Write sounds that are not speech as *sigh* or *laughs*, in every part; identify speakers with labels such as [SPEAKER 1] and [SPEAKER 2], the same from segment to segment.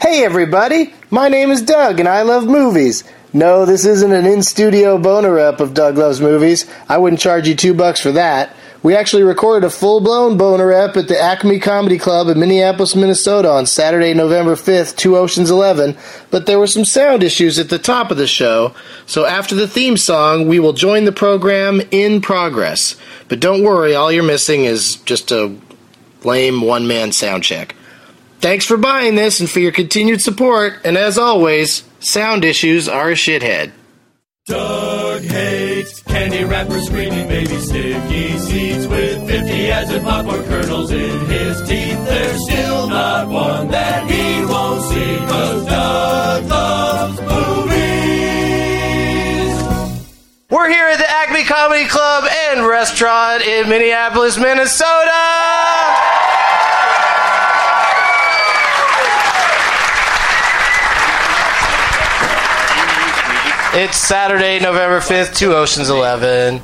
[SPEAKER 1] Hey, everybody! My name is Doug, and I love movies. No, this isn't an in studio boner up of Doug Loves Movies. I wouldn't charge you two bucks for that. We actually recorded a full blown boner ep at the Acme Comedy Club in Minneapolis, Minnesota on Saturday, November 5th, Two Oceans 11, but there were some sound issues at the top of the show, so after the theme song, we will join the program in progress. But don't worry, all you're missing is just a lame one man sound check. Thanks for buying this and for your continued support, and as always, sound issues are a shithead.
[SPEAKER 2] Doug hates candy wrappers, screaming baby sticky seeds with 50 as in popcorn kernels in his teeth. There's still not one that he won't see 'cause Doug loves movies.
[SPEAKER 1] We're here at the Acme Comedy Club and Restaurant in Minneapolis, Minnesota. It's Saturday, November 5th, Two Oceans 11.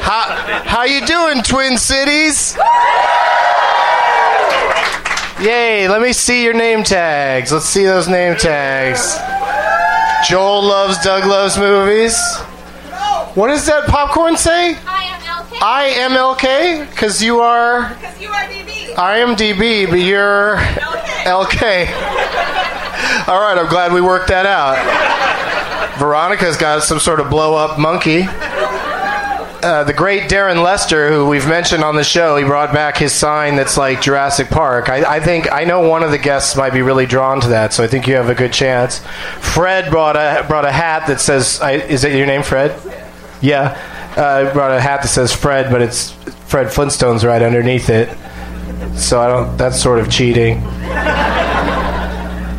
[SPEAKER 1] How, how you doing, Twin Cities? Yay, let me see your name tags. Let's see those name tags. Joel loves Doug loves movies. What does that popcorn say?
[SPEAKER 3] I am LK.
[SPEAKER 1] I am LK? Because you are
[SPEAKER 3] Because you are BB.
[SPEAKER 1] I am DB, but you're LK. All right, I'm glad we worked that out. Veronica's got some sort of blow up monkey. Uh, the great Darren Lester, who we've mentioned on the show, he brought back his sign that's like Jurassic Park. I, I think I know one of the guests might be really drawn to that, so I think you have a good chance. Fred brought a brought a hat that says, I, "Is that your name, Fred?" Yeah, uh, brought a hat that says Fred, but it's Fred Flintstone's right underneath it. So I don't. That's sort of cheating.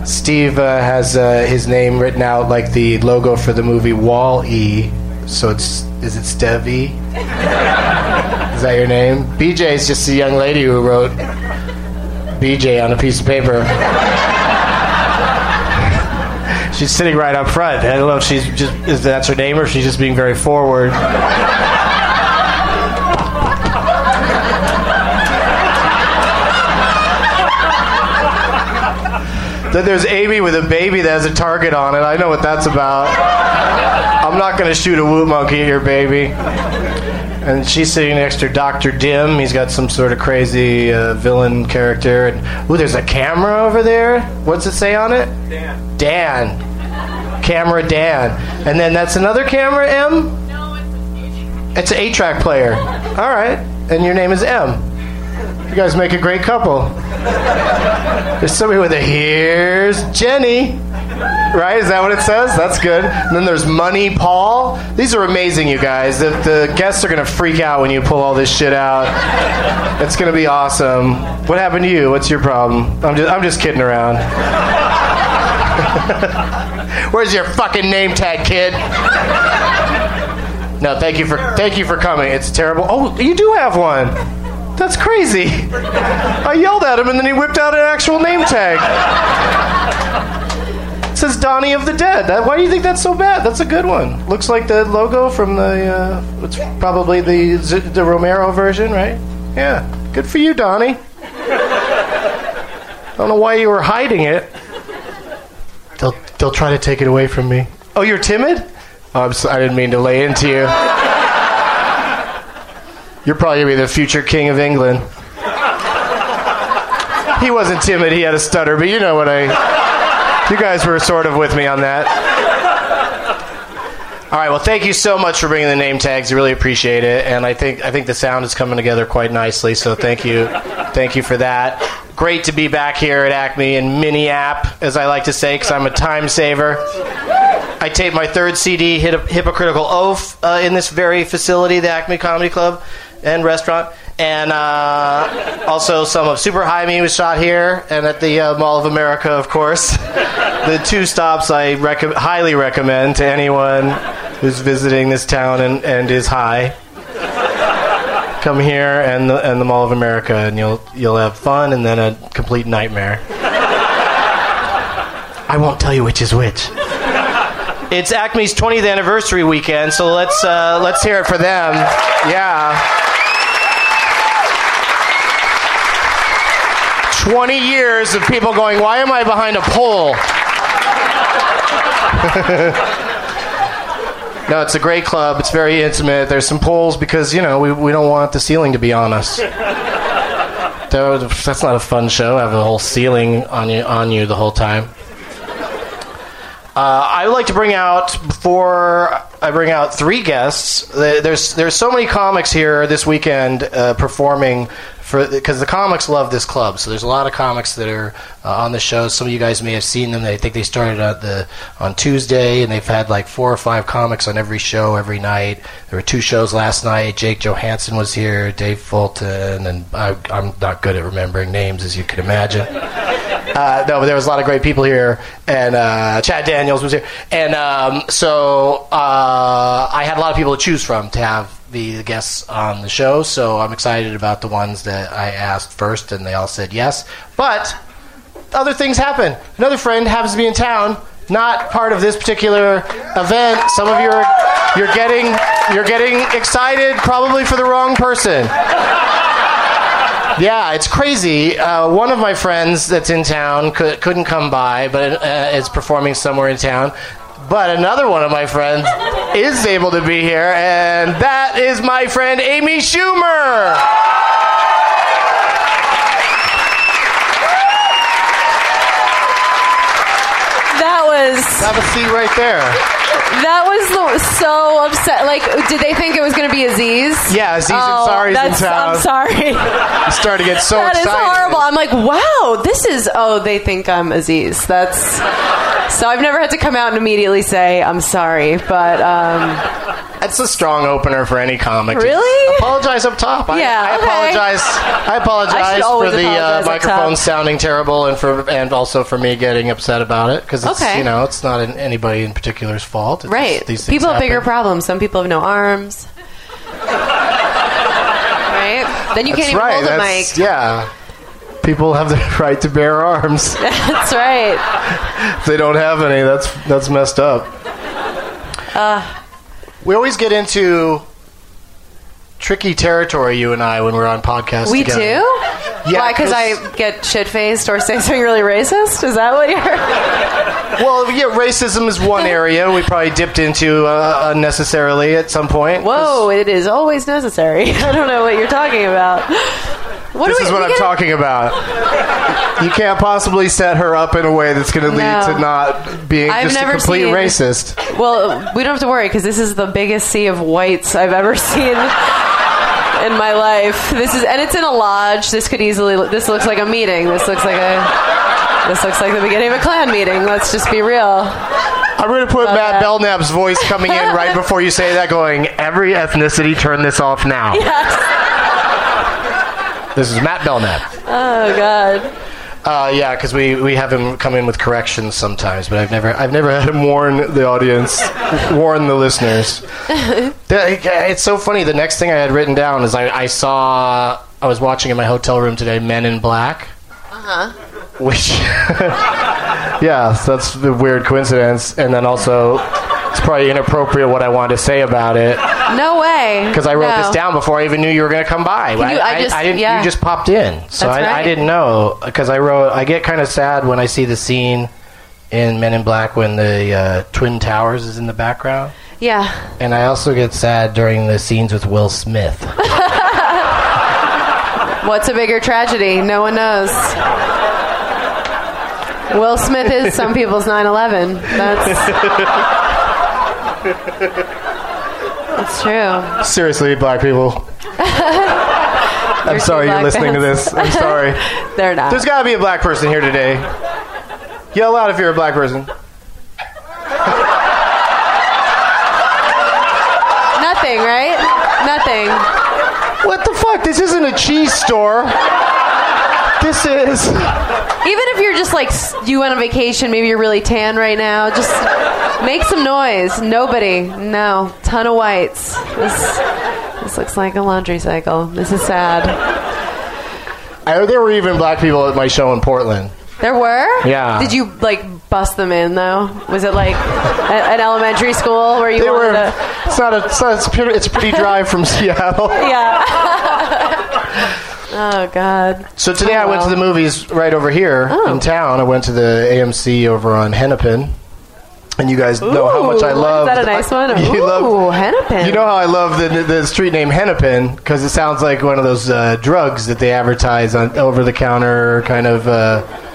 [SPEAKER 1] Steve uh, has uh, his name written out like the logo for the movie Wall E. So it's is it Stevie? *laughs* is that your name? BJ is just a young lady who wrote BJ on a piece of paper. *laughs* She's sitting right up front. I don't know if she's just is that's her name or she's just being very forward. Then there's Amy with a baby that has a target on it. I know what that's about. I'm not going to shoot a woo monkey at your baby. And she's sitting next to Dr. Dim. He's got some sort of crazy uh, villain character. And ooh, there's a camera over there. What's it say on it? Dan. Dan. Camera Dan. And then that's another camera, M? No, it's an A track player. All right. And your name is M. You guys make a great couple. There's somebody with a here's Jenny. Right? Is that what it says? That's good. And then there's Money Paul. These are amazing, you guys. The, the guests are going to freak out when you pull all this shit out. It's going to be awesome. What happened to you? What's your problem? I'm just, I'm just kidding around. *laughs* Where's your fucking name tag, kid? No, thank you for thank you for coming. It's terrible. Oh, you do have one. That's crazy. I yelled at him and then he whipped out an actual name tag. It says Donnie of the Dead. That, why do you think that's so bad? That's a good one. Looks like the logo from the uh, it's probably the Z- the Romero version, right? Yeah. Good for you, Donnie. I don't know why you were hiding it. They'll they'll try to take it away from me. Oh, you're timid? Oh, I'm so, I didn't mean to lay into you. You're probably gonna be the future king of England. he wasn't timid; he had a stutter, but you know what I. You guys were sort of with me on that. All right. Well, thank you so much for bringing the name tags. I really appreciate it, and I think I think the sound is coming together quite nicely. So thank you, thank you for that. Great to be back here at Acme in Mini-App, as I like to say, because I'm a time saver. I taped my third CD, hit a hypocritical oaf uh, in this very facility, the Acme Comedy Club and restaurant, and uh, also some of Super High Me was shot here, and at the uh, Mall of America, of course. *laughs* the two stops I recom- highly recommend to anyone who's visiting this town and, and is high. Come here and the, and the Mall of America, and you'll you'll have fun, and then a complete nightmare. I won't tell you which is which. It's Acme's 20th anniversary weekend, so let's uh, let's hear it for them. Yeah. 20 years of people going, "Why am I behind a pole?" no, it's a great club. It's very intimate. There's some poles because, you know, we, we don't want the ceiling to be on us. That would- that's not a fun show, having the whole ceiling on you, on you the whole time. Uh, I would like to bring out before I bring out three guests. th- There's there's so many comics here this weekend uh, performing for because the comics love this club. So there's a lot of comics that are uh, on the show. Some of you guys may have seen them. They think they started on the on Tuesday, and they've had like four or five comics on every show every night. There were two shows last night. Jake Johansson was here, Dave Fulton, and I, I'm not good at remembering names, as you can imagine. Uh, no, but there was a lot of great people here, and uh, Chad Daniels was here, and um, so uh, I had a lot of people to choose from to have be the guests on the show. So I'm excited about the ones that I asked first, and they all said yes. But other things happen. Another friend happens to be in town, not part of this particular event. Some of you are you're getting you're getting excited, probably for the wrong person. Yeah, it's crazy. Uh, one of my friends that's in town could, couldn't come by, but uh, is performing somewhere in town. But another one of my
[SPEAKER 4] *laughs*
[SPEAKER 1] friends is able to be here, and that is my friend Amy Schumer.
[SPEAKER 4] That was
[SPEAKER 1] Have a seat right there.
[SPEAKER 4] that was the- so upset. Like, did they think it was going to be Aziz?
[SPEAKER 1] Yeah, Aziz
[SPEAKER 4] oh,
[SPEAKER 1] Ansari's in
[SPEAKER 4] that's,
[SPEAKER 1] town.
[SPEAKER 4] I'm
[SPEAKER 1] *laughs*
[SPEAKER 4] sorry. that
[SPEAKER 1] You start to get so
[SPEAKER 4] is
[SPEAKER 1] excited.
[SPEAKER 4] horrible. I'm like, wow, this is. Oh, they think I'm Aziz. That's so. I've never had to come out and immediately say I'm sorry, but um,
[SPEAKER 1] That's a strong opener for any comic. Just
[SPEAKER 4] Really?
[SPEAKER 1] apologize up top. I,
[SPEAKER 4] Yeah,
[SPEAKER 1] I
[SPEAKER 4] okay.
[SPEAKER 1] apologize. I
[SPEAKER 4] I
[SPEAKER 1] apologize
[SPEAKER 4] should
[SPEAKER 1] for
[SPEAKER 4] always
[SPEAKER 1] the
[SPEAKER 4] apologize
[SPEAKER 1] uh,
[SPEAKER 4] up
[SPEAKER 1] microphone
[SPEAKER 4] top.
[SPEAKER 1] sounding terrible, and for and also for me getting upset about it because it's
[SPEAKER 4] Okay.
[SPEAKER 1] you know it's not in anybody in particular's fault. It's
[SPEAKER 4] right.
[SPEAKER 1] just these things
[SPEAKER 4] people have bigger
[SPEAKER 1] happen.
[SPEAKER 4] problems. Some people have no arms. right. Then you
[SPEAKER 1] That's
[SPEAKER 4] can't even
[SPEAKER 1] right.
[SPEAKER 4] hold a
[SPEAKER 1] That's-
[SPEAKER 4] mic.
[SPEAKER 1] Yeah. people have the *laughs* right to bear
[SPEAKER 4] *laughs*
[SPEAKER 1] arms.
[SPEAKER 4] That's right.
[SPEAKER 1] if they don't have any, that's that's messed up.
[SPEAKER 4] Uh.
[SPEAKER 1] we always get into tricky territory, you and I, when we're on podcasts.
[SPEAKER 4] We
[SPEAKER 1] together.
[SPEAKER 4] do?
[SPEAKER 1] Yeah,
[SPEAKER 4] Why? Because I get shit faced or say something really racist? Is that what you're.
[SPEAKER 1] Well, yeah, racism is
[SPEAKER 4] *laughs*
[SPEAKER 1] one area we probably dipped into uh, unnecessarily at some point.
[SPEAKER 4] Whoa, it is always necessary. *laughs* I don't know what you're talking about. What
[SPEAKER 1] This
[SPEAKER 4] do we,
[SPEAKER 1] is what
[SPEAKER 4] we
[SPEAKER 1] I'm
[SPEAKER 4] gotta-
[SPEAKER 1] talking about. You can't possibly set her up in a way that's going to lead
[SPEAKER 4] No.
[SPEAKER 1] to not being
[SPEAKER 4] I've
[SPEAKER 1] just
[SPEAKER 4] never
[SPEAKER 1] a complete
[SPEAKER 4] seen-
[SPEAKER 1] racist.
[SPEAKER 4] *laughs* Well, we don't have to worry because this is the biggest sea of whites I've ever seen in my life. This is, and it's in a lodge. This could easily. This looks like a meeting. This looks like a. This looks like the beginning of a clan meeting. Let's just be real. *laughs*
[SPEAKER 1] I'm going to put Matt
[SPEAKER 4] that.
[SPEAKER 1] Belknap's voice coming in
[SPEAKER 4] *laughs*
[SPEAKER 1] right before you say that, going, every ethnicity turn this off now. This is Matt Belknap.
[SPEAKER 4] Oh God.
[SPEAKER 1] Uh, yeah, because we, we have him come in with corrections sometimes, but I've never I've never *laughs* had him warn the audience, *laughs* warn the listeners. Yeah, It's so funny. The next thing I had written down is I, I saw I was watching in my hotel room today Men in Black, uh-huh. which *laughs* yeah, that's a weird coincidence, and then also it's probably inappropriate what I wanted to say about it
[SPEAKER 4] No way.
[SPEAKER 1] because I wrote
[SPEAKER 4] No.
[SPEAKER 1] this down before I even knew you were going to come by.
[SPEAKER 4] you- I just-
[SPEAKER 1] didn't,
[SPEAKER 4] yeah.
[SPEAKER 1] You just popped in, so I,
[SPEAKER 4] That's
[SPEAKER 1] I
[SPEAKER 4] right.
[SPEAKER 1] didn't know because I wrote. I get kind of sad when I see the scene in Men in Black when the uh, Twin Towers is in the background,
[SPEAKER 4] Yeah.
[SPEAKER 1] and I also get sad during the scenes with Will Smith.
[SPEAKER 4] What's a bigger tragedy? No one knows. Will Smith is some people's 9/11. That's. That's
[SPEAKER 1] *laughs*
[SPEAKER 4] true.
[SPEAKER 1] Seriously, black people. I'm sorry
[SPEAKER 4] two
[SPEAKER 1] you're
[SPEAKER 4] black
[SPEAKER 1] listening to this.
[SPEAKER 4] *laughs*
[SPEAKER 1] I'm sorry.
[SPEAKER 4] They're not.
[SPEAKER 1] There's got to be a black person here today. Yell out if you're a black person.
[SPEAKER 4] Nothing, right? Nothing.
[SPEAKER 1] What the fuck? This isn't a cheese store. This is.
[SPEAKER 4] Even if you're just like s- you went on vacation, maybe you're really tan right now. Just make some noise. Nobody. No. Ton of whites. This, this looks like a laundry cycle. This is sad.
[SPEAKER 1] I, there were even black people at my show in Portland.
[SPEAKER 4] There were.
[SPEAKER 1] Yeah.
[SPEAKER 4] Did you like bust them in though? Was it like a- an elementary school where you
[SPEAKER 1] They
[SPEAKER 4] wanted
[SPEAKER 1] were.
[SPEAKER 4] to?
[SPEAKER 1] It's not a. It's, not, it's, pretty, it's a
[SPEAKER 4] *laughs*
[SPEAKER 1] pretty drive from Seattle.
[SPEAKER 4] Yeah. *laughs* oh God.
[SPEAKER 1] So today I went
[SPEAKER 4] wow. Oh.
[SPEAKER 1] to the movies right over here in town. I went to the AMC over on Hennepin, and you guys know how much I
[SPEAKER 4] Ooh,
[SPEAKER 1] love.
[SPEAKER 4] Is that a nice
[SPEAKER 1] *laughs*
[SPEAKER 4] one?
[SPEAKER 1] You
[SPEAKER 4] Ooh,
[SPEAKER 1] love.
[SPEAKER 4] Hennepin.
[SPEAKER 1] You know how I love the, the street name Hennepin because it sounds like one of those uh, drugs that they advertise on over the counter kind of. Uh,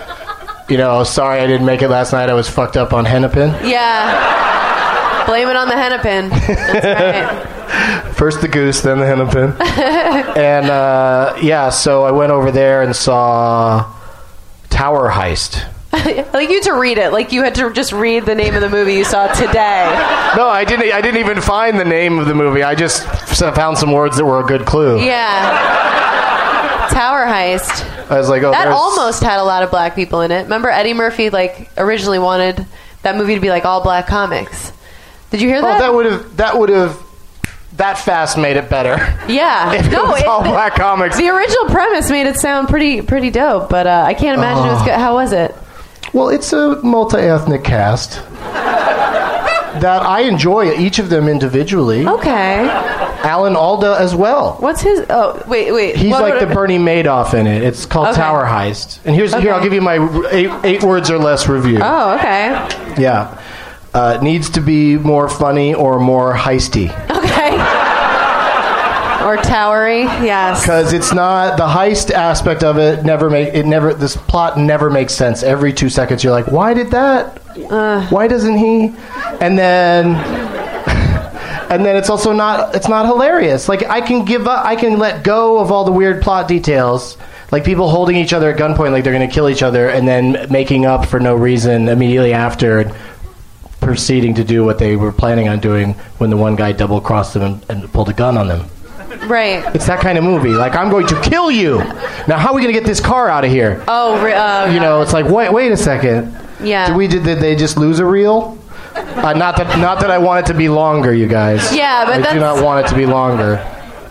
[SPEAKER 1] you know, sorry I didn't make it last night. I was fucked up on Hennepin.
[SPEAKER 4] Yeah. Blame it on the Hennepin. That's right. *laughs*
[SPEAKER 1] First the goose, then the hennepin. and uh, yeah, so I went over there and saw Tower Heist.
[SPEAKER 4] I like you had to read it. Like you had to just read the name of the movie you saw today.
[SPEAKER 1] No, I didn't. I didn't even find the name of the movie. I just found some words that were a good clue.
[SPEAKER 4] Yeah. Tower heist.
[SPEAKER 1] I was like, oh,
[SPEAKER 4] That
[SPEAKER 1] there's-
[SPEAKER 4] almost had a lot of black people in it. Remember Eddie Murphy like originally wanted that movie to be like all black comics. Did you hear
[SPEAKER 1] Oh,
[SPEAKER 4] that?
[SPEAKER 1] that would have. That would have. That fast made it better. *laughs*
[SPEAKER 4] yeah.
[SPEAKER 1] If it
[SPEAKER 4] no,
[SPEAKER 1] was
[SPEAKER 4] it- *laughs*
[SPEAKER 1] all black comics.
[SPEAKER 4] The original premise made it sound pretty pretty dope, but uh, I can't imagine it was good. How was it?
[SPEAKER 1] Well, it's a multi-ethnic
[SPEAKER 4] *laughs*
[SPEAKER 1] cast. That I enjoy each of them individually.
[SPEAKER 4] Okay.
[SPEAKER 1] Alan Alda as well.
[SPEAKER 4] What's his? Oh, wait, wait.
[SPEAKER 1] He's
[SPEAKER 4] What-
[SPEAKER 1] like
[SPEAKER 4] what-
[SPEAKER 1] the Bernie Madoff in it. It's called
[SPEAKER 4] Okay.
[SPEAKER 1] Tower Heist. And here's here I'll
[SPEAKER 4] Okay.
[SPEAKER 1] give you my r- eight, eight words or less review.
[SPEAKER 4] *laughs* Oh, okay.
[SPEAKER 1] Yeah, uh, needs to be more funny or more heisty
[SPEAKER 4] Okay. or towery, yes.
[SPEAKER 1] because it's not the heist aspect of it. Never make it never this plot never makes sense. Every two seconds you're like, why did that? why doesn't he? And then. *laughs* And then it's also not it's not hilarious. Like I can give up I can let go of all the weird plot details. Like people holding each other at gunpoint like they're going to kill each other and then making up for no reason immediately after and proceeding to do what they were planning on doing when the one guy double crossed them and, and pulled a gun on them.
[SPEAKER 4] Right.
[SPEAKER 1] It's that kind of movie. Like I'm going to kill you. Now how are we going to get this car out of here?
[SPEAKER 4] Oh, re- oh
[SPEAKER 1] You know, it's like wait wait a second.
[SPEAKER 4] yeah.
[SPEAKER 1] Did we did, did they just lose a reel? Uh, not that not that I want it to be longer, you guys.
[SPEAKER 4] Yeah, but
[SPEAKER 1] I do
[SPEAKER 4] that's-
[SPEAKER 1] not want it to be longer.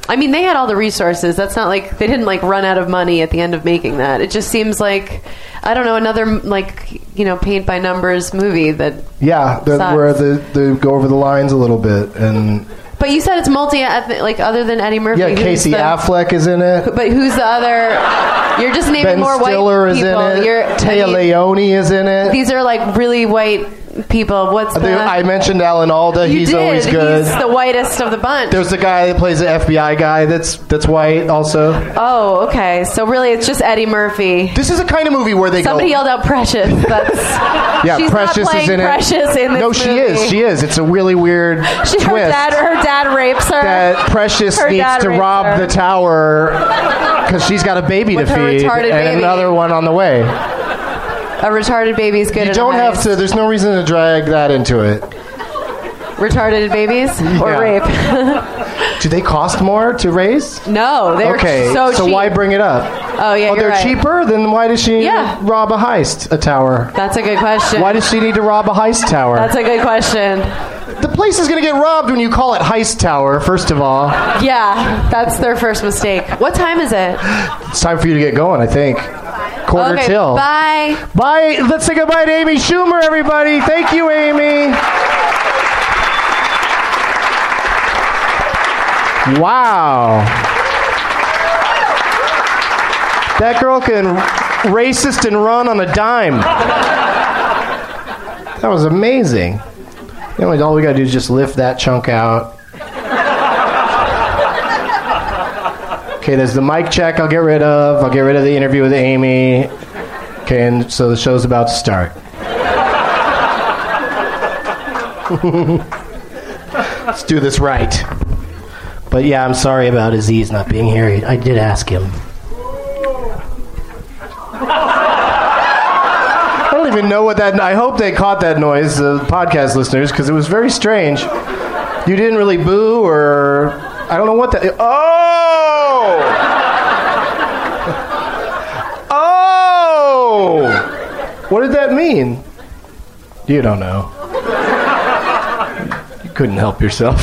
[SPEAKER 4] I mean, they had all the resources. That's not like they didn't like run out of money at the end of making that. It just seems like I don't know another like you know paint by numbers movie that.
[SPEAKER 1] Yeah, the,
[SPEAKER 4] Sucks.
[SPEAKER 1] where the, they go over the lines a little bit, and
[SPEAKER 4] But you said it's multi like other than Eddie Murphy.
[SPEAKER 1] yeah,
[SPEAKER 4] who's
[SPEAKER 1] Casey
[SPEAKER 4] the-
[SPEAKER 1] Affleck is in it.
[SPEAKER 4] But who's the other? You're just naming
[SPEAKER 1] Ben
[SPEAKER 4] more
[SPEAKER 1] Stiller
[SPEAKER 4] white
[SPEAKER 1] is in
[SPEAKER 4] people.
[SPEAKER 1] it.
[SPEAKER 4] You're, I
[SPEAKER 1] Taya
[SPEAKER 4] mean,
[SPEAKER 1] Leone is in it.
[SPEAKER 4] These are like really white people. What's
[SPEAKER 1] I,
[SPEAKER 4] the?
[SPEAKER 1] think I mentioned Alan Alda.
[SPEAKER 4] you
[SPEAKER 1] He's
[SPEAKER 4] did.
[SPEAKER 1] always good.
[SPEAKER 4] He's the whitest of the bunch.
[SPEAKER 1] There's the guy that plays the FBI guy. That's that's white also.
[SPEAKER 4] oh, okay. So really, it's just Eddie Murphy.
[SPEAKER 1] This is a kind of movie where they
[SPEAKER 4] Somebody
[SPEAKER 1] go.
[SPEAKER 4] yelled out "Precious."
[SPEAKER 1] *laughs*
[SPEAKER 4] That's
[SPEAKER 1] Yeah,
[SPEAKER 4] she's
[SPEAKER 1] Precious
[SPEAKER 4] not playing
[SPEAKER 1] is in it.
[SPEAKER 4] Precious in this
[SPEAKER 1] no, she
[SPEAKER 4] movie.
[SPEAKER 1] is. She is. It's a really weird
[SPEAKER 4] *laughs* She-
[SPEAKER 1] twist
[SPEAKER 4] her dad, her dad rapes her.
[SPEAKER 1] that Precious
[SPEAKER 4] her
[SPEAKER 1] needs
[SPEAKER 4] dad
[SPEAKER 1] to
[SPEAKER 4] raped
[SPEAKER 1] rob
[SPEAKER 4] her.
[SPEAKER 1] the tower because she's got a baby
[SPEAKER 4] With
[SPEAKER 1] to
[SPEAKER 4] her
[SPEAKER 1] feed and
[SPEAKER 4] retarded baby.
[SPEAKER 1] another one on the way.
[SPEAKER 4] a retarded baby's good.
[SPEAKER 1] You
[SPEAKER 4] at
[SPEAKER 1] don't
[SPEAKER 4] a
[SPEAKER 1] have
[SPEAKER 4] heist.
[SPEAKER 1] to. There's no reason to drag that into it.
[SPEAKER 4] retarded babies or
[SPEAKER 1] Yeah.
[SPEAKER 4] rape. *laughs*
[SPEAKER 1] Do they cost more to raise?
[SPEAKER 4] no, they're
[SPEAKER 1] okay,
[SPEAKER 4] so, cheap.
[SPEAKER 1] why bring it up?
[SPEAKER 4] Oh yeah,
[SPEAKER 1] oh,
[SPEAKER 4] you're
[SPEAKER 1] they're
[SPEAKER 4] right.
[SPEAKER 1] cheaper. Then why does she
[SPEAKER 4] Yeah.
[SPEAKER 1] rob a heist a tower?
[SPEAKER 4] That's a good question.
[SPEAKER 1] Why does she need to rob a heist tower?
[SPEAKER 4] That's a good question.
[SPEAKER 1] the place is gonna get robbed when you call it heist tower. First of all,
[SPEAKER 4] Yeah, that's their first mistake. What time is it?
[SPEAKER 1] it's time for you to get going. I think quarter
[SPEAKER 4] okay,
[SPEAKER 1] till.
[SPEAKER 4] bye.
[SPEAKER 1] Bye. Let's say goodbye to Amy Schumer, everybody. Thank you, Amy. Wow. That girl can racist and run on a dime. That was amazing. You know, all we gotta do is just lift that chunk out. Okay, there's the mic check I'll get rid of. I'll get rid of the interview with Amy. Okay, and so the show's about to start. Let's do this right. But yeah, I'm sorry about Aziz not being here. I did ask him. I don't even know what that. I hope they caught that noise, the podcast listeners, because it was very strange. You didn't really boo, or I don't know what that. Oh. Oh! What did that mean? You don't know. You couldn't help yourself.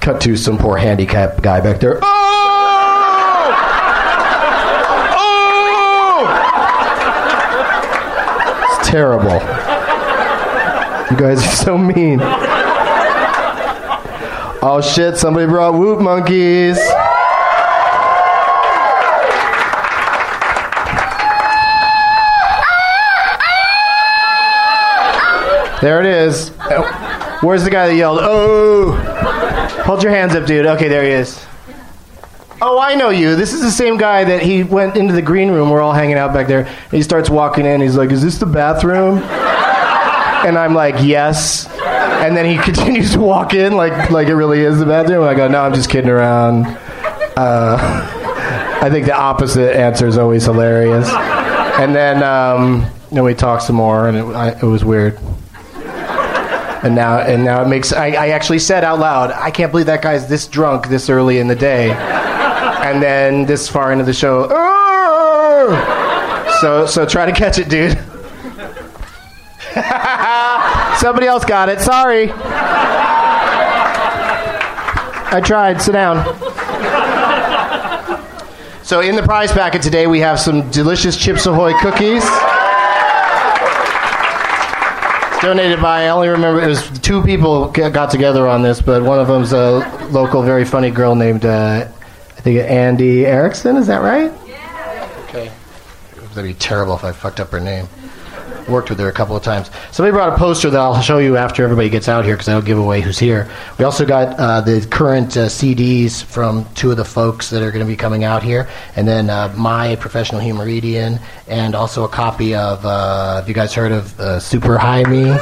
[SPEAKER 1] Cut to some poor handicapped guy back there. Oh! Oh! It's terrible. You guys are so mean. Oh shit, somebody brought whoop monkeys. There it is. Oh, Where's the guy that yelled? Oh, hold your hands up, dude. Okay, there he is. Oh, I know you. This is the same guy that he went into the green room. We're all hanging out back there. And he starts walking in. He's like, "Is this the bathroom?" And I'm like, "Yes." And then he *laughs* continues to walk in like like it really is the bathroom. And I go, "No, I'm just kidding around." Uh, *laughs* I think the opposite answer is always hilarious. And then um, then we talked some more, and it, I, it was weird. And now, and now it makes. I, I actually said out loud, I can't believe that guy's this drunk this early in the day, and then this far into the show. "Arr!" So, so try to catch it, dude. *laughs* Somebody else got it. Sorry. I tried. Sit down. So, in the prize packet today, we have some delicious Chips Ahoy cookies donated by I only remember it was two people g- got together on this, but one of them's a local, very funny girl named uh, I think Andy Erickson. Is that right? Yeah. Okay. That'd be terrible if I fucked up her name. Worked with her a couple of times. Somebody brought a poster that I'll show you after everybody gets out here because that'll give away who's here. We also got uh, the current uh, CDs from two of the folks that are going to be coming out here, and then uh, my professional humoridian, and also a copy of uh, have you guys heard of uh, Super High Me?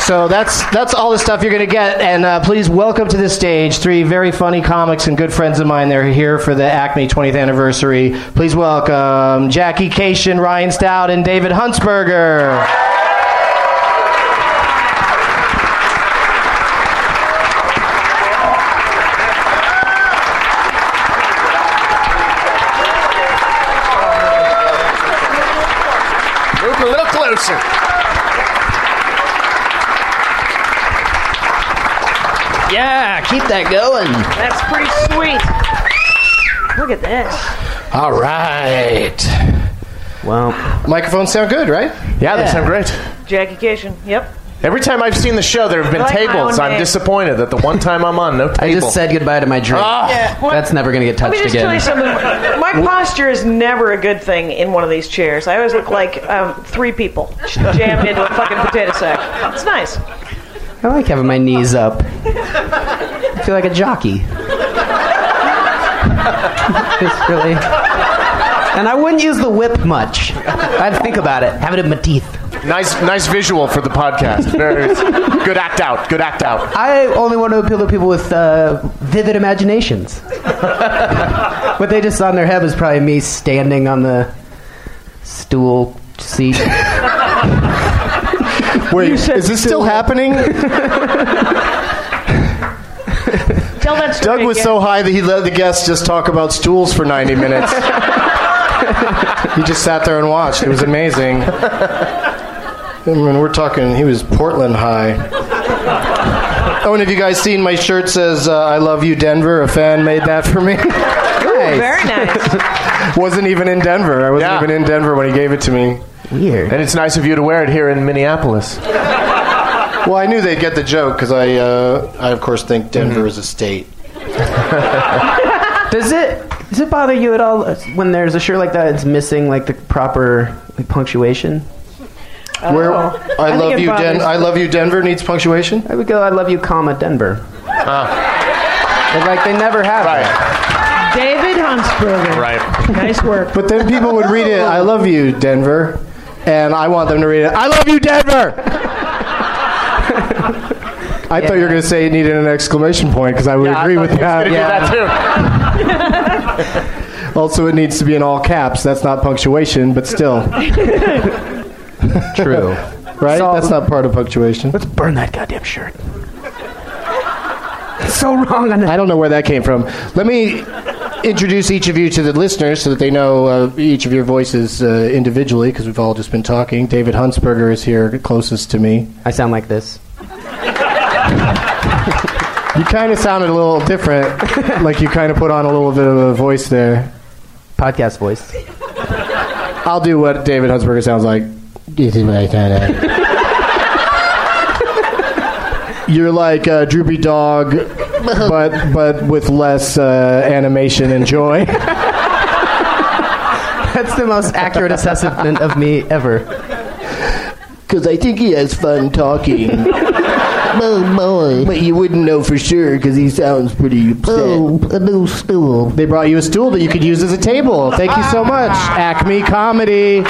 [SPEAKER 1] So that's that's all the stuff you're going to get. And uh, please welcome to the stage three very funny comics and good friends of mine. They're here for the Acme 20th anniversary. Please welcome Jackie Cation, Ryan Stout, and David Huntsberger.
[SPEAKER 5] Move a little closer. Yeah, keep that going.
[SPEAKER 6] That's pretty sweet. Look at this.
[SPEAKER 1] All right.
[SPEAKER 5] Wow.
[SPEAKER 1] Microphones sound good, right?
[SPEAKER 3] Yeah, they
[SPEAKER 5] Yeah.
[SPEAKER 3] sound great.
[SPEAKER 6] Jackication. Yep.
[SPEAKER 3] Every time I've seen the show, there have been
[SPEAKER 6] I like my
[SPEAKER 3] tables.
[SPEAKER 6] own
[SPEAKER 3] I'm
[SPEAKER 6] name.
[SPEAKER 3] disappointed that the one time I'm on, no table.
[SPEAKER 5] I just said goodbye to my drink.
[SPEAKER 3] Ah.
[SPEAKER 6] What-
[SPEAKER 5] That's never going to get
[SPEAKER 6] Let me
[SPEAKER 5] touched
[SPEAKER 6] just tell you
[SPEAKER 5] again.
[SPEAKER 6] something. My posture is never a good thing in one of these chairs. I always look like um, three people jammed into a fucking potato sack. It's nice.
[SPEAKER 5] I like having my knees up. I feel like a jockey. it's really. And I wouldn't use the whip much. I'd think about it, have it in my teeth.
[SPEAKER 3] nice, nice visual for the podcast. Very good act out. Good act out.
[SPEAKER 5] I only want to appeal to people with uh, vivid imaginations. what they just saw in their head was probably me standing on the stool seat.
[SPEAKER 7] Wait, is this still happening?
[SPEAKER 6] Tell that story.
[SPEAKER 1] Doug was
[SPEAKER 6] again.
[SPEAKER 1] so high that he let the guests just talk about stools for 90
[SPEAKER 6] *laughs*
[SPEAKER 1] minutes. he just sat there and watched. It was amazing. I mean, we're talking, he was Portland high. Oh, and have you guys seen my shirt says, uh, I love you, Denver? A fan made that for
[SPEAKER 6] *laughs*
[SPEAKER 1] me.
[SPEAKER 3] *laughs*
[SPEAKER 6] Very nice.
[SPEAKER 1] wasn't even in Denver. I wasn't
[SPEAKER 3] Yeah.
[SPEAKER 1] even in Denver when he gave it to me.
[SPEAKER 5] Weird.
[SPEAKER 3] And it's nice of you to wear it here in Minneapolis.
[SPEAKER 1] Well, I knew they'd get the joke because I, uh, I, of course, think Denver
[SPEAKER 3] Mm-hmm.
[SPEAKER 1] is a state.
[SPEAKER 5] Does it does it bother you at all when there's a shirt like that? It's missing like the proper like, punctuation.
[SPEAKER 1] Where I,
[SPEAKER 6] think
[SPEAKER 1] love
[SPEAKER 6] it
[SPEAKER 1] you, Den-
[SPEAKER 6] bothers-
[SPEAKER 1] I love you, Denver needs punctuation.
[SPEAKER 5] I would go, I love you, comma Denver. But, like they never have. Right.
[SPEAKER 6] David Huntsberger.
[SPEAKER 3] Right.
[SPEAKER 6] Nice work.
[SPEAKER 1] But then people would read it, I love you, Denver. And I want them to read it, I love you, Denver! I thought you were going to say it needed an exclamation point because I would agree with that.
[SPEAKER 3] Yeah.
[SPEAKER 1] Also, it needs to be in all caps. That's not punctuation, but still,
[SPEAKER 5] True.
[SPEAKER 1] right? That's not part of punctuation.
[SPEAKER 5] Let's burn that goddamn shirt. It's so wrong on that.
[SPEAKER 1] I don't know where that came from. Let me introduce each of you to the listeners so that they know uh, each of your voices uh, individually because we've all just been talking. David Huntsberger is here closest to me.
[SPEAKER 5] I sound like this.
[SPEAKER 1] You kind of sounded a little different, *laughs* like you kind of put on a little bit of a voice there.
[SPEAKER 5] Podcast voice.
[SPEAKER 1] I'll do what David Huntsberger sounds like. This is what I sound like. *laughs* You're like a droopy dog, but but with less uh, animation and joy.
[SPEAKER 5] That's the most accurate assessment of me ever.
[SPEAKER 1] Because I think he has fun talking. oh boy. But you wouldn't know for sure because he sounds pretty upset.
[SPEAKER 5] a new stool.
[SPEAKER 1] They brought you a stool that you could use as a table. Thank you so much. Acme Comedy.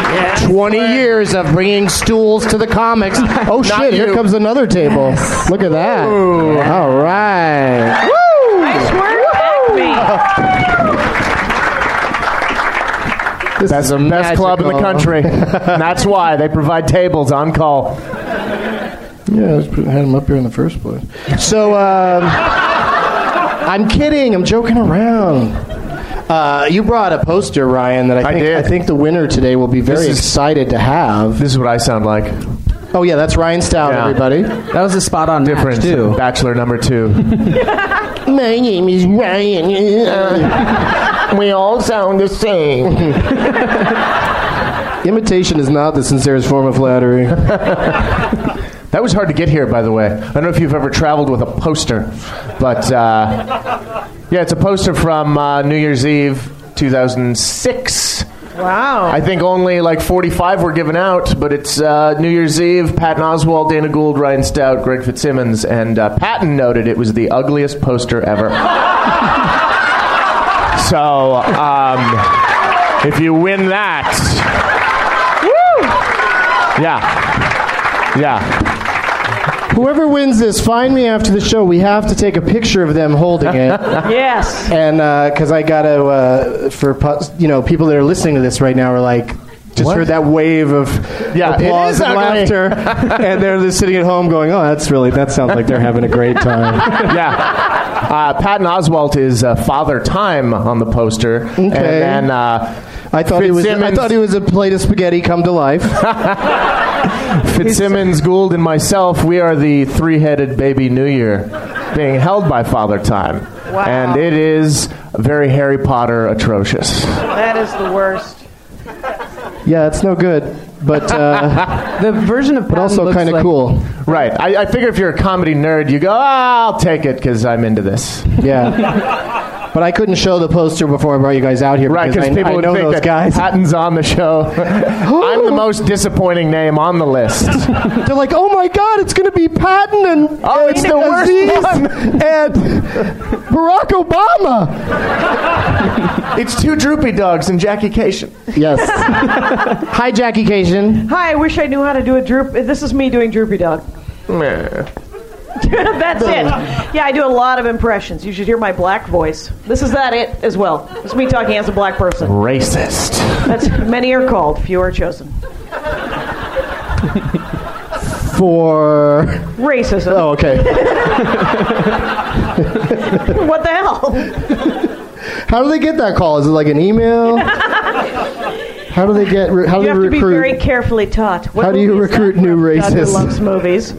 [SPEAKER 1] 20 years of bringing stools to the comics. Oh shit, here comes another table. Look at that. All right.
[SPEAKER 6] Nice work, Acme.
[SPEAKER 1] That's the
[SPEAKER 3] Best club in the country. And that's why they provide tables on call.
[SPEAKER 1] Yeah, I was- had him up here in the first place. So, um, I'm kidding. I'm joking around. Uh, you brought a poster, Ryan, that I
[SPEAKER 3] I
[SPEAKER 1] think,
[SPEAKER 3] did.
[SPEAKER 1] I think the winner today will be very
[SPEAKER 3] This is-
[SPEAKER 1] excited to have.
[SPEAKER 3] This is what I sound like.
[SPEAKER 1] Oh, yeah, that's Ryan Stout,
[SPEAKER 3] Yeah.
[SPEAKER 1] everybody.
[SPEAKER 5] That was a spot on
[SPEAKER 3] Difference.
[SPEAKER 5] match too.
[SPEAKER 3] Bachelor number
[SPEAKER 1] *laughs*
[SPEAKER 3] two.
[SPEAKER 1] My name is Ryan. we all sound the same. *laughs* Imitation is not the sincerest form of flattery.
[SPEAKER 3] *laughs* That was hard to get here, by the way. I don't know if you've ever traveled with a poster, but uh, yeah, it's a poster from uh, New Year's Eve 2006.
[SPEAKER 6] Wow.
[SPEAKER 3] I think only like 45 were given out, but it's uh, New Year's Eve. Patton Oswald, Dana Gould, Ryan Stout, Greg Fitzsimmons, and uh, Patton noted it was the ugliest poster ever. *laughs* so um, if you win that, woo, yeah, yeah.
[SPEAKER 1] Whoever wins this, find me after the show. We have to take a picture of them holding it.
[SPEAKER 3] *laughs*
[SPEAKER 6] Yes.
[SPEAKER 1] and because I gotta uh, for pu- you know people that are listening to this right now are like just
[SPEAKER 3] What?
[SPEAKER 1] heard that wave of
[SPEAKER 3] Yeah, it
[SPEAKER 1] applause
[SPEAKER 3] is
[SPEAKER 1] and
[SPEAKER 3] ugly.
[SPEAKER 1] laughter,
[SPEAKER 5] *laughs*
[SPEAKER 1] and they're just sitting at home going, "Oh, that's really that sounds like they're having a great
[SPEAKER 5] *laughs*
[SPEAKER 1] time."
[SPEAKER 3] yeah. Uh, Patton Oswalt is uh, Father Time on the poster. And then, uh,
[SPEAKER 1] I thought it was I
[SPEAKER 3] Fitzsimmons-
[SPEAKER 1] thought it was a plate of spaghetti come to life.
[SPEAKER 3] Fitzsimmons, Gould, and myself, we are the three headed baby New Year.
[SPEAKER 8] being held by Father Time.
[SPEAKER 6] Wow.
[SPEAKER 8] And it is very Harry Potter atrocious.
[SPEAKER 6] That is the worst.
[SPEAKER 1] Yeah, it's no good, but uh,
[SPEAKER 5] *laughs* The version of
[SPEAKER 1] but also kind of cool.
[SPEAKER 8] Right. I, I figure if you're a comedy nerd, you go, ah, I'll take it because I'm into this.
[SPEAKER 1] Yeah. But I couldn't show the poster before I brought you guys out here
[SPEAKER 8] Right,
[SPEAKER 1] because
[SPEAKER 8] because
[SPEAKER 1] I,
[SPEAKER 8] people
[SPEAKER 1] I
[SPEAKER 8] would
[SPEAKER 1] know
[SPEAKER 8] think
[SPEAKER 1] those
[SPEAKER 8] that
[SPEAKER 1] guys.
[SPEAKER 8] Patton's on the show.
[SPEAKER 1] *gasps*
[SPEAKER 8] I'm the most disappointing name on the list.
[SPEAKER 1] They're like, oh my god, it's going to be Patton and
[SPEAKER 8] Oh, it's
[SPEAKER 1] and
[SPEAKER 8] the worst
[SPEAKER 1] Aziz
[SPEAKER 8] one.
[SPEAKER 1] and Barack Obama.
[SPEAKER 8] it's two droopy dogs and Jackie Cation.
[SPEAKER 1] Yes. Hi, Jackie Cation.
[SPEAKER 6] Hi, I wish I knew how to do a droop. This is me doing droopy dog. *laughs* That's it. Yeah, I do a lot of impressions. You should hear my black voice. This is that it as well. It's me talking as a black person.
[SPEAKER 8] Racist.
[SPEAKER 6] That's *laughs* many are called, few are chosen.
[SPEAKER 1] For
[SPEAKER 6] Racism.
[SPEAKER 1] oh, okay. Oh.
[SPEAKER 6] What the hell?
[SPEAKER 1] How do they get that call? Is it like an email? How do they get? Re- how do
[SPEAKER 6] You
[SPEAKER 1] they
[SPEAKER 6] have to be
[SPEAKER 1] recruit?
[SPEAKER 6] very carefully taught. What
[SPEAKER 1] How do you
[SPEAKER 6] movie is that
[SPEAKER 1] recruit new
[SPEAKER 6] from? God who
[SPEAKER 1] racists?
[SPEAKER 6] loves movies.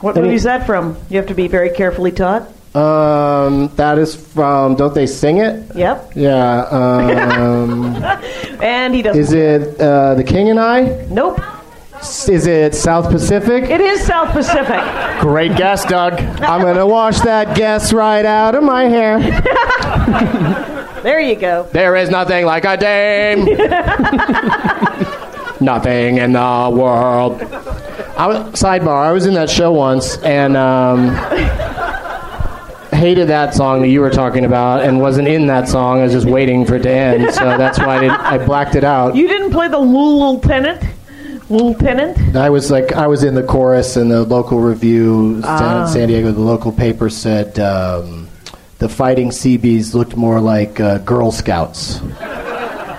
[SPEAKER 6] What movie is that from? You have to be very carefully taught.
[SPEAKER 1] um, that is from. Don't they sing it?
[SPEAKER 6] Yep.
[SPEAKER 1] Yeah. Um,
[SPEAKER 6] And he doesn't.
[SPEAKER 1] is it uh, the King and I?
[SPEAKER 6] Nope.
[SPEAKER 1] Is it South Pacific?
[SPEAKER 6] It is South Pacific.
[SPEAKER 8] Great guess, Doug.
[SPEAKER 1] I'm gonna wash that guess right out of my hair.
[SPEAKER 6] There you go.
[SPEAKER 1] There is nothing like a *laughs* dame. nothing in the world. I was, sidebar. I was in that show once and um, hated that song that you were talking about, and wasn't in that song. I was just waiting for it to end, so that's why I, didn't, I blacked it out.
[SPEAKER 6] You didn't play the Lieutenant? Lieutenant?
[SPEAKER 1] I was like, I was in the chorus, and the local review down in San Diego, the local paper said um, the fighting Seabees looked more like uh, Girl Scouts.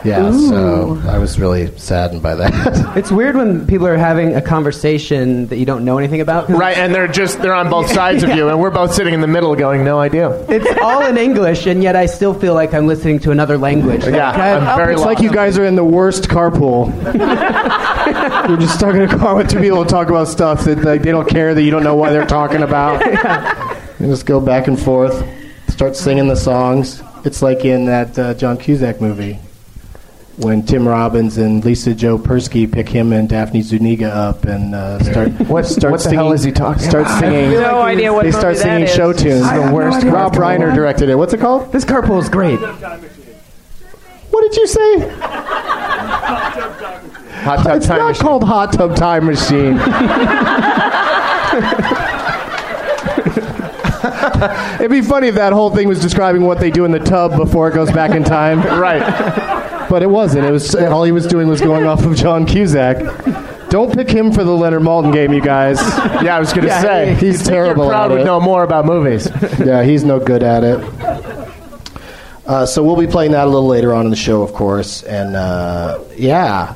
[SPEAKER 1] Yeah, so I was really saddened by that.
[SPEAKER 5] It's weird when people are having a conversation that you don't know anything about.
[SPEAKER 8] *laughs*
[SPEAKER 5] 'cause
[SPEAKER 8] Right, and they're just, they're on both sides of you, and we're both sitting in the middle going, no idea.
[SPEAKER 5] It's all in English, and yet I still feel like I'm listening to another language.
[SPEAKER 8] Yeah,
[SPEAKER 5] Like, I-
[SPEAKER 8] I'm very
[SPEAKER 1] it's
[SPEAKER 8] lost.
[SPEAKER 1] like you guys are in the worst
[SPEAKER 8] *laughs*
[SPEAKER 1] carpool. You're just stuck in a car with two people to talk about stuff that like, they don't care that you don't know what they're
[SPEAKER 8] *laughs*
[SPEAKER 1] talking about. You just go back and forth, start singing the songs. It's like in that uh, John Cusack movie when Tim Robbins and Lisa Joe Persky pick him and Daphne Zuniga up and uh, start
[SPEAKER 8] *laughs* What-
[SPEAKER 1] start
[SPEAKER 8] what the
[SPEAKER 1] singing,
[SPEAKER 8] hell is he talking
[SPEAKER 1] Start
[SPEAKER 8] about?
[SPEAKER 1] singing.
[SPEAKER 6] No idea what
[SPEAKER 1] They start
[SPEAKER 6] movie that
[SPEAKER 1] singing
[SPEAKER 6] is.
[SPEAKER 1] show tunes.
[SPEAKER 5] I have no idea
[SPEAKER 1] Rob
[SPEAKER 5] what's going
[SPEAKER 1] Reiner
[SPEAKER 5] on.
[SPEAKER 1] directed it. What's it called?
[SPEAKER 5] This carpool is great.
[SPEAKER 1] What did you say?
[SPEAKER 8] Hot tub
[SPEAKER 1] It's
[SPEAKER 8] time
[SPEAKER 1] not
[SPEAKER 8] machine.
[SPEAKER 1] called Hot Tub
[SPEAKER 8] *laughs*
[SPEAKER 1] Time Machine. It'd be funny if that whole thing was describing what they do in the tub before it goes back in time.
[SPEAKER 8] *laughs* Right.
[SPEAKER 1] But it wasn't. It was all he was doing was going off of John Cusack. Don't pick him for the Leonard Malton game, you guys.
[SPEAKER 8] Yeah, I was going to
[SPEAKER 1] Yeah,
[SPEAKER 8] say.
[SPEAKER 1] he's
[SPEAKER 8] you'd think your
[SPEAKER 1] terrible
[SPEAKER 8] crowd
[SPEAKER 1] at
[SPEAKER 8] would
[SPEAKER 1] it.
[SPEAKER 8] know more about movies.
[SPEAKER 1] *laughs* Yeah, he's no good at it. Uh, so we'll be playing that a little later on in the show, of course. And uh, yeah,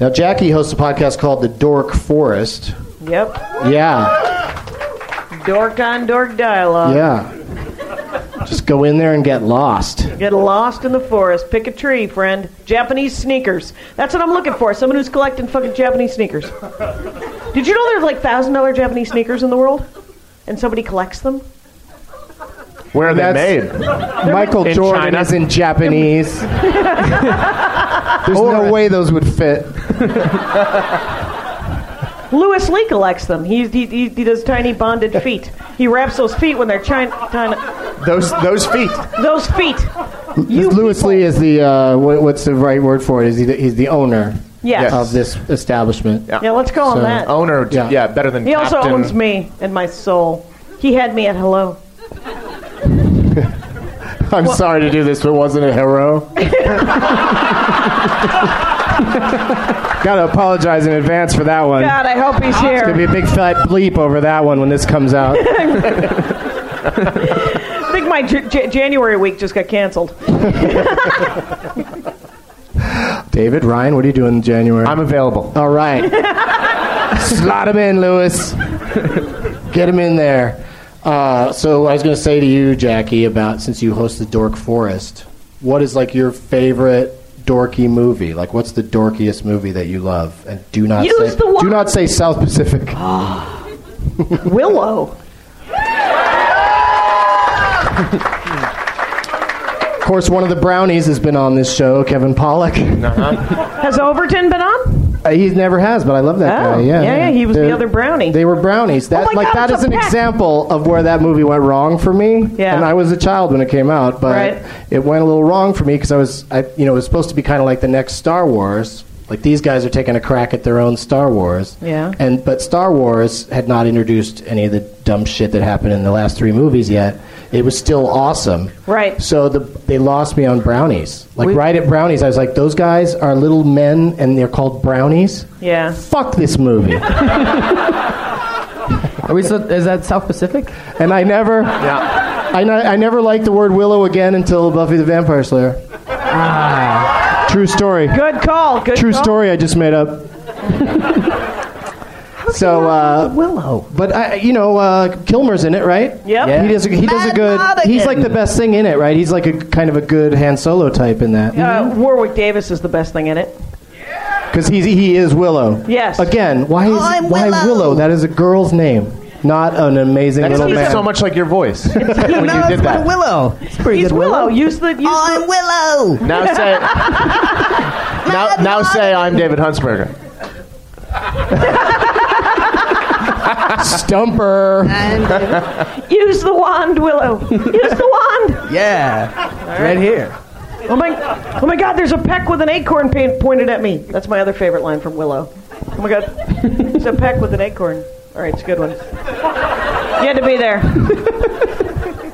[SPEAKER 1] now Jackie hosts a podcast called The Dork Forest.
[SPEAKER 6] Yep.
[SPEAKER 1] Yeah.
[SPEAKER 6] Dork on dork dialogue.
[SPEAKER 1] Yeah. Just go in there and get lost.
[SPEAKER 6] Get lost in the forest. Pick a tree, friend. Japanese sneakers. That's what I'm looking for. Someone who's collecting fucking Japanese sneakers. Did you know there's like thousand dollar Japanese sneakers in the world? And somebody collects them?
[SPEAKER 8] Where are they
[SPEAKER 1] That's-
[SPEAKER 8] made?
[SPEAKER 1] Michael
[SPEAKER 8] In
[SPEAKER 1] Jordan
[SPEAKER 8] China.
[SPEAKER 1] is
[SPEAKER 8] *laughs*
[SPEAKER 1] in Japanese. There's no way those would fit.
[SPEAKER 6] Louis Lee collects them. He, he, he, he does tiny bonded feet. He wraps those feet when they're China. China
[SPEAKER 8] Those, those feet.
[SPEAKER 6] those feet. You
[SPEAKER 1] Lewis
[SPEAKER 6] people.
[SPEAKER 1] Lee is the uh, what, what's the right word for it? Is he the, he's the owner
[SPEAKER 6] Yes.
[SPEAKER 1] of this establishment?
[SPEAKER 6] Yeah, let's call
[SPEAKER 1] So-
[SPEAKER 6] him that.
[SPEAKER 8] Owner,
[SPEAKER 1] Yeah.
[SPEAKER 8] yeah, better than
[SPEAKER 6] He also
[SPEAKER 8] captain.
[SPEAKER 6] owns me and my soul. He had me at hello.
[SPEAKER 1] I'm sorry to do this, but wasn't it
[SPEAKER 6] *laughs*
[SPEAKER 1] hero? Gotta apologize in advance for that one.
[SPEAKER 6] God, I hope he's here.
[SPEAKER 1] Gonna be a big fat bleep over that one when this comes out.
[SPEAKER 6] I think my J- J- January week just got canceled.
[SPEAKER 1] David Ryan, what are you doing in January?
[SPEAKER 8] I'm available. *laughs*
[SPEAKER 1] All right. Slot him in, Lewis. Get him in there. Uh, so I was going to say to you, Jackie, about since you host the Dork Forest, what is like your favorite dorky movie? Like, what's the dorkiest movie that you love? And do not
[SPEAKER 6] Use
[SPEAKER 1] say
[SPEAKER 6] the wa-
[SPEAKER 1] do not say South Pacific.
[SPEAKER 6] Willow.
[SPEAKER 1] Of course, one of the brownies has been on this show, Kevin Pollock.
[SPEAKER 6] Has Overton been on?
[SPEAKER 1] Uh, he never has, but I love that
[SPEAKER 6] Oh,
[SPEAKER 1] guy. Yeah,
[SPEAKER 6] yeah, yeah, he was the
[SPEAKER 1] They're-
[SPEAKER 6] other brownie. Oh
[SPEAKER 1] They were brownies. That,
[SPEAKER 6] my
[SPEAKER 1] like
[SPEAKER 6] God,
[SPEAKER 1] that
[SPEAKER 6] it's
[SPEAKER 1] is
[SPEAKER 6] a
[SPEAKER 1] an
[SPEAKER 6] pack.
[SPEAKER 1] example of where that movie went wrong for me.
[SPEAKER 6] Yeah.
[SPEAKER 1] and I was a child when it came out, but
[SPEAKER 6] Right.
[SPEAKER 1] it went a little wrong for me because I was, I, you know, it was supposed to be kind of like the next Star Wars. Like these guys are taking a crack at their own Star Wars.
[SPEAKER 6] Yeah.
[SPEAKER 1] and but Star Wars had not introduced any of the dumb shit that happened in the last three movies yet. It was still awesome.
[SPEAKER 6] Right.
[SPEAKER 1] So the, they lost me on brownies. Like right at brownies, I was like, those guys are little men and they're called brownies.
[SPEAKER 6] Yeah.
[SPEAKER 1] Fuck this
[SPEAKER 6] *laughs*
[SPEAKER 1] movie.
[SPEAKER 5] Are we still, is that South Pacific?
[SPEAKER 1] and I never, yeah. I, ne- I never liked the word willow again until Buffy the Vampire Slayer. True story.
[SPEAKER 6] Ah. Good call. Good
[SPEAKER 1] True
[SPEAKER 6] call.
[SPEAKER 1] story. I just made up. so, uh,
[SPEAKER 6] Willow.
[SPEAKER 1] but I, you know, uh, Kilmer's in it, right?
[SPEAKER 6] Yep.
[SPEAKER 1] He does. A, he does a good. He's like the best thing in it, right? He's like a kind of a good Han Solo type in that.
[SPEAKER 6] Uh, Warwick Davis is the best thing in it.
[SPEAKER 1] Because he's he is Willow.
[SPEAKER 6] Yes.
[SPEAKER 1] Again, why is why Willow. That is a girl's name, not an amazing
[SPEAKER 9] That
[SPEAKER 1] little
[SPEAKER 9] sounds
[SPEAKER 1] man.
[SPEAKER 9] so much like your
[SPEAKER 5] *laughs*
[SPEAKER 9] voice when you did that.
[SPEAKER 5] Willow. It's pretty
[SPEAKER 6] He's Willow. Use the. Use the
[SPEAKER 5] Willow.
[SPEAKER 9] Now
[SPEAKER 5] *laughs*
[SPEAKER 9] say, now, now say, I'm David Huntsberger.
[SPEAKER 1] Stumper.
[SPEAKER 6] use the wand, Willow. Use the wand.
[SPEAKER 5] Yeah. Right here.
[SPEAKER 6] Oh my, oh my God, there's a peck with an acorn paint pointed at me. That's my other favorite line from Willow. Oh my God, there's a peck with an acorn. All right, it's a good one. You had to be there.
[SPEAKER 1] *laughs*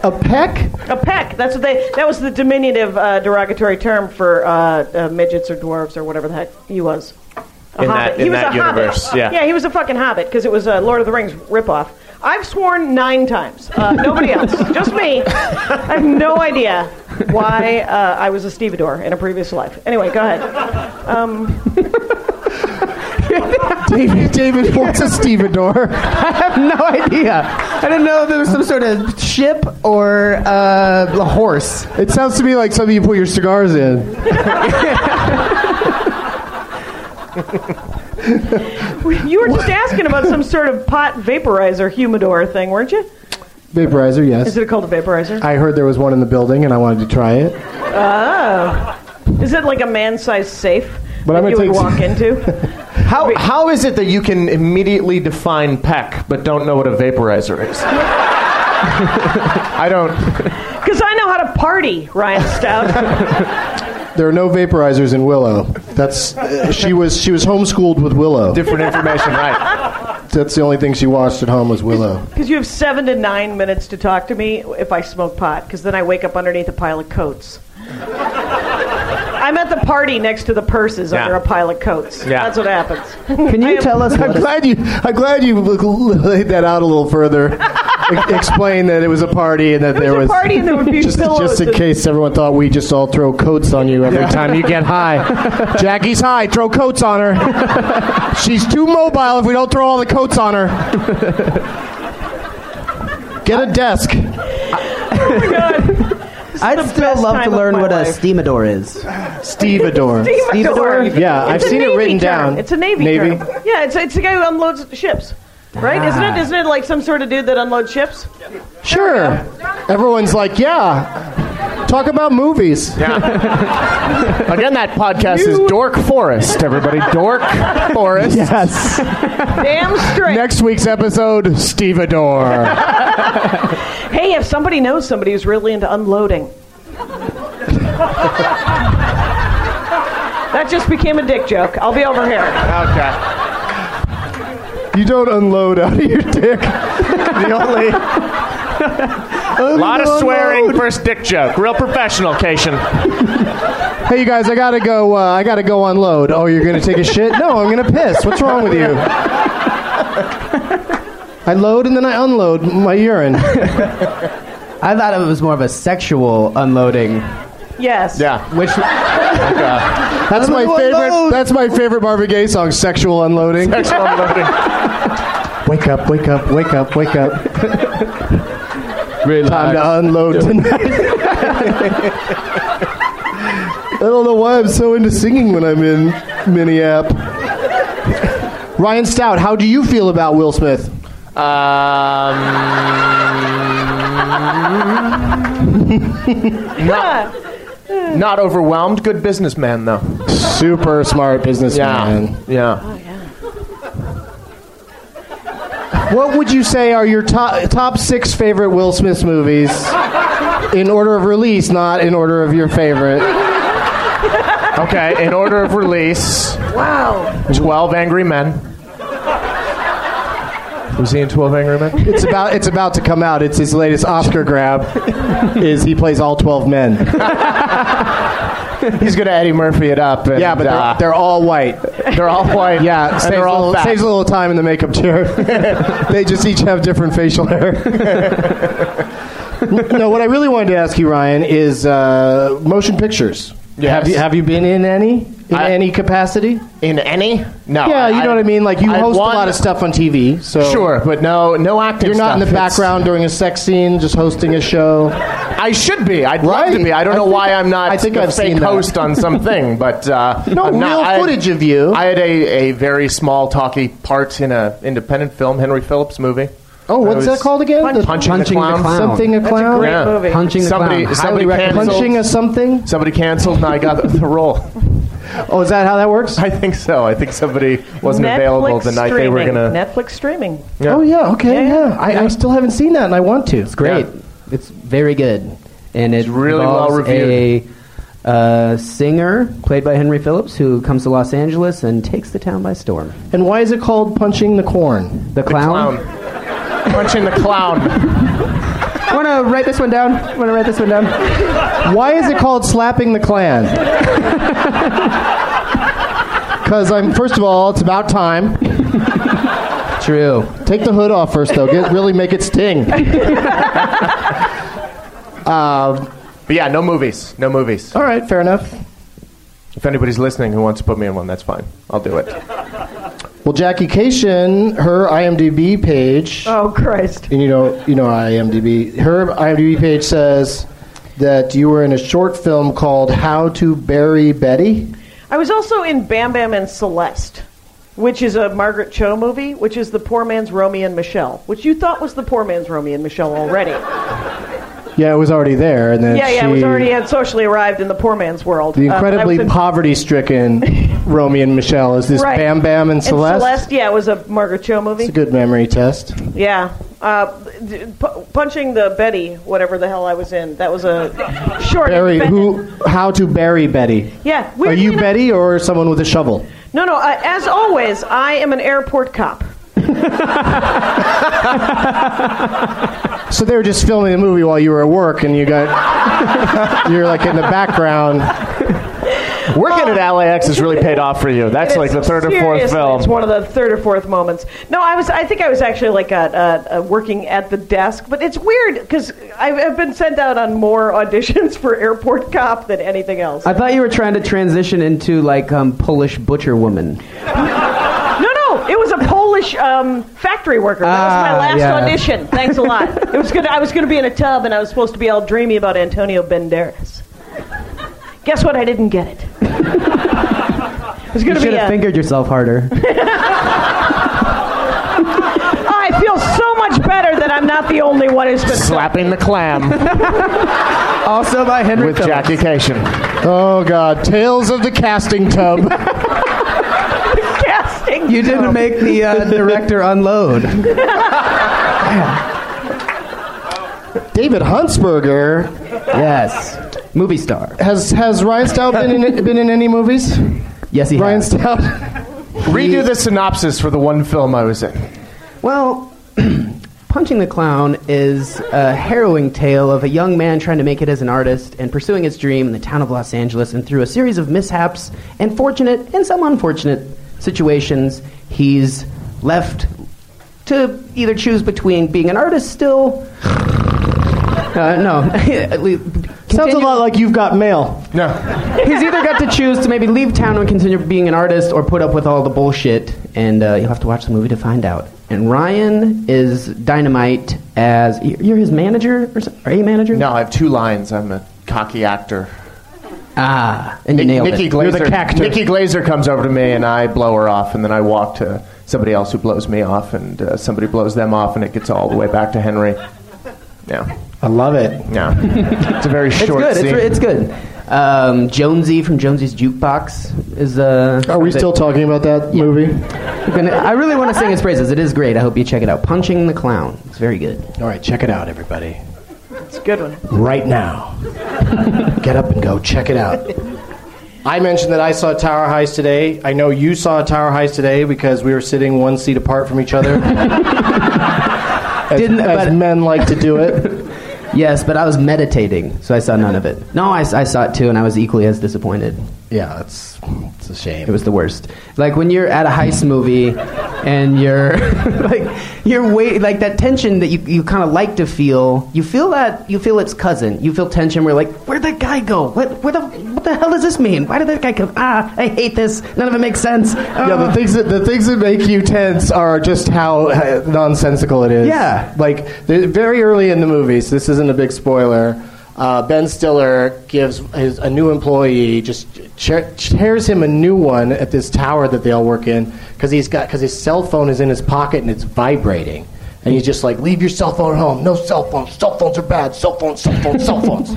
[SPEAKER 1] A peck.
[SPEAKER 6] A peck. That's what they. That was the diminutive uh, derogatory term for uh, uh, midgets or dwarves or whatever the heck he was. A
[SPEAKER 9] In that-
[SPEAKER 6] hobbit.
[SPEAKER 9] in
[SPEAKER 6] he was
[SPEAKER 9] that
[SPEAKER 6] a
[SPEAKER 9] universe,
[SPEAKER 6] hobbit.
[SPEAKER 9] yeah.
[SPEAKER 6] Yeah, he was a fucking hobbit because it was a Lord of the Rings ripoff. I've sworn nine times. Uh, nobody else. Just me. I have no idea why uh, I was a stevedore in a previous life. Anyway, go ahead.
[SPEAKER 1] David. David wants a stevedore. *laughs*
[SPEAKER 5] I have no idea. I didn't know if there was some sort of ship or uh, a horse.
[SPEAKER 1] It sounds to me like something you put your cigars in.
[SPEAKER 6] You were just asking about some sort of pot vaporizer humidor thing, weren't you?
[SPEAKER 1] Vaporizer. Yes.
[SPEAKER 6] Is it called a vaporizer?
[SPEAKER 1] I heard there was one in the building, and I wanted to try it.
[SPEAKER 6] Is it like a man-sized safe
[SPEAKER 1] But I'm
[SPEAKER 6] that
[SPEAKER 1] gonna
[SPEAKER 6] you would
[SPEAKER 1] take-
[SPEAKER 6] walk into?
[SPEAKER 9] How, how is it that you can immediately define peck but don't know what a vaporizer is? I don't.
[SPEAKER 6] Because I know how to party, Ryan Stout.
[SPEAKER 1] There are no vaporizers in Willow. That's uh, she was she was homeschooled with Willow.
[SPEAKER 9] Different information, right?
[SPEAKER 1] That's the only thing she watched at home was Willow.
[SPEAKER 6] Because you have seven to nine minutes to talk to me if I smoke pot, because then I wake up underneath a pile of coats. I'm at the party next to the purses
[SPEAKER 9] Yeah.
[SPEAKER 6] under a pile of coats.
[SPEAKER 9] Yeah.
[SPEAKER 6] That's what happens.
[SPEAKER 5] Can you tell us
[SPEAKER 1] I'm
[SPEAKER 6] *laughs*
[SPEAKER 5] what
[SPEAKER 1] glad you. I'm glad you laid that out a little further. E- Explain that it was a party and that
[SPEAKER 6] There
[SPEAKER 1] there
[SPEAKER 6] was
[SPEAKER 1] was
[SPEAKER 6] a party and there would be
[SPEAKER 1] *laughs* just,
[SPEAKER 6] pillows
[SPEAKER 1] just in
[SPEAKER 6] and-
[SPEAKER 1] case everyone thought we just all throw coats on you every time you get
[SPEAKER 6] *laughs*
[SPEAKER 1] high. Jackie's high. Throw coats on her. *laughs* She's too mobile if we don't throw all the coats on
[SPEAKER 6] *laughs*
[SPEAKER 1] her. Get a desk.
[SPEAKER 5] I'd
[SPEAKER 6] the
[SPEAKER 5] still
[SPEAKER 6] best
[SPEAKER 5] love to
[SPEAKER 6] time of
[SPEAKER 5] learn
[SPEAKER 6] my
[SPEAKER 5] what a
[SPEAKER 6] life.
[SPEAKER 5] steamador is.
[SPEAKER 1] Stevedore.
[SPEAKER 6] Stevedore.
[SPEAKER 1] Yeah, uh, I've
[SPEAKER 6] It's a
[SPEAKER 1] seen
[SPEAKER 6] Navy
[SPEAKER 1] it written
[SPEAKER 6] term.
[SPEAKER 1] down.
[SPEAKER 6] It's a Navy, term. Yeah, it's, it's the guy who unloads ships. Right? Isn't
[SPEAKER 1] Ah.
[SPEAKER 6] it? Isn't it like some sort of dude that unloads ships?
[SPEAKER 1] Sure. Everyone's like, yeah. Talk about movies. *laughs*
[SPEAKER 9] Again, that podcast is Dork Forest, everybody.
[SPEAKER 1] *laughs*
[SPEAKER 9] Dork Forest.
[SPEAKER 1] Yes.
[SPEAKER 6] Damn straight.
[SPEAKER 1] Next week's episode, Stevedore.
[SPEAKER 6] Hey, if somebody knows somebody who's really into unloading. that just became a dick joke. I'll be over here.
[SPEAKER 9] Okay.
[SPEAKER 1] you don't unload out of your dick.
[SPEAKER 9] *laughs*
[SPEAKER 1] The only.
[SPEAKER 9] A lot of swearing, first dick joke. Real professional, Cation.
[SPEAKER 1] Hey, you guys, I gotta go. Uh, I gotta go unload. Oh, you're gonna take a shit? No, I'm gonna piss. What's wrong with
[SPEAKER 9] *laughs*
[SPEAKER 1] you? I load and then I unload my urine.
[SPEAKER 5] I thought it was more of a sexual unloading,
[SPEAKER 6] Yes.
[SPEAKER 9] Yeah.
[SPEAKER 5] which
[SPEAKER 1] That's my favorite. That's my favorite Marvin Gaye song, "Sexual Unloading." *laughs* Wake up, wake up, wake up, wake up. Time to unload tonight. *laughs* I don't know why I'm so into singing when I'm in Minneap. Ryan Stout, how do you feel about Will Smith?
[SPEAKER 10] Um, *laughs* Not overwhelmed. Good businessman, though.
[SPEAKER 1] Super smart businessman.
[SPEAKER 10] Yeah. Yeah.
[SPEAKER 1] What would you say are your top, top six favorite Will Smith movies in order of release, not in order of your favorite?
[SPEAKER 10] Okay, in order of release
[SPEAKER 6] Wow.
[SPEAKER 10] 12 Angry Men. Was he in 12 Angry Men?
[SPEAKER 1] It's about it's about to come out. It's his latest Oscar grab. Is he plays all twelve men?
[SPEAKER 10] He's going to Eddie Murphy it up. And,
[SPEAKER 1] Yeah, but
[SPEAKER 10] uh,
[SPEAKER 1] they're, they're all white.
[SPEAKER 10] they're all white.
[SPEAKER 1] Yeah,
[SPEAKER 10] and
[SPEAKER 1] saves,
[SPEAKER 10] they're
[SPEAKER 1] a
[SPEAKER 10] all
[SPEAKER 1] little,
[SPEAKER 10] fat.
[SPEAKER 1] saves a little time in the
[SPEAKER 10] *laughs*
[SPEAKER 1] makeup chair. they just each have different facial hair.
[SPEAKER 10] *laughs*
[SPEAKER 1] no, what I really wanted to ask you, Ryan, is uh, motion pictures.
[SPEAKER 10] Yes.
[SPEAKER 1] Have you have you been in any in
[SPEAKER 10] I-
[SPEAKER 1] any capacity?
[SPEAKER 10] in any? No.
[SPEAKER 1] yeah, you know what I mean. Like you
[SPEAKER 10] I
[SPEAKER 1] host
[SPEAKER 10] won-
[SPEAKER 1] a lot of stuff on TV, so
[SPEAKER 10] Sure, but no, no acting.
[SPEAKER 1] You're not in the
[SPEAKER 10] stuff. It's-
[SPEAKER 1] background during a sex scene, just hosting a show.
[SPEAKER 10] I should be. I'd love to
[SPEAKER 1] Right.
[SPEAKER 10] be. I don't
[SPEAKER 1] I
[SPEAKER 10] know
[SPEAKER 1] think
[SPEAKER 10] why
[SPEAKER 1] I-
[SPEAKER 10] I'm not.
[SPEAKER 1] I think
[SPEAKER 10] the
[SPEAKER 1] I've
[SPEAKER 10] fake
[SPEAKER 1] seen that.
[SPEAKER 10] host on
[SPEAKER 1] *laughs*
[SPEAKER 10] something, but uh,
[SPEAKER 1] No
[SPEAKER 10] I'm not-
[SPEAKER 1] real
[SPEAKER 10] I-
[SPEAKER 1] footage of you.
[SPEAKER 10] I had a, a very small talky part in a independent film, Henry Phillips movie.
[SPEAKER 1] oh,
[SPEAKER 10] I
[SPEAKER 1] what's
[SPEAKER 10] was
[SPEAKER 1] that called again? The-
[SPEAKER 10] Punching,
[SPEAKER 5] Punching
[SPEAKER 10] the,
[SPEAKER 5] the
[SPEAKER 10] clown.
[SPEAKER 5] Clown.
[SPEAKER 1] Something a
[SPEAKER 6] That's a
[SPEAKER 1] clown.
[SPEAKER 6] great
[SPEAKER 10] Yeah.
[SPEAKER 6] movie.
[SPEAKER 5] Punching the
[SPEAKER 10] Somebody,
[SPEAKER 5] clown.
[SPEAKER 10] somebody
[SPEAKER 5] Highly recommended.
[SPEAKER 10] canceled.
[SPEAKER 1] Punching a something.
[SPEAKER 10] Somebody canceled, and I got *laughs* the role.
[SPEAKER 1] Oh, is that how that works?
[SPEAKER 10] I think so. I think somebody wasn't
[SPEAKER 6] Netflix
[SPEAKER 10] available the night they were
[SPEAKER 6] streaming.
[SPEAKER 10] gonna.
[SPEAKER 6] Netflix streaming.
[SPEAKER 1] Oh yeah, okay,
[SPEAKER 6] Yeah,
[SPEAKER 1] yeah.
[SPEAKER 6] yeah.
[SPEAKER 1] I, I still haven't seen that, and I want to. It's
[SPEAKER 5] great. It's very good, and it's
[SPEAKER 10] really well reviewed.
[SPEAKER 5] A uh, singer played by Henry Phillips who comes to Los Angeles and takes the town by storm.
[SPEAKER 1] And why is it called punching the corn?
[SPEAKER 5] The clown.
[SPEAKER 10] Clown. Punching the clown.
[SPEAKER 5] Want to write this one down? Want to write this one down?
[SPEAKER 1] Why is it called slapping the clan? *laughs* Because I'm first of all, it's about time.
[SPEAKER 5] True.
[SPEAKER 1] Take the hood off first, though. Get really make it
[SPEAKER 10] *laughs*
[SPEAKER 1] sting.
[SPEAKER 10] But yeah, no movies. No movies.
[SPEAKER 1] Um, All right, fair enough.
[SPEAKER 10] If anybody's listening who wants to put me in one, that's fine. I'll do it.
[SPEAKER 1] Well, Jackie Cation, her IMDb page,
[SPEAKER 6] Oh Christ.
[SPEAKER 1] and you know, you know IMDb. Her IMDb page says that you were in a short film called "How to Bury Betty."
[SPEAKER 6] I was also in Bam Bam and Celeste, which is a Margaret Cho movie, which is the poor man's Romeo and Michelle, which you thought was the poor man's Romeo and Michelle already.
[SPEAKER 1] Yeah, it was already there, and then
[SPEAKER 6] Yeah, yeah, it was
[SPEAKER 1] she-
[SPEAKER 6] already had socially arrived in the poor man's world.
[SPEAKER 1] The
[SPEAKER 6] Um, I
[SPEAKER 1] incredibly
[SPEAKER 6] was in- *laughs*
[SPEAKER 1] poverty-stricken Romeo and Michelle is this
[SPEAKER 6] Right.
[SPEAKER 1] Bam Bam and Celeste.
[SPEAKER 6] And Celeste, yeah, it was a Margaret Cho movie.
[SPEAKER 1] It's a good memory test.
[SPEAKER 6] Yeah. Uh, d- pu- punching the Betty, whatever the hell I was in. That was a short.
[SPEAKER 1] Bury
[SPEAKER 6] independent-
[SPEAKER 1] who? How to bury Betty?
[SPEAKER 6] Yeah.
[SPEAKER 1] Are
[SPEAKER 6] weirdly
[SPEAKER 1] you
[SPEAKER 6] enough-
[SPEAKER 1] Betty or someone with a shovel?
[SPEAKER 6] No, no. Uh, as always, I am an airport cop.
[SPEAKER 1] So they were just filming the movie while you were at work, and you got *laughs* you're like in the background.
[SPEAKER 10] Working at LAX has really paid off for you. That's
[SPEAKER 6] It's
[SPEAKER 10] like the third or fourth
[SPEAKER 6] seriously,
[SPEAKER 10] film.
[SPEAKER 6] It's one of the third or fourth moments. No, I was. I think I was actually like a, a, a working at the desk, but it's weird because I've, I've been sent out on more *laughs* auditions for airport cop than anything else.
[SPEAKER 5] I thought you were trying to transition into like um, Polish butcher woman.
[SPEAKER 6] no, no, it was a Polish um, factory worker. That was my
[SPEAKER 5] Ah,
[SPEAKER 6] last
[SPEAKER 5] yeah.
[SPEAKER 6] audition. Thanks a lot. it was good. I was going to be in a tub, and I was supposed to be all dreamy about Antonio Banderas. Guess what? I didn't get it. It was
[SPEAKER 5] You
[SPEAKER 6] going to
[SPEAKER 5] should
[SPEAKER 6] be uh,
[SPEAKER 5] have
[SPEAKER 6] a,
[SPEAKER 5] fingered yourself harder.
[SPEAKER 6] Ah, I feel so much better that I'm not the only one who's been
[SPEAKER 10] Slapping the *laughs* clam
[SPEAKER 5] also by Henry
[SPEAKER 10] with
[SPEAKER 5] Phillips.
[SPEAKER 10] Jackie Cation.
[SPEAKER 1] Oh God! Tales of the casting tub.
[SPEAKER 10] *laughs*
[SPEAKER 6] casting.
[SPEAKER 5] You didn't make the uh, director unload.
[SPEAKER 1] David Huntsberger
[SPEAKER 5] Yes. Movie star.
[SPEAKER 1] has has Ryan Stout been in, been in any movies?
[SPEAKER 5] Yes, he
[SPEAKER 1] Ryan
[SPEAKER 5] has.
[SPEAKER 1] Stout.
[SPEAKER 10] Redo the synopsis for the one film I was in.
[SPEAKER 5] Well, *clears throat* Punching the Clown is a harrowing tale of a young man trying to make it as an artist and pursuing his dream in the town of Los Angeles. And through a series of mishaps and fortunate and some unfortunate situations, he's left to either choose between being an artist still. *laughs* Uh, no. *laughs* At least-
[SPEAKER 1] Sounds a
[SPEAKER 5] continue-
[SPEAKER 1] lot like you've got mail.
[SPEAKER 10] No.
[SPEAKER 5] He's either got to choose to maybe leave town and continue being an artist or put up with all the bullshit, and uh, you'll have to watch the movie to find out. And Ryan is dynamite as you're his manager or so, are you a manager?
[SPEAKER 10] No, I have two lines. I'm a cocky actor.
[SPEAKER 5] Ah, and you nailed
[SPEAKER 11] Nikki
[SPEAKER 5] it.
[SPEAKER 11] Glazer,
[SPEAKER 1] You're the cactus.
[SPEAKER 11] Nikki Glazer comes over to me and I blow her off, and then I walk to somebody else who blows me off, and uh, somebody blows them off, and it gets all the way back to Henry. Yeah,
[SPEAKER 1] I love it.
[SPEAKER 11] yeah. it's a very
[SPEAKER 5] It's
[SPEAKER 11] short
[SPEAKER 5] good.
[SPEAKER 11] scene.
[SPEAKER 5] It's, re- it's good. Um, Jonesy from Jonesy's Jukebox is. Uh,
[SPEAKER 1] Are we
[SPEAKER 5] something-
[SPEAKER 1] still talking about that movie?
[SPEAKER 5] I'm gonna- I really want to sing his praises. It is great. I hope you check it out. Punching the Clown. It's very good.
[SPEAKER 1] All right, check it out, everybody.
[SPEAKER 6] It's a good one.
[SPEAKER 1] Right now. *laughs* Get up and go check it out. I mentioned that I saw Tower Heist today. I know you saw Tower Heist today because we were sitting one seat apart from each other. As-
[SPEAKER 5] Didn't-
[SPEAKER 1] as
[SPEAKER 5] but-
[SPEAKER 1] men like to do it.
[SPEAKER 5] Yes, but I was meditating, so I saw none of it. No, I, I saw it too, and I was equally as disappointed.
[SPEAKER 1] Yeah, that's it's a shame.
[SPEAKER 5] It was the worst. Like when you're at a heist movie and you're *laughs* like you're wait like that tension that you, you kind of like to feel. You feel that you feel its cousin. You feel tension. We're like, where'd that guy go? What what the what the hell does this mean? Why did that guy come? Ah, I hate this. None of it makes sense.
[SPEAKER 1] Yeah,
[SPEAKER 5] Ah. *laughs*
[SPEAKER 1] the things that the things that make you tense are just how uh, nonsensical it is.
[SPEAKER 5] Yeah.
[SPEAKER 1] like the- very early in the movies. This isn't a big spoiler. Uh, ben Stiller gives his, a new employee just chair, chairs him a new one at this tower that they all work in because he's got because his cell phone is in his pocket and it's vibrating. And he's just like, leave your cell phone at home. No cell phones. Cell phones are bad. Cell phones, cell phones, cell phones.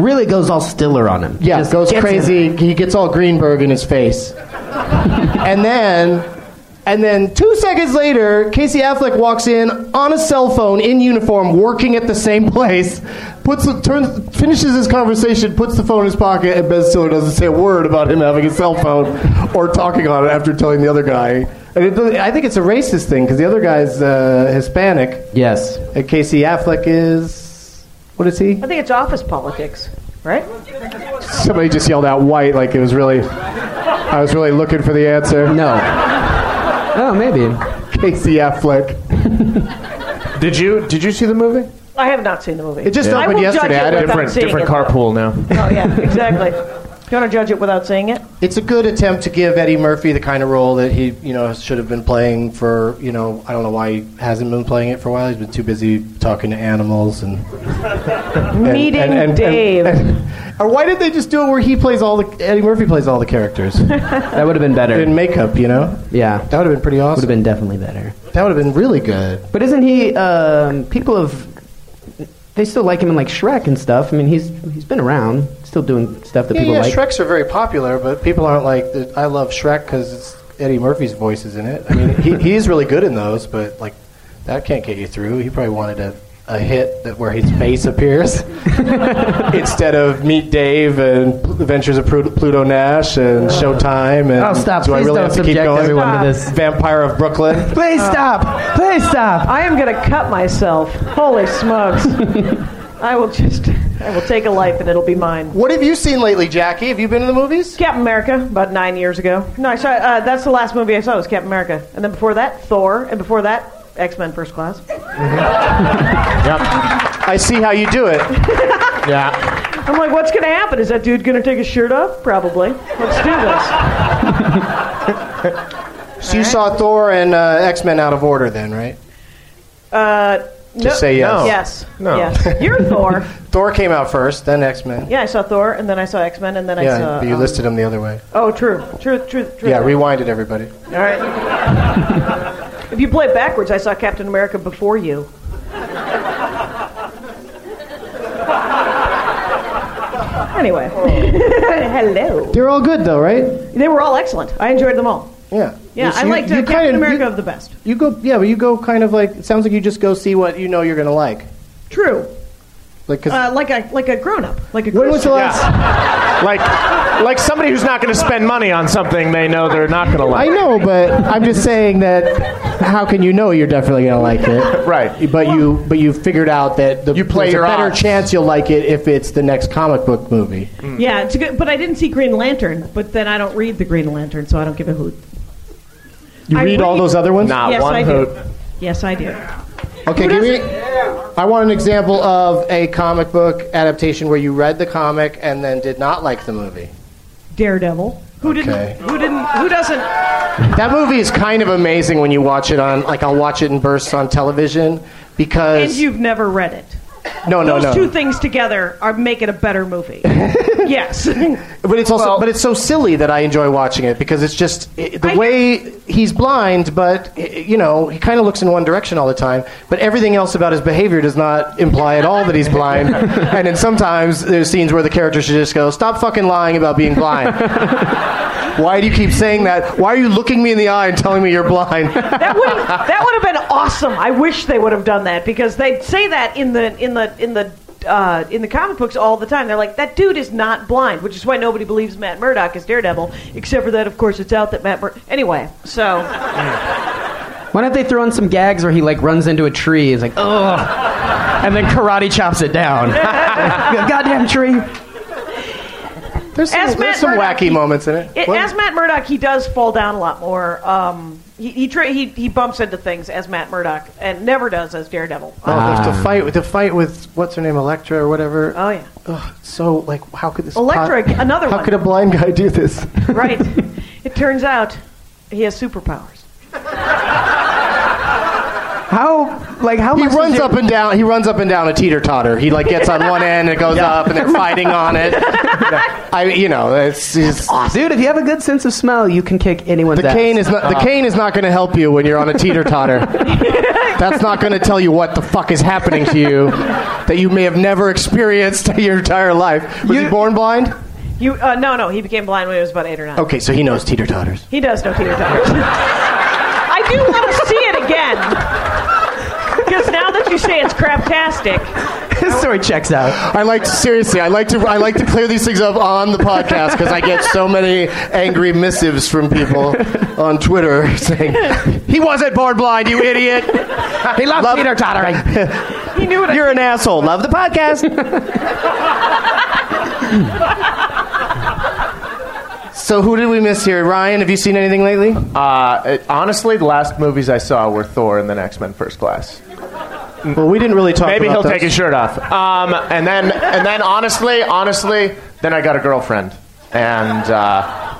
[SPEAKER 5] really goes all stiller on him.
[SPEAKER 1] Yeah,
[SPEAKER 5] Just
[SPEAKER 1] goes
[SPEAKER 5] gets him.
[SPEAKER 1] crazy. He gets all Greenberg in his face,
[SPEAKER 5] *laughs*
[SPEAKER 1] and then, and then two seconds later, Casey Affleck walks in on a cell phone in uniform, working at the same *laughs* place. Puts the, turns, finishes his conversation, puts the phone in his pocket, and Ben Stiller doesn't say a word about him having a cell phone or talking on it after telling the other guy. And it, I think it's a racist thing because the other guy's uh, Hispanic,
[SPEAKER 5] Yes.
[SPEAKER 1] and Casey Affleck is what is he?
[SPEAKER 6] I think it's office politics, right?
[SPEAKER 1] Somebody just yelled out white like it was really. I was really looking for the answer. *laughs*
[SPEAKER 5] No. Oh, maybe.
[SPEAKER 1] Casey Affleck.
[SPEAKER 11] did you did you see the movie?
[SPEAKER 6] I have not seen the movie.
[SPEAKER 1] It just
[SPEAKER 6] I
[SPEAKER 1] opened
[SPEAKER 6] will
[SPEAKER 1] yesterday.
[SPEAKER 6] Judge
[SPEAKER 1] I
[SPEAKER 6] it
[SPEAKER 1] didn't-
[SPEAKER 6] without
[SPEAKER 11] Different
[SPEAKER 6] seeing
[SPEAKER 11] different
[SPEAKER 6] it, though.
[SPEAKER 11] carpool now.
[SPEAKER 6] Oh yeah, exactly. You want to judge it without seeing it?
[SPEAKER 1] It's a good attempt to give Eddie Murphy the kind of role that he, you know, should have been playing for. You know, I don't know why he hasn't been playing it for a while. He's been too busy talking to animals and, and
[SPEAKER 6] Meeting
[SPEAKER 1] and- and- and-
[SPEAKER 6] Dave.
[SPEAKER 1] and- or why did they just do it where he plays all the Eddie Murphy plays all the
[SPEAKER 6] *laughs*
[SPEAKER 1] characters
[SPEAKER 5] That would have been better.
[SPEAKER 1] in makeup? You know,
[SPEAKER 5] yeah.
[SPEAKER 1] that would have been pretty
[SPEAKER 5] would
[SPEAKER 1] awesome.
[SPEAKER 5] have been definitely better.
[SPEAKER 1] that would have been really good.
[SPEAKER 5] But isn't he? Um, people have. They still like him in like Shrek and stuff. I mean, he's he's been around, still doing stuff that
[SPEAKER 1] Yeah,
[SPEAKER 5] people
[SPEAKER 1] yeah,
[SPEAKER 5] like.
[SPEAKER 1] Shreks are very popular, but people aren't like, "Th- I love Shrek because Eddie Murphy's voice is in it. I mean, he, he's really good in those, but like, that can't get you through. He probably wanted a, a hit that where his face appears *laughs* instead of Meet Dave and Adventures of Pru- Pluto Nash and Showtime. And
[SPEAKER 5] Oh, stop.
[SPEAKER 1] Do I
[SPEAKER 5] Please
[SPEAKER 1] really
[SPEAKER 5] don't
[SPEAKER 1] have to keep
[SPEAKER 5] subject
[SPEAKER 1] going?
[SPEAKER 5] everyone to
[SPEAKER 1] *laughs*
[SPEAKER 5] this.
[SPEAKER 1] Vampire of Brooklyn.
[SPEAKER 5] Please stop! Please stop!
[SPEAKER 6] I am going to cut myself. Holy smokes! I will just, I will take a life and it'll be mine.
[SPEAKER 1] What have you seen lately, Jackie? Have you been to the movies?
[SPEAKER 6] Captain America, about nine years ago. No, I saw. Uh, that's the last movie I saw was Captain America, and then before that, Thor, and before that, X Men First Class.
[SPEAKER 1] I see how you do it.
[SPEAKER 11] Yeah.
[SPEAKER 6] I'm like, what's going to happen? Is that dude going to take his shirt off? Probably. Let's do this.
[SPEAKER 1] So you saw Thor and uh, X Men out of order, then, right?
[SPEAKER 6] Uh, no-
[SPEAKER 1] Just say yes.
[SPEAKER 6] no. Yes.
[SPEAKER 11] No.
[SPEAKER 6] Yes. You're Thor.
[SPEAKER 1] Thor came out first, then X Men.
[SPEAKER 6] Yeah, I saw Thor, and then I saw X Men, and then I saw.
[SPEAKER 1] but you
[SPEAKER 6] um,
[SPEAKER 1] listed them the other way.
[SPEAKER 6] Oh, true, true, true, true.
[SPEAKER 1] Yeah, rewind it, everybody.
[SPEAKER 6] All right. *laughs* if you play it backwards, I saw Captain America before you. anyway, *laughs* hello.
[SPEAKER 1] They're all good, though, right?
[SPEAKER 6] They were all excellent. I enjoyed them all.
[SPEAKER 1] Yeah.
[SPEAKER 6] Yeah,
[SPEAKER 1] You-
[SPEAKER 6] I
[SPEAKER 1] you-
[SPEAKER 6] liked
[SPEAKER 1] you
[SPEAKER 6] uh,
[SPEAKER 1] kinda-
[SPEAKER 6] Captain America
[SPEAKER 1] You,
[SPEAKER 6] of the best.
[SPEAKER 1] you go, yeah, but you go kind of like. It sounds like you just go see what you know you're gonna like.
[SPEAKER 6] True.
[SPEAKER 1] Like, 'cause-
[SPEAKER 6] Uh, like a like a grown up, like a.
[SPEAKER 1] when was the
[SPEAKER 6] Christian.
[SPEAKER 1] last?
[SPEAKER 11] Like like somebody who's not going to spend money on something they know they're not going to
[SPEAKER 1] I
[SPEAKER 11] like.
[SPEAKER 1] know, but I'm just saying that. How can you know you're definitely gonna like it?
[SPEAKER 11] Right.
[SPEAKER 1] But you, but you figured out that the,
[SPEAKER 11] You play
[SPEAKER 1] there's
[SPEAKER 11] your
[SPEAKER 1] a better
[SPEAKER 11] odds.
[SPEAKER 1] chance you'll like it if it's the next comic book movie.
[SPEAKER 6] Yeah, it's a good, but I didn't see Green Lantern. But then I don't read the Green Lantern, so I don't give a hoot.
[SPEAKER 1] You
[SPEAKER 6] I
[SPEAKER 1] read all
[SPEAKER 6] read-
[SPEAKER 1] those other ones?
[SPEAKER 11] Not
[SPEAKER 6] yes,
[SPEAKER 11] one
[SPEAKER 6] I
[SPEAKER 11] hoot.
[SPEAKER 6] do. Yes, I do.
[SPEAKER 1] Okay, give me. I want an example of a comic book adaptation where you read the comic and then did not like the movie.
[SPEAKER 6] Daredevil. Who
[SPEAKER 1] Okay.
[SPEAKER 6] didn't? Who didn't? Who doesn't?
[SPEAKER 1] That movie is kind of amazing when you watch it on, like, I'll watch it in bursts on television
[SPEAKER 6] And
[SPEAKER 1] because
[SPEAKER 6] you've never read it.
[SPEAKER 1] No, no,
[SPEAKER 6] Those
[SPEAKER 1] no.
[SPEAKER 6] two things together are making a better movie. yes.
[SPEAKER 1] But it's also
[SPEAKER 12] Well-
[SPEAKER 1] but it's so silly that I enjoy watching it because it's just it, the
[SPEAKER 6] I-
[SPEAKER 1] way he's blind, but i- you know he kind of looks in one direction all the time. But everything else about his behavior does not imply at all that he's
[SPEAKER 6] *laughs*
[SPEAKER 1] blind. and then sometimes there's scenes where the character should just go, "Stop fucking lying about being
[SPEAKER 6] *laughs*
[SPEAKER 1] blind." Why do you keep saying that? Why are you looking me in the eye and telling me you're
[SPEAKER 6] *laughs*
[SPEAKER 1] blind?
[SPEAKER 6] That would that would have been awesome. I wish they would have done that because they say that in the in the in the uh, in the comic books all the time. They're like that dude is not blind, which is why nobody believes Matt Murdock is Daredevil, except for that of course it's out that Matt Mur- anyway. So
[SPEAKER 5] Why don't they throw in some gags where he like runs into a tree? He's like, ugh, and then karate chops it down. *laughs* Goddamn tree!
[SPEAKER 1] There's some,
[SPEAKER 6] As
[SPEAKER 1] there's
[SPEAKER 6] Matt
[SPEAKER 1] some
[SPEAKER 6] Murdock,
[SPEAKER 1] wacky
[SPEAKER 6] he-
[SPEAKER 1] moments in it.
[SPEAKER 6] It,
[SPEAKER 1] What?
[SPEAKER 6] as Matt Murdock, he does fall down a lot more. Um, he he, tra- he he bumps into things as Matt Murdock, and never does as Daredevil.
[SPEAKER 1] oh, there's the fight, the fight with what's her name, Electra or whatever.
[SPEAKER 6] Oh yeah,
[SPEAKER 1] Ugh, so like, how could this?
[SPEAKER 6] Electra,
[SPEAKER 1] pot-
[SPEAKER 6] another
[SPEAKER 1] How
[SPEAKER 6] one.
[SPEAKER 1] could a blind guy do this?
[SPEAKER 6] right. It turns out he has superpowers.
[SPEAKER 5] How like how
[SPEAKER 1] He
[SPEAKER 5] much does
[SPEAKER 1] runs
[SPEAKER 5] your-
[SPEAKER 1] up and down. He runs up and down a teeter totter. He like gets on one end and it goes up, and they're fighting on it. I, you know, it's, it's
[SPEAKER 5] dude. If you have a good sense of smell, you can kick anyone's
[SPEAKER 1] the
[SPEAKER 5] ass.
[SPEAKER 1] cane is not the cane is not going to help you when you're on a teeter totter. That's not going to tell you what the fuck is happening to you that you may have never experienced *laughs* your entire life. Was he born blind?
[SPEAKER 6] You uh, no no he became blind when he was about eight or nine.
[SPEAKER 1] Okay, so he knows teeter totters.
[SPEAKER 6] He does know teeter totters. I do want to see it again because now that you say it's craptastic,
[SPEAKER 5] *laughs* His story checks out.
[SPEAKER 1] I like to, seriously. I like to I like to clear these things up on the podcast because I get so many angry missives from people on Twitter *laughs* saying he wasn't born blind, you idiot.
[SPEAKER 5] He loves
[SPEAKER 1] Love-
[SPEAKER 5] teeter tottering.
[SPEAKER 6] he knew it.
[SPEAKER 1] You're an asshole. Love the podcast. *laughs* so who did we miss here? Ryan, have you seen anything lately?
[SPEAKER 13] Uh, it- honestly, the last movies I saw were Thor and then X Men First Class.
[SPEAKER 1] Well, we didn't really talk.
[SPEAKER 13] Maybe
[SPEAKER 1] about
[SPEAKER 13] he'll
[SPEAKER 1] those.
[SPEAKER 13] take his shirt off. Um, and then, and then, honestly, honestly, then I got a girlfriend, and uh,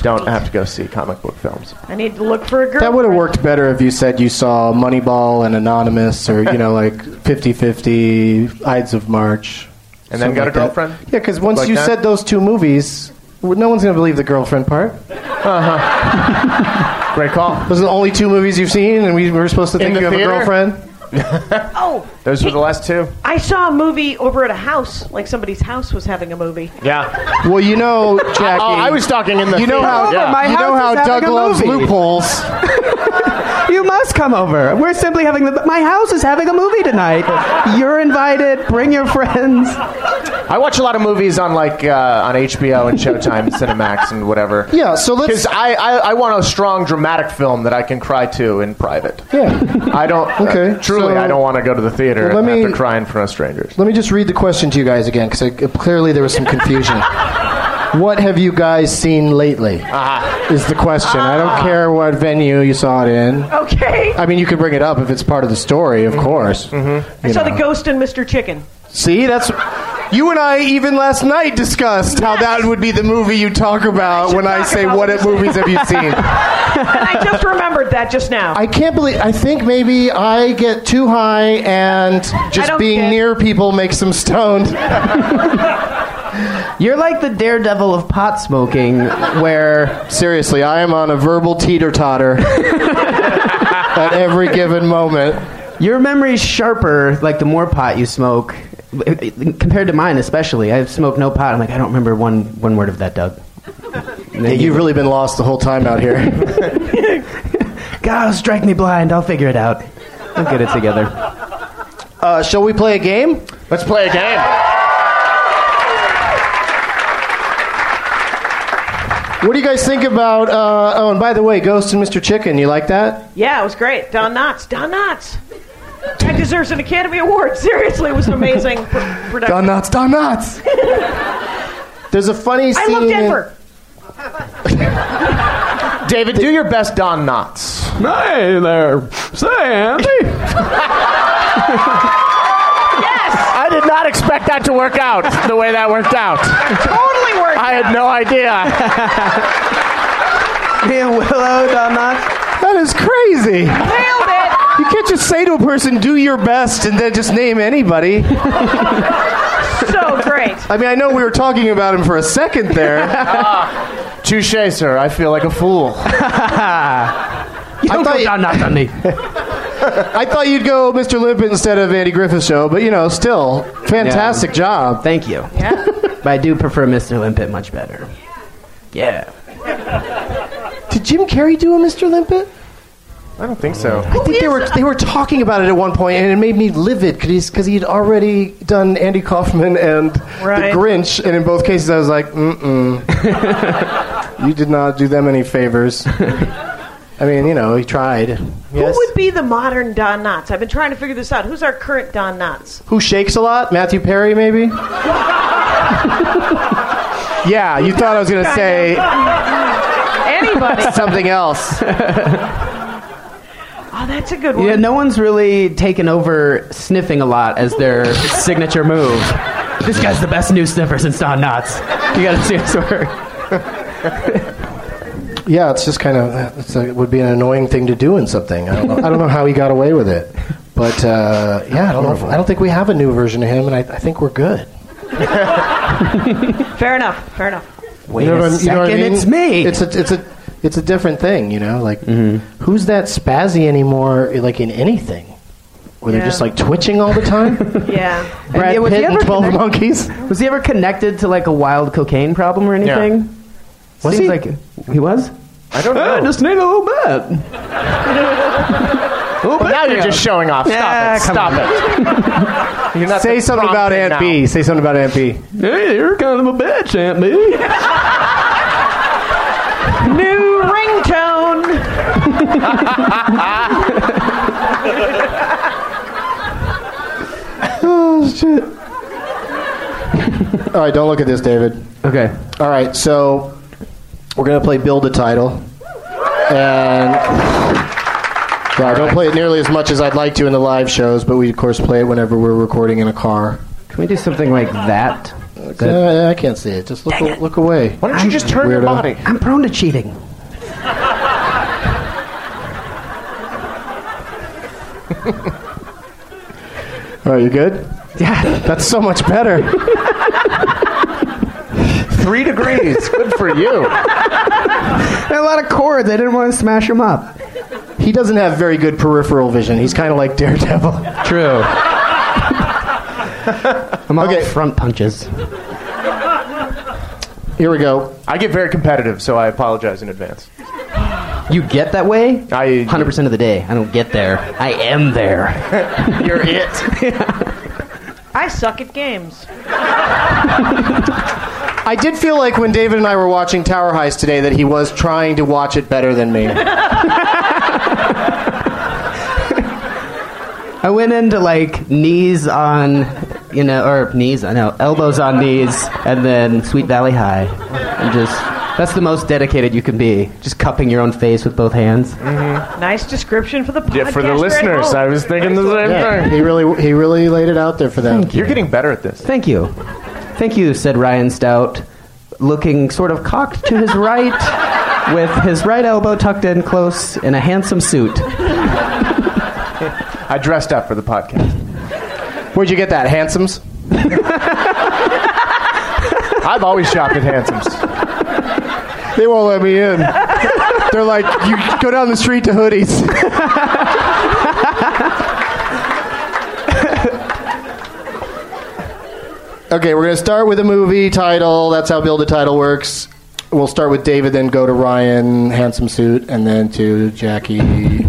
[SPEAKER 13] don't have to go see comic book films.
[SPEAKER 6] I need to look for a girl.
[SPEAKER 1] That would have worked better if you said you saw Moneyball and Anonymous or, you
[SPEAKER 5] *laughs*
[SPEAKER 1] know, like 50 50, Ides of March.
[SPEAKER 13] And then
[SPEAKER 1] something
[SPEAKER 13] got a
[SPEAKER 1] like that.
[SPEAKER 13] girlfriend?
[SPEAKER 1] Yeah, because once
[SPEAKER 13] Like
[SPEAKER 1] you
[SPEAKER 13] that?
[SPEAKER 1] said those two movies, w- no one's going to believe the girlfriend part.
[SPEAKER 13] Uh-huh.
[SPEAKER 1] *laughs*
[SPEAKER 13] Great call.
[SPEAKER 1] Those are the only two movies you've seen, and we were supposed to think
[SPEAKER 13] the
[SPEAKER 1] you have
[SPEAKER 13] theater?
[SPEAKER 1] a girlfriend.
[SPEAKER 6] Oh,
[SPEAKER 13] Those were the last two.
[SPEAKER 6] I saw a movie over at a house. Like somebody's house was having a movie.
[SPEAKER 13] Yeah.
[SPEAKER 1] Well, you know,
[SPEAKER 13] *laughs*
[SPEAKER 1] Jackie.
[SPEAKER 13] Oh, I was talking in the.
[SPEAKER 1] You know
[SPEAKER 13] theater,
[SPEAKER 1] how,
[SPEAKER 13] yeah.
[SPEAKER 5] my
[SPEAKER 1] you know
[SPEAKER 5] house
[SPEAKER 1] how
[SPEAKER 5] is having
[SPEAKER 1] Doug
[SPEAKER 5] a
[SPEAKER 1] loves
[SPEAKER 5] movie.
[SPEAKER 1] loopholes.
[SPEAKER 5] You must come over. We're simply having the. My house is having a movie tonight. You're invited. Bring your friends.
[SPEAKER 13] I watch a lot of movies on like uh, on HBO and
[SPEAKER 1] *laughs*
[SPEAKER 13] Showtime, Cinemax, and whatever.
[SPEAKER 1] Yeah, so let's.
[SPEAKER 13] Because I, I, I want a strong dramatic film that I can cry to in private.
[SPEAKER 1] Yeah.
[SPEAKER 13] I don't. uh,
[SPEAKER 1] Okay,
[SPEAKER 13] truly,
[SPEAKER 1] so-
[SPEAKER 13] I don't want to go to the theater
[SPEAKER 1] Well, let
[SPEAKER 13] after
[SPEAKER 1] me-
[SPEAKER 13] crying in front of strangers.
[SPEAKER 1] Let me just read the question to you guys again, because clearly there was some confusion. what have you guys seen lately? Is the question. I don't care what venue you saw it in.
[SPEAKER 6] Okay.
[SPEAKER 1] I mean, you could bring it up if it's part of the story, of course. Mm-hmm.
[SPEAKER 6] I saw the ghost in Mr. Chicken.
[SPEAKER 1] See, that's. You and I even last night discussed how that would be the movie you talk about
[SPEAKER 6] should
[SPEAKER 1] when I
[SPEAKER 6] talk
[SPEAKER 1] say
[SPEAKER 6] about
[SPEAKER 1] what
[SPEAKER 6] it.
[SPEAKER 1] movies have you
[SPEAKER 13] *laughs*
[SPEAKER 1] seen.
[SPEAKER 6] And I just remembered that just now.
[SPEAKER 1] I can't believe. I think maybe I get too high and just
[SPEAKER 6] don't
[SPEAKER 1] being
[SPEAKER 6] get-
[SPEAKER 1] near people makes them stoned.
[SPEAKER 5] You're like the daredevil of pot smoking, where
[SPEAKER 1] Seriously, I am on a verbal teeter
[SPEAKER 6] *laughs*
[SPEAKER 1] totter at every given moment.
[SPEAKER 5] your memory's sharper. Like the more pot you smoke, compared to mine, especially. I've smoked no pot. I'm like, I don't remember one one word of that, Doug. And
[SPEAKER 1] Yeah,
[SPEAKER 5] then
[SPEAKER 1] you've really been lost the whole time out *laughs* here.
[SPEAKER 5] God, strike me blind. I'll figure it out. I'll get it together.
[SPEAKER 1] Uh, shall we play a game?
[SPEAKER 13] Let's play a game.
[SPEAKER 1] What do you guys think about? Uh, oh, and by the way, Ghost and Mr. Chicken, you like that?
[SPEAKER 6] yeah, it was great. Don Knotts. Don Knotts. That deserves an Academy Award. Seriously, it was an amazing pr-
[SPEAKER 1] Don
[SPEAKER 6] production.
[SPEAKER 1] Knotts, Don
[SPEAKER 6] *laughs*
[SPEAKER 1] Knotts. There's a funny
[SPEAKER 6] I
[SPEAKER 1] scene.
[SPEAKER 6] love
[SPEAKER 1] in-
[SPEAKER 6] Denver.
[SPEAKER 13] David, do your best Don Knotts.
[SPEAKER 5] Hey there, Sam.
[SPEAKER 13] I did not expect that to work out the way that worked out.
[SPEAKER 6] Totally worth
[SPEAKER 13] I
[SPEAKER 6] it.
[SPEAKER 13] had no idea.
[SPEAKER 5] Me and Willow, Don Knotts.
[SPEAKER 1] That is crazy.
[SPEAKER 6] Nailed it.
[SPEAKER 1] You can't just say to a person, "Do your best," and then just name anybody.
[SPEAKER 6] So great.
[SPEAKER 1] I mean, I know we were talking about him for a second there.
[SPEAKER 14] *laughs* Touche, sir. I feel like
[SPEAKER 13] *laughs*
[SPEAKER 14] a fool.
[SPEAKER 5] You
[SPEAKER 1] thought
[SPEAKER 5] don't go
[SPEAKER 1] you-
[SPEAKER 5] down knocked on me.
[SPEAKER 1] *laughs* I thought you'd go Mr. Limpet instead of Andy Griffith show, but you know, still, fantastic job.
[SPEAKER 5] Thank you. Yeah. but I do prefer Mr. Limpet much better. Yeah.
[SPEAKER 1] Did Jim Carrey do a Mr. Limpet?
[SPEAKER 14] I don't think so.
[SPEAKER 1] I think they were they were talking about it at one point, and it made me livid because he had already done Andy Kaufman and
[SPEAKER 6] Right.
[SPEAKER 1] The Grinch, and in both cases I was like, mm-mm, *laughs* you did not do them any favors. I mean, you know, he tried. Yes.
[SPEAKER 6] Who would be the modern Don Knotts? I've been trying to figure this out. Who's our current Don Knotts?
[SPEAKER 1] Who shakes a lot? Matthew Perry,
[SPEAKER 6] *laughs*
[SPEAKER 1] maybe. yeah, you thought I was gonna say
[SPEAKER 6] Anybody?
[SPEAKER 1] something else.
[SPEAKER 6] *laughs* oh, that's a good one.
[SPEAKER 5] Yeah, no one's really taken over sniffing a lot as their signature move. This guy's the best new sniffer since Don Knotts. You gotta see his work.
[SPEAKER 1] Yeah, it's just kind of it's a, it would be an annoying thing to do in something. I don't know, I don't know how he got away with it, but uh, yeah, I don't know. If, I don't think we have a new version of him, and I, I think we're good.
[SPEAKER 6] Fair enough. Fair enough.
[SPEAKER 5] Wait a second, it's me.
[SPEAKER 1] It's a it's a it's a different thing, you know. Like
[SPEAKER 14] Mm-hmm.
[SPEAKER 1] who's that spazzy anymore? Like in anything, where they're
[SPEAKER 6] Yeah.
[SPEAKER 1] just like twitching all
[SPEAKER 14] *laughs*
[SPEAKER 1] the time.
[SPEAKER 6] Yeah.
[SPEAKER 1] Brad
[SPEAKER 5] yeah, was
[SPEAKER 1] Pitt
[SPEAKER 5] he
[SPEAKER 1] and
[SPEAKER 5] ever
[SPEAKER 1] Twelve
[SPEAKER 5] connect-
[SPEAKER 1] Monkeys.
[SPEAKER 5] Was he ever connected to like a wild cocaine problem or anything?
[SPEAKER 1] Was
[SPEAKER 5] Seems
[SPEAKER 1] he?
[SPEAKER 5] like he was.
[SPEAKER 14] I don't
[SPEAKER 5] I
[SPEAKER 14] know.
[SPEAKER 5] just need a
[SPEAKER 14] *laughs*
[SPEAKER 5] little bit.
[SPEAKER 14] now you're just showing off. Stop
[SPEAKER 5] Yeah,
[SPEAKER 14] it.
[SPEAKER 5] come
[SPEAKER 14] Stop *laughs* it. You're not
[SPEAKER 1] Say
[SPEAKER 14] the
[SPEAKER 1] something about
[SPEAKER 14] prompted
[SPEAKER 1] Aunt
[SPEAKER 14] now.
[SPEAKER 1] B. Say something about Aunt B.
[SPEAKER 5] Hey, you're kind of a
[SPEAKER 14] *laughs*
[SPEAKER 5] bitch, Aunt B.
[SPEAKER 6] New ringtone.
[SPEAKER 1] All right, don't look at this, David.
[SPEAKER 5] Okay.
[SPEAKER 1] All right, so we're gonna play build a title, and yeah, I don't play it nearly as much as I'd like to in the live shows, but we of course play it whenever we're recording in a car.
[SPEAKER 5] Can we do something like that?
[SPEAKER 1] Uh, I can't see it. Just look, look away.
[SPEAKER 14] Why don't you just turn your
[SPEAKER 1] Weirdo.
[SPEAKER 14] body?
[SPEAKER 5] I'm prone to cheating.
[SPEAKER 1] All right, you good?
[SPEAKER 5] Yeah.
[SPEAKER 1] That's so much better.
[SPEAKER 14] *laughs* Three degrees. Good for you.
[SPEAKER 5] There are *laughs* a lot of cords. I didn't want to smash them up.
[SPEAKER 1] he doesn't have very good peripheral vision. He's kind of like Daredevil.
[SPEAKER 5] *laughs* True. I'm all
[SPEAKER 1] Okay.
[SPEAKER 5] front punches.
[SPEAKER 1] Here we go.
[SPEAKER 14] I get very competitive, so I apologize in advance.
[SPEAKER 5] You get that way?
[SPEAKER 14] I
[SPEAKER 5] 100% of the day. I don't get there. I am
[SPEAKER 1] *laughs*
[SPEAKER 5] there.
[SPEAKER 14] You're it.
[SPEAKER 6] I suck at games.
[SPEAKER 1] I did feel like when David and I were watching Tower Heist today that he was trying to watch it better
[SPEAKER 14] *laughs*
[SPEAKER 1] than me.
[SPEAKER 5] *laughs* I went into like knees on, you know, or knees, I know, elbows on knees, and then Sweet Valley High. And just, that's the most dedicated you can be. Just cupping your own face with both hands.
[SPEAKER 6] Nice description for the podcast. Oh,
[SPEAKER 14] Yeah, for the listeners, I was thinking the same
[SPEAKER 1] Yeah,
[SPEAKER 14] thing.
[SPEAKER 1] he really he really laid it out there for them.
[SPEAKER 14] You're getting better at this.
[SPEAKER 5] Thank you. Thank you, said Ryan Stout, looking sort of cocked to his right, with his right elbow tucked in close in a handsome suit.
[SPEAKER 14] I dressed up for the podcast.
[SPEAKER 1] Where'd you get that? Handsomes?
[SPEAKER 14] *laughs* I've always shopped at Handsome's.
[SPEAKER 1] They won't let me in. They're like, you go down the street to hoodies. okay, we're going to start with a movie title. That's how build a title works. We'll start with David, then go to Ryan, handsome suit, and then to Jackie,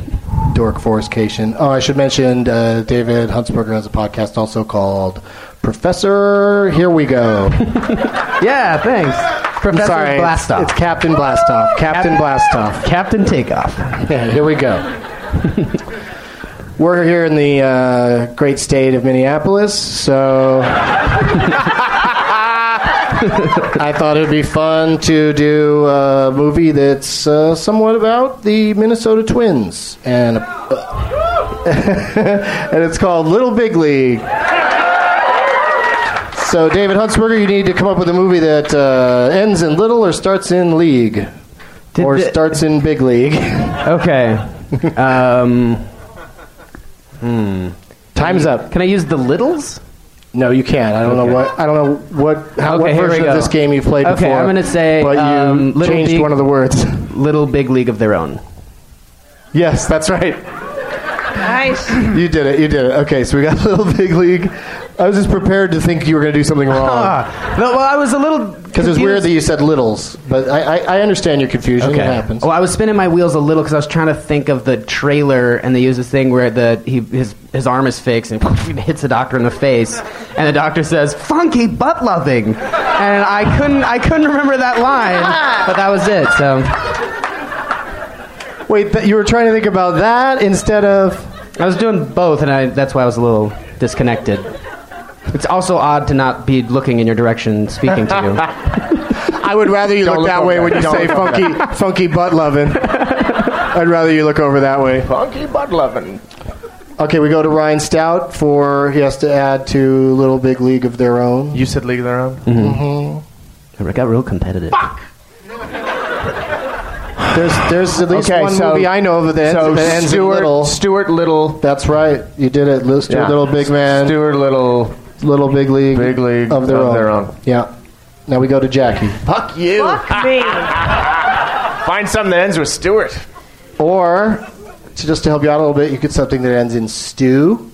[SPEAKER 1] dork forestcation. Oh, I should mention uh, David Huntsberger has a podcast also called Professor. Here we go.
[SPEAKER 5] Yeah, thanks. Professor
[SPEAKER 1] Sorry, it's-
[SPEAKER 5] Blastoff.
[SPEAKER 1] It's Captain Blastoff. Captain Blastoff.
[SPEAKER 5] Captain Takeoff.
[SPEAKER 1] Yeah, here we go. We're here in the uh, great state of Minneapolis, so *laughs* I thought it'd be fun to do a movie that's uh, somewhat about the Minnesota Twins, and *laughs* and it's called Little Big League. So, David Huntsberger, you need to come up with a movie that uh, ends in little or starts in league,
[SPEAKER 5] Did
[SPEAKER 1] or
[SPEAKER 5] the-
[SPEAKER 1] *laughs* starts in big league.
[SPEAKER 5] Okay. Um,
[SPEAKER 1] Time's up.
[SPEAKER 5] Can I use the littles?
[SPEAKER 1] No, you can't. I don't know what I don't know what how,
[SPEAKER 5] Okay,
[SPEAKER 1] what
[SPEAKER 5] here we
[SPEAKER 1] version
[SPEAKER 5] go.
[SPEAKER 1] of this game you've played
[SPEAKER 5] Okay,
[SPEAKER 1] before.
[SPEAKER 5] I'm gonna say,
[SPEAKER 1] but you
[SPEAKER 5] um, Little
[SPEAKER 1] changed
[SPEAKER 5] Big-
[SPEAKER 1] one of the words. *laughs*
[SPEAKER 5] Little Big League of Their Own.
[SPEAKER 1] yes, that's right.
[SPEAKER 14] *laughs*
[SPEAKER 6] Nice.
[SPEAKER 1] You did it. You did it. Okay, so we got *laughs* Little Big League. I was just prepared to think you were going to do something
[SPEAKER 5] *laughs*
[SPEAKER 1] wrong
[SPEAKER 5] Ah, no, well, I was a little
[SPEAKER 1] because Oh. it's weird that you said littles, but I, I, I understand your confusion. It happens.
[SPEAKER 5] Well, I was spinning my wheels a little because I was trying to think of the trailer, and they use this thing where the he, his his arm is fixed and *laughs* hits the doctor in the face, and the doctor says "funky butt loving," and I couldn't I couldn't remember that line, but that was it. So
[SPEAKER 1] Wait, th- you were trying to think about that instead of
[SPEAKER 5] I was doing both, and I, that's why I was a little disconnected. It's also odd to not be looking in your direction, speaking to you.
[SPEAKER 1] I would rather you
[SPEAKER 15] Don't look over that. Don't look over
[SPEAKER 1] funky butt loving. I'd rather you look over that way.
[SPEAKER 3] Funky butt loving.
[SPEAKER 1] Okay, we go to Ryan Stout for he has to add to Little Big League of Their Own.
[SPEAKER 3] You said League of Their Own? *laughs*
[SPEAKER 5] It got real competitive.
[SPEAKER 1] There's there's at least one movie I know of that
[SPEAKER 3] so
[SPEAKER 1] ends, that ends in
[SPEAKER 3] Stuart,
[SPEAKER 1] little.
[SPEAKER 3] Stuart Little.
[SPEAKER 1] That's right, you did it, Li- Stuart
[SPEAKER 3] Yeah.
[SPEAKER 1] Little Big Man,
[SPEAKER 3] Stuart Little.
[SPEAKER 1] Little Big League,
[SPEAKER 3] Big League
[SPEAKER 1] of their,
[SPEAKER 3] of
[SPEAKER 1] own.
[SPEAKER 3] Their Own.
[SPEAKER 1] Yeah. Now we go to Jackie,
[SPEAKER 3] Fuck you.
[SPEAKER 6] Fuck me.
[SPEAKER 3] Find something that ends with Stuart.
[SPEAKER 1] or to just to help you out a little bit, you could something that ends in stew,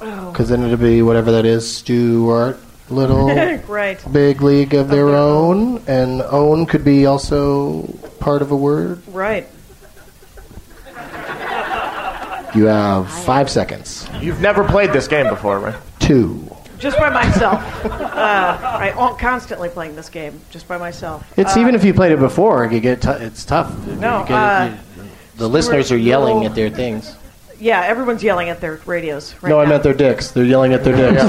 [SPEAKER 6] Oh.
[SPEAKER 1] because then it'll be whatever that is, Stuart
[SPEAKER 6] *laughs*
[SPEAKER 1] Little.
[SPEAKER 6] Right.
[SPEAKER 1] Big league of their own, and own could be also part of a word.
[SPEAKER 6] Right.
[SPEAKER 1] You have five seconds.
[SPEAKER 3] You've never played this game before, right?
[SPEAKER 1] Two.
[SPEAKER 6] Just by myself. uh, I, am constantly playing this game just by myself.
[SPEAKER 1] It's even if you played it before, you get t- it's tough.
[SPEAKER 6] Uh, No,
[SPEAKER 1] You get-
[SPEAKER 6] uh,
[SPEAKER 1] you- the listeners are yelling at their things.
[SPEAKER 6] Yeah, everyone's yelling at their radios. Right
[SPEAKER 1] No, I
[SPEAKER 6] now.
[SPEAKER 1] meant their dicks. They're yelling at their dicks.
[SPEAKER 6] *laughs*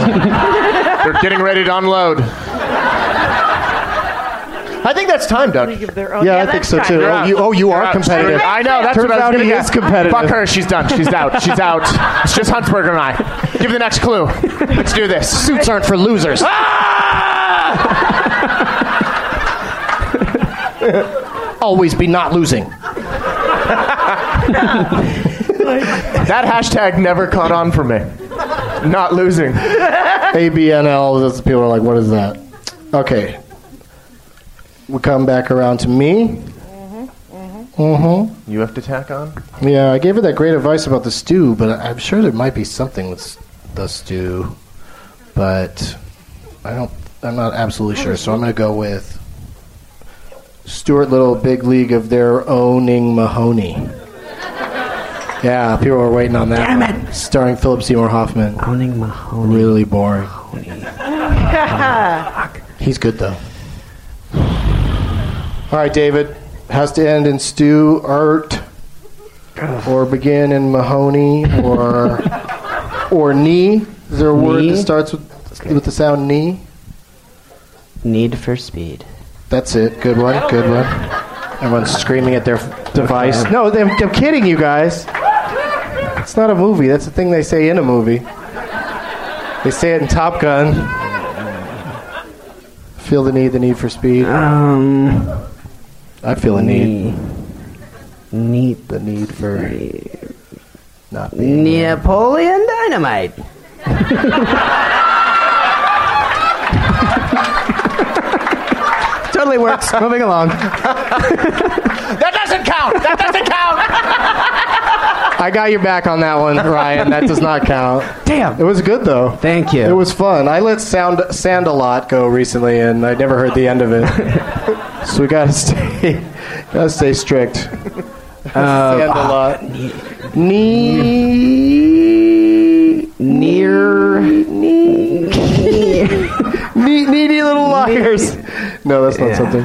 [SPEAKER 3] They're getting ready to unload. I think that's time, Doug.
[SPEAKER 6] League of their own.
[SPEAKER 1] Yeah, I think
[SPEAKER 6] that's
[SPEAKER 1] so
[SPEAKER 6] right.
[SPEAKER 1] too.
[SPEAKER 3] You're
[SPEAKER 1] Oh,
[SPEAKER 3] out.
[SPEAKER 1] you, oh, you
[SPEAKER 3] You're
[SPEAKER 1] are
[SPEAKER 3] out.
[SPEAKER 1] competitive.
[SPEAKER 3] I know. That's
[SPEAKER 1] Turns
[SPEAKER 3] what I
[SPEAKER 1] out
[SPEAKER 3] was
[SPEAKER 1] he
[SPEAKER 3] gonna
[SPEAKER 1] is
[SPEAKER 3] guess.
[SPEAKER 1] competitive.
[SPEAKER 3] Fuck her. She's done. She's out.
[SPEAKER 1] *laughs*
[SPEAKER 3] She's out. It's just Huntsberger and I. Give the next clue. Let's do this.
[SPEAKER 1] Suits aren't for losers.
[SPEAKER 3] Ah!
[SPEAKER 1] Always be not losing.
[SPEAKER 3] That hashtag never caught on for me. Not losing.
[SPEAKER 1] ABNL. Those people are like, what is that? Okay. We come back around to me.
[SPEAKER 3] You have to tack on.
[SPEAKER 1] Mm-hmm. Yeah, I gave her that great advice about the stew, but I- I'm sure there might be something with s- the stew, but I don't. I'm not absolutely sure, so I'm going to go with Stuart Little, Big League of Their Owning Mahoney. Yeah, people were waiting on that. Damn it! Starring Philip Seymour Hoffman.
[SPEAKER 5] Owning Mahoney.
[SPEAKER 1] Really boring. He's good though. All right, David has to end in stew, art, or begin in Mahoney, or or knee. Is there a word that
[SPEAKER 5] Knee?
[SPEAKER 1] starts with with the sound knee?
[SPEAKER 5] Need for Speed.
[SPEAKER 1] That's it. Good one. Good one. Everyone's screaming at their device. No, they- I'm kidding, you guys. It's not a movie. That's the thing they say in a movie. They say it in Top Gun. Feel the need, the need for speed.
[SPEAKER 5] Um,
[SPEAKER 1] I feel a need.
[SPEAKER 5] need
[SPEAKER 1] The need for not being.
[SPEAKER 5] Napoleon Dynamite. totally
[SPEAKER 1] *laughs*
[SPEAKER 5] works. Moving along.
[SPEAKER 3] That doesn't count. That doesn't count.
[SPEAKER 1] I got your back on that one, Ryan. That does not count. It
[SPEAKER 5] Damn.
[SPEAKER 1] was good though.
[SPEAKER 5] Thank you.
[SPEAKER 1] It was fun. I let sound sand a lot go recently, and I never heard the end of
[SPEAKER 5] *laughs*
[SPEAKER 1] it. so we gotta stay, gotta stay
[SPEAKER 5] *laughs*
[SPEAKER 1] strict. Uh, sand a lot. Knee.
[SPEAKER 5] near.
[SPEAKER 1] *laughs* Knee, needy little liars. No, that's not
[SPEAKER 5] Yeah.
[SPEAKER 1] something.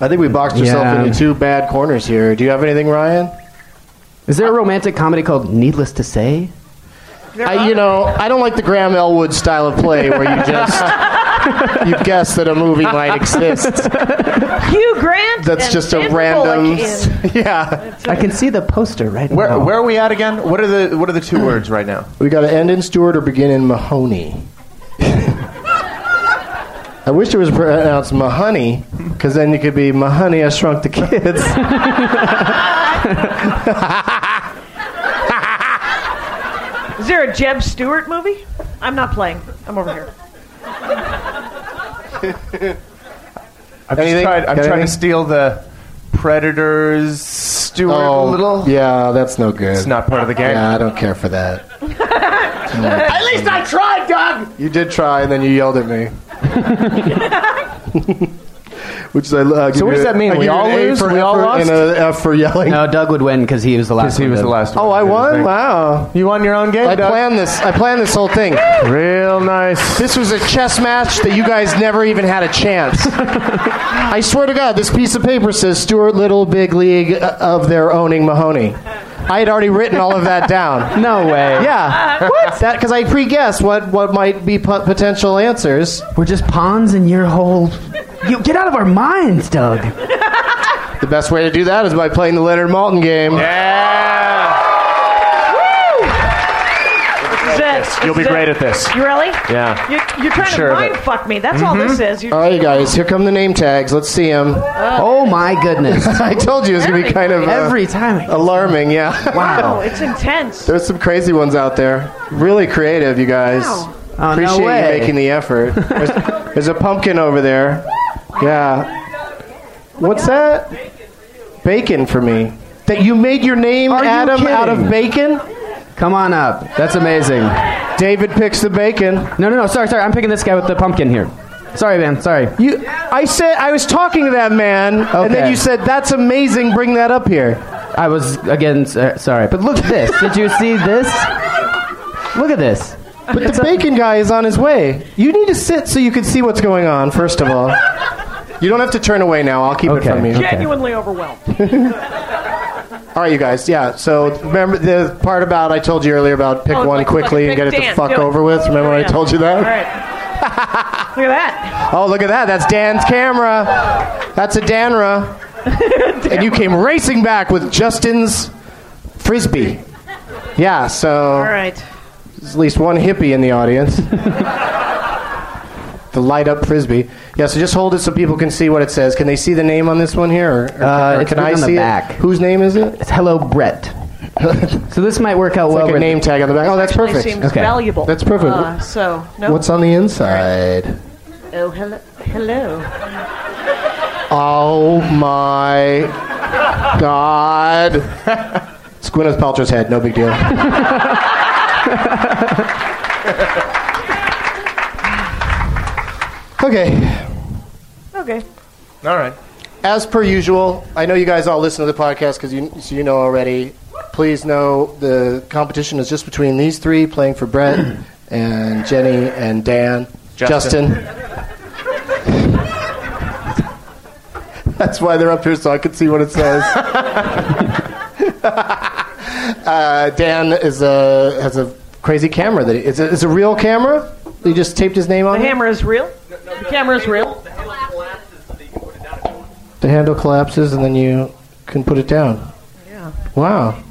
[SPEAKER 1] I think we boxed ourselves
[SPEAKER 5] Yeah.
[SPEAKER 1] into two bad corners here. Do you have anything, Ryan?
[SPEAKER 5] Is there a romantic comedy called Needless to Say?
[SPEAKER 1] I, you know, I don't like the Graham Elwood style of play where you
[SPEAKER 5] *laughs*
[SPEAKER 1] just you guess that a movie might exist.
[SPEAKER 6] Hugh Grant.
[SPEAKER 1] That's
[SPEAKER 6] and
[SPEAKER 1] just a
[SPEAKER 6] Sandra
[SPEAKER 1] random.
[SPEAKER 6] Bullock in-
[SPEAKER 1] *laughs* Yeah,
[SPEAKER 5] I can see the poster right
[SPEAKER 3] Where,
[SPEAKER 5] now.
[SPEAKER 3] where are we at again? What are the What are the two words right now?
[SPEAKER 1] we got to end in Stewart or begin in Mahoney. *laughs* I wish it was pronounced Mahoney, because then you could be Mahoney. I shrunk *laughs* the kids.
[SPEAKER 6] Is there a Jeb Stewart movie? I'm not playing. I'm over here.
[SPEAKER 16] I'm, just trying, I'm
[SPEAKER 1] Got
[SPEAKER 16] trying to
[SPEAKER 1] anything?
[SPEAKER 16] steal the Predators Stewart
[SPEAKER 1] Oh,
[SPEAKER 16] Little.
[SPEAKER 1] yeah, that's no good.
[SPEAKER 16] It's not part of the game.
[SPEAKER 1] Yeah, I don't care for *laughs* that.
[SPEAKER 16] At least I tried, Doug!
[SPEAKER 1] You did try, and then you yelled at me. *laughs* Which is, I, uh,
[SPEAKER 16] So what does that mean? We all lose?
[SPEAKER 1] For
[SPEAKER 16] We all
[SPEAKER 1] effort
[SPEAKER 16] lost?
[SPEAKER 1] And an F for yelling.
[SPEAKER 5] No, Doug would win because he was the
[SPEAKER 16] Because
[SPEAKER 5] last.
[SPEAKER 16] he
[SPEAKER 5] one
[SPEAKER 16] was
[SPEAKER 5] to-
[SPEAKER 16] the last one.
[SPEAKER 1] Oh, I won! Wow.
[SPEAKER 16] You won your own game,
[SPEAKER 1] I
[SPEAKER 16] Doug.
[SPEAKER 1] planned this. I planned this whole thing.
[SPEAKER 16] Real nice.
[SPEAKER 1] This was a chess match that you guys never even had a
[SPEAKER 16] *laughs*
[SPEAKER 1] chance. I swear to God, this piece of paper says Stuart Little, Big League uh, of their owning Mahoney. I had already written all of that
[SPEAKER 16] *laughs*
[SPEAKER 1] down.
[SPEAKER 5] No way.
[SPEAKER 1] Yeah, what? That because I pre-guessed what what might be po- potential answers.
[SPEAKER 5] We're just pawns in your whole. You get out of our minds, Doug.
[SPEAKER 1] The best way to do that is by playing the Leonard Malton game.
[SPEAKER 16] Yeah.
[SPEAKER 6] This is it. This
[SPEAKER 16] You'll be
[SPEAKER 6] is it.
[SPEAKER 16] great at this.
[SPEAKER 6] You really?
[SPEAKER 16] Yeah.
[SPEAKER 6] You're, you're trying
[SPEAKER 16] sure Mm-hmm.
[SPEAKER 6] to
[SPEAKER 16] of
[SPEAKER 6] mind
[SPEAKER 16] it.
[SPEAKER 6] fuck me. That's all this is. You're,
[SPEAKER 1] All right, Oh, you guys, here come the name tags. Let's see them.
[SPEAKER 5] Oh my goodness!
[SPEAKER 1] *laughs* I told you it was gonna be kind of uh,
[SPEAKER 5] Every time. I-
[SPEAKER 1] alarming. Yeah.
[SPEAKER 6] oh,
[SPEAKER 5] *laughs* Wow.
[SPEAKER 6] it's intense.
[SPEAKER 1] There's some crazy ones out there. Really creative, you guys.
[SPEAKER 6] Wow.
[SPEAKER 5] Oh, no
[SPEAKER 1] Appreciate
[SPEAKER 5] way.
[SPEAKER 1] you making the effort.
[SPEAKER 5] *laughs*
[SPEAKER 1] There's, there's a pumpkin over there. Yeah. What's that? Bacon for me. That you made your name,
[SPEAKER 5] Are you
[SPEAKER 1] Adam, out of bacon?
[SPEAKER 5] Come on up. That's amazing.
[SPEAKER 1] David picks the bacon.
[SPEAKER 5] No, no, no. Sorry, sorry. I'm picking this guy with the pumpkin here. Sorry, man. Sorry.
[SPEAKER 1] You, I said I was talking to that man, and then
[SPEAKER 5] Okay.
[SPEAKER 1] you said, "That's amazing. Bring that up here."
[SPEAKER 5] I was again so- sorry, but look at this. Did you see this? Look at this.
[SPEAKER 1] But the bacon guy is on his way. You need to sit so you can see what's going on. First of all, you don't have to turn away now. I'll keep
[SPEAKER 5] Okay.
[SPEAKER 1] it from you.
[SPEAKER 5] Okay.
[SPEAKER 6] Genuinely overwhelmed.
[SPEAKER 1] All right, you guys. Yeah. So remember the part about I told you earlier about pick
[SPEAKER 6] Oh,
[SPEAKER 1] one
[SPEAKER 6] like the
[SPEAKER 1] quickly and
[SPEAKER 6] fucking
[SPEAKER 1] get it
[SPEAKER 6] Big
[SPEAKER 1] the
[SPEAKER 6] Dan.
[SPEAKER 1] fuck
[SPEAKER 6] Do it. Oh,
[SPEAKER 1] over with. Remember when I
[SPEAKER 6] Yeah.
[SPEAKER 1] told you
[SPEAKER 6] All
[SPEAKER 1] that?
[SPEAKER 6] right. Look at that.
[SPEAKER 1] Oh, look at that. That's Dan's camera. That's a
[SPEAKER 6] *laughs*
[SPEAKER 1] Danra. and you came racing back with Justin's frisbee. Yeah. So
[SPEAKER 6] All right.
[SPEAKER 1] there's at least one hippie in the
[SPEAKER 5] *laughs*
[SPEAKER 1] audience. the light up frisbee. Yeah. So just hold it so people can see what it says. Can they see the name on this one here? Or, or
[SPEAKER 5] Uh,
[SPEAKER 1] or
[SPEAKER 5] it's
[SPEAKER 1] can
[SPEAKER 5] written
[SPEAKER 1] I
[SPEAKER 5] on the
[SPEAKER 1] see
[SPEAKER 5] back.
[SPEAKER 1] it? Whose name is it?
[SPEAKER 5] It's hello, Brett. so this might work out well.
[SPEAKER 1] like a
[SPEAKER 5] with-
[SPEAKER 1] name tag on the back. Oh, that's
[SPEAKER 6] Actually
[SPEAKER 1] perfect.
[SPEAKER 6] Seems
[SPEAKER 5] Okay.
[SPEAKER 6] valuable.
[SPEAKER 1] That's perfect.
[SPEAKER 6] Uh, so no.
[SPEAKER 1] What's on the inside?
[SPEAKER 6] Oh hello. Hello.
[SPEAKER 1] Oh my god. It's Gwyneth Paltrow's head, no big
[SPEAKER 5] *laughs*
[SPEAKER 1] deal. okay.
[SPEAKER 6] Okay.
[SPEAKER 16] All right.
[SPEAKER 1] As per usual, I know you guys all listen to the podcast because you, so you know already. Please know the competition is just between these three playing for Brett and Jenny and Dan.
[SPEAKER 16] Justin.
[SPEAKER 1] Justin. That's why they're up here so I can see what it says. *laughs* uh, Uh, Dan is a, has a crazy camera. That he, it's, a, it's a real camera? He just taped his name
[SPEAKER 6] The
[SPEAKER 1] on it?
[SPEAKER 6] hammer is real. The camera is real.
[SPEAKER 1] The handle collapses and then you can put it down.
[SPEAKER 6] Yeah.
[SPEAKER 1] Wow.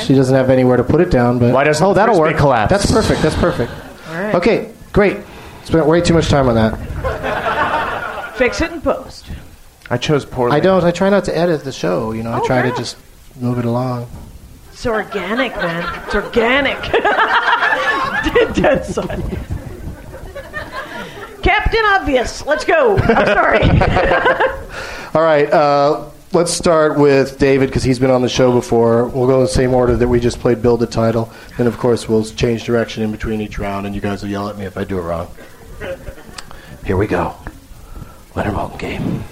[SPEAKER 1] She doesn't have anywhere to put it down, but
[SPEAKER 16] Why doesn't
[SPEAKER 1] oh
[SPEAKER 16] the
[SPEAKER 1] that'll
[SPEAKER 16] frisbee
[SPEAKER 1] work.
[SPEAKER 16] collapse?
[SPEAKER 1] That's perfect. That's perfect.
[SPEAKER 6] All right.
[SPEAKER 1] Okay, great. Spent way too much time on that.
[SPEAKER 6] Fix it and post.
[SPEAKER 16] I chose poorly.
[SPEAKER 1] I don't. I try not to edit the show. You know, I
[SPEAKER 6] Oh,
[SPEAKER 1] try
[SPEAKER 6] wow.
[SPEAKER 1] to just move it along.
[SPEAKER 6] It's organic, man. It's organic. *laughs* Dead son. Captain Obvious. Let's go.
[SPEAKER 1] *laughs*
[SPEAKER 6] I'm sorry.
[SPEAKER 1] All right. Uh, let's start with David because he's been on the show before. We'll go in the same order that we just played Build the Title. Then, of course, we'll change direction in between each round, and you guys will yell at me if I do it wrong. Here we go. Leonard Malton game.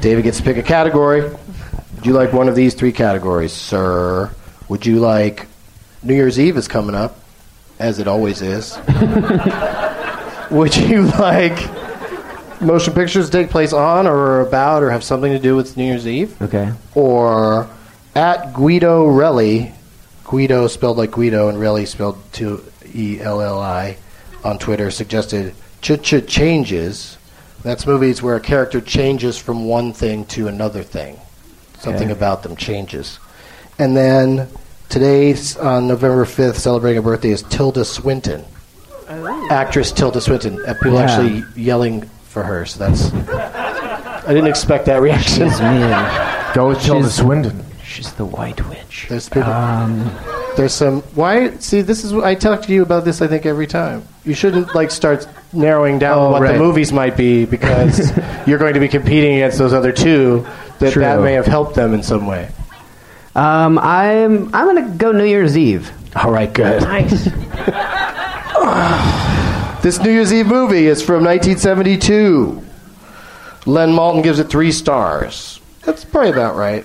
[SPEAKER 1] David gets to pick a category. Would you like one of these three categories, sir? Would you like New Year's Eve is coming up, as it always is. Would you like motion pictures to take place on or about or have something to do with New Year's Eve?
[SPEAKER 5] Okay.
[SPEAKER 1] Or at Guido Relli, Guido spelled like Guido and Relli spelled to E L L I on Twitter suggested ch ch changes. That's movies where a character changes from one thing to another thing. Something about them changes. And then today s- on November 5th, celebrating her birthday, is Tilda Swinton. Actress Tilda Swinton. Uh, People
[SPEAKER 5] Yeah.
[SPEAKER 1] actually yelling for her, so that's. I didn't expect that reaction. *laughs*
[SPEAKER 5] It's me.
[SPEAKER 16] Go with Tilda
[SPEAKER 5] She's- um,
[SPEAKER 16] Swinton.
[SPEAKER 5] She's the White Witch.
[SPEAKER 1] There's people. There's some. Why? See, this is. I talk to you about this. I think every time. You shouldn't like start narrowing down
[SPEAKER 15] Oh,
[SPEAKER 1] what
[SPEAKER 15] right.
[SPEAKER 1] the movies might be
[SPEAKER 5] *laughs*
[SPEAKER 1] because you're going to be competing against those other two. That
[SPEAKER 15] True.
[SPEAKER 1] that may have helped them in some way.
[SPEAKER 5] Um, I'm I'm gonna go New Year's Eve.
[SPEAKER 1] All right, good.
[SPEAKER 6] Nice.
[SPEAKER 1] This New Year's Eve movie is from 1972. Len Malton gives it three stars. That's probably about right.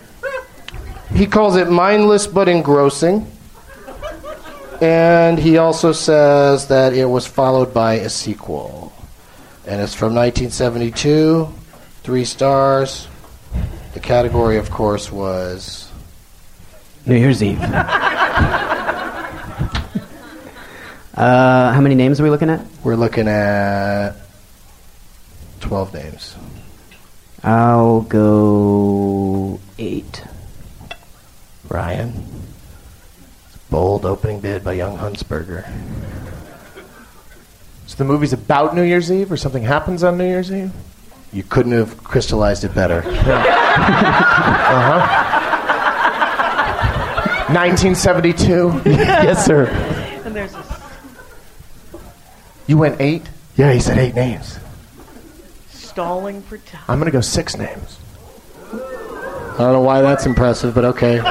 [SPEAKER 1] He calls it mindless but engrossing. And he also says that it was followed by a sequel. And it's from 1972, three stars. The category, of course, was.
[SPEAKER 5] New Year's Eve. uh, how many names are we looking at?
[SPEAKER 1] We're looking at 12 names.
[SPEAKER 5] I'll go eight.
[SPEAKER 1] Ryan. Bold opening bid by Young Huntsberger.
[SPEAKER 3] So the movie's about New Year's Eve, or something happens on New Year's Eve.
[SPEAKER 1] You couldn't have crystallized it
[SPEAKER 3] *laughs*
[SPEAKER 1] better.
[SPEAKER 3] Uh-huh. 1972.
[SPEAKER 1] *laughs* yes, sir.
[SPEAKER 6] *laughs* And there's this.
[SPEAKER 3] You went eight.
[SPEAKER 1] Yeah, he said eight names.
[SPEAKER 6] Stalling for time.
[SPEAKER 3] I'm gonna go six names.
[SPEAKER 1] I don't know why that's impressive, but okay. You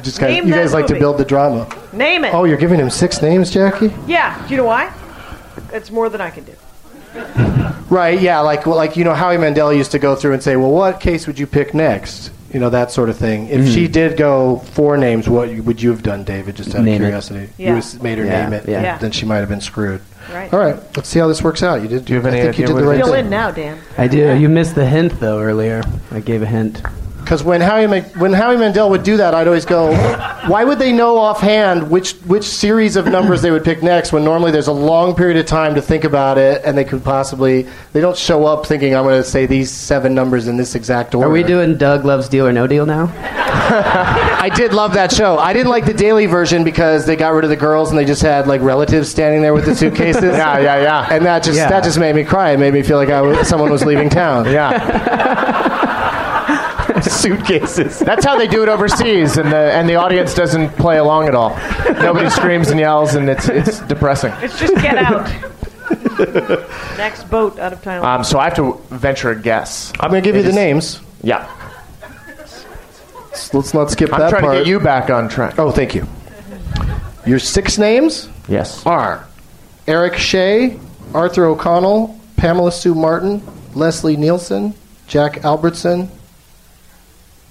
[SPEAKER 1] just guys,
[SPEAKER 6] Name
[SPEAKER 1] you
[SPEAKER 6] that
[SPEAKER 1] guys like to
[SPEAKER 6] movie.
[SPEAKER 1] build the drama.
[SPEAKER 6] Name it.
[SPEAKER 1] Oh, you're giving him six names, Jackie?
[SPEAKER 6] Yeah. Do you know why? That's more than I can do.
[SPEAKER 1] Right? Yeah, like well, like you know, Howie Mandel used to go through and say, "Well, what case would you pick next?" You know, that sort of thing. If she did go four names, what you- would you have done, David? Just out
[SPEAKER 5] Name it.
[SPEAKER 1] of curiosity,
[SPEAKER 6] Yeah.
[SPEAKER 1] you would've made her
[SPEAKER 5] Yeah,
[SPEAKER 1] name it.
[SPEAKER 5] yeah.
[SPEAKER 6] Yeah.
[SPEAKER 1] Then she might have been screwed.
[SPEAKER 6] Right.
[SPEAKER 1] All right. Let's see how this works out. You did. Do
[SPEAKER 3] you have any
[SPEAKER 1] I think you did
[SPEAKER 3] idea what
[SPEAKER 1] the
[SPEAKER 3] it
[SPEAKER 1] right
[SPEAKER 3] is?
[SPEAKER 6] Fill
[SPEAKER 1] thing.
[SPEAKER 6] in now, Dan.
[SPEAKER 5] I do. You missed the hint though earlier. I gave a hint.
[SPEAKER 1] Because when Howie Ma- when Howie Mandel would do that, I'd always go, "Why would they know offhand which which series of numbers they would pick next?" When normally there's a long period of time to think about it, and they could possibly they don't show up thinking, "I'm going to say these seven numbers in this exact order."
[SPEAKER 5] Are we doing Doug loves deal or no deal now?
[SPEAKER 1] I did love that show. I didn't like the daily version because they got rid of the girls and they just had like relatives standing there with the suitcases. yeah, yeah, yeah. And that just
[SPEAKER 5] Yeah.
[SPEAKER 1] that just made me cry. It made me feel like I was, someone was leaving town.
[SPEAKER 3] Yeah.
[SPEAKER 1] *laughs* suitcases.
[SPEAKER 3] That's how they do it overseas, and the and the audience doesn't play along at all. Nobody screams and yells, and it's it's depressing.
[SPEAKER 6] It's just get
[SPEAKER 1] *laughs*
[SPEAKER 6] out. Next boat out of town.
[SPEAKER 3] Um, so I have to venture a guess.
[SPEAKER 1] I'm going to give you the names.
[SPEAKER 3] Yeah.
[SPEAKER 1] Let's not skip
[SPEAKER 3] I'm
[SPEAKER 1] that
[SPEAKER 3] trying
[SPEAKER 1] part.
[SPEAKER 3] to get you back on track.
[SPEAKER 1] Oh, thank you. Your six names
[SPEAKER 3] yes.
[SPEAKER 1] are Eric Shea, Arthur O'Connell, Pamela Sue Martin, Leslie Nielsen, Jack Albertson,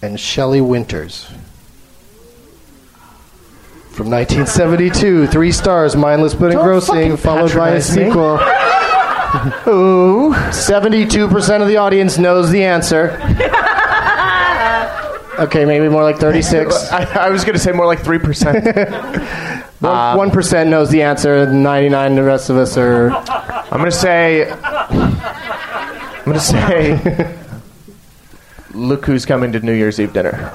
[SPEAKER 1] and Shelley Winters. From 1972, three stars, mindless but engrossing,
[SPEAKER 3] fucking
[SPEAKER 1] followed by a
[SPEAKER 3] patronize me. *laughs*
[SPEAKER 1] sequel. Ooh. 72% of the audience knows the
[SPEAKER 3] *laughs*
[SPEAKER 1] answer. okay, maybe more like
[SPEAKER 3] *laughs*
[SPEAKER 1] 36.
[SPEAKER 3] I, I was going to say more like 3%. Um,
[SPEAKER 1] One percent knows the answer. Ninety-nine, the rest of us are.
[SPEAKER 3] I'm going to say. I'm going
[SPEAKER 1] *laughs*
[SPEAKER 3] to say. Look who's coming to New Year's Eve dinner.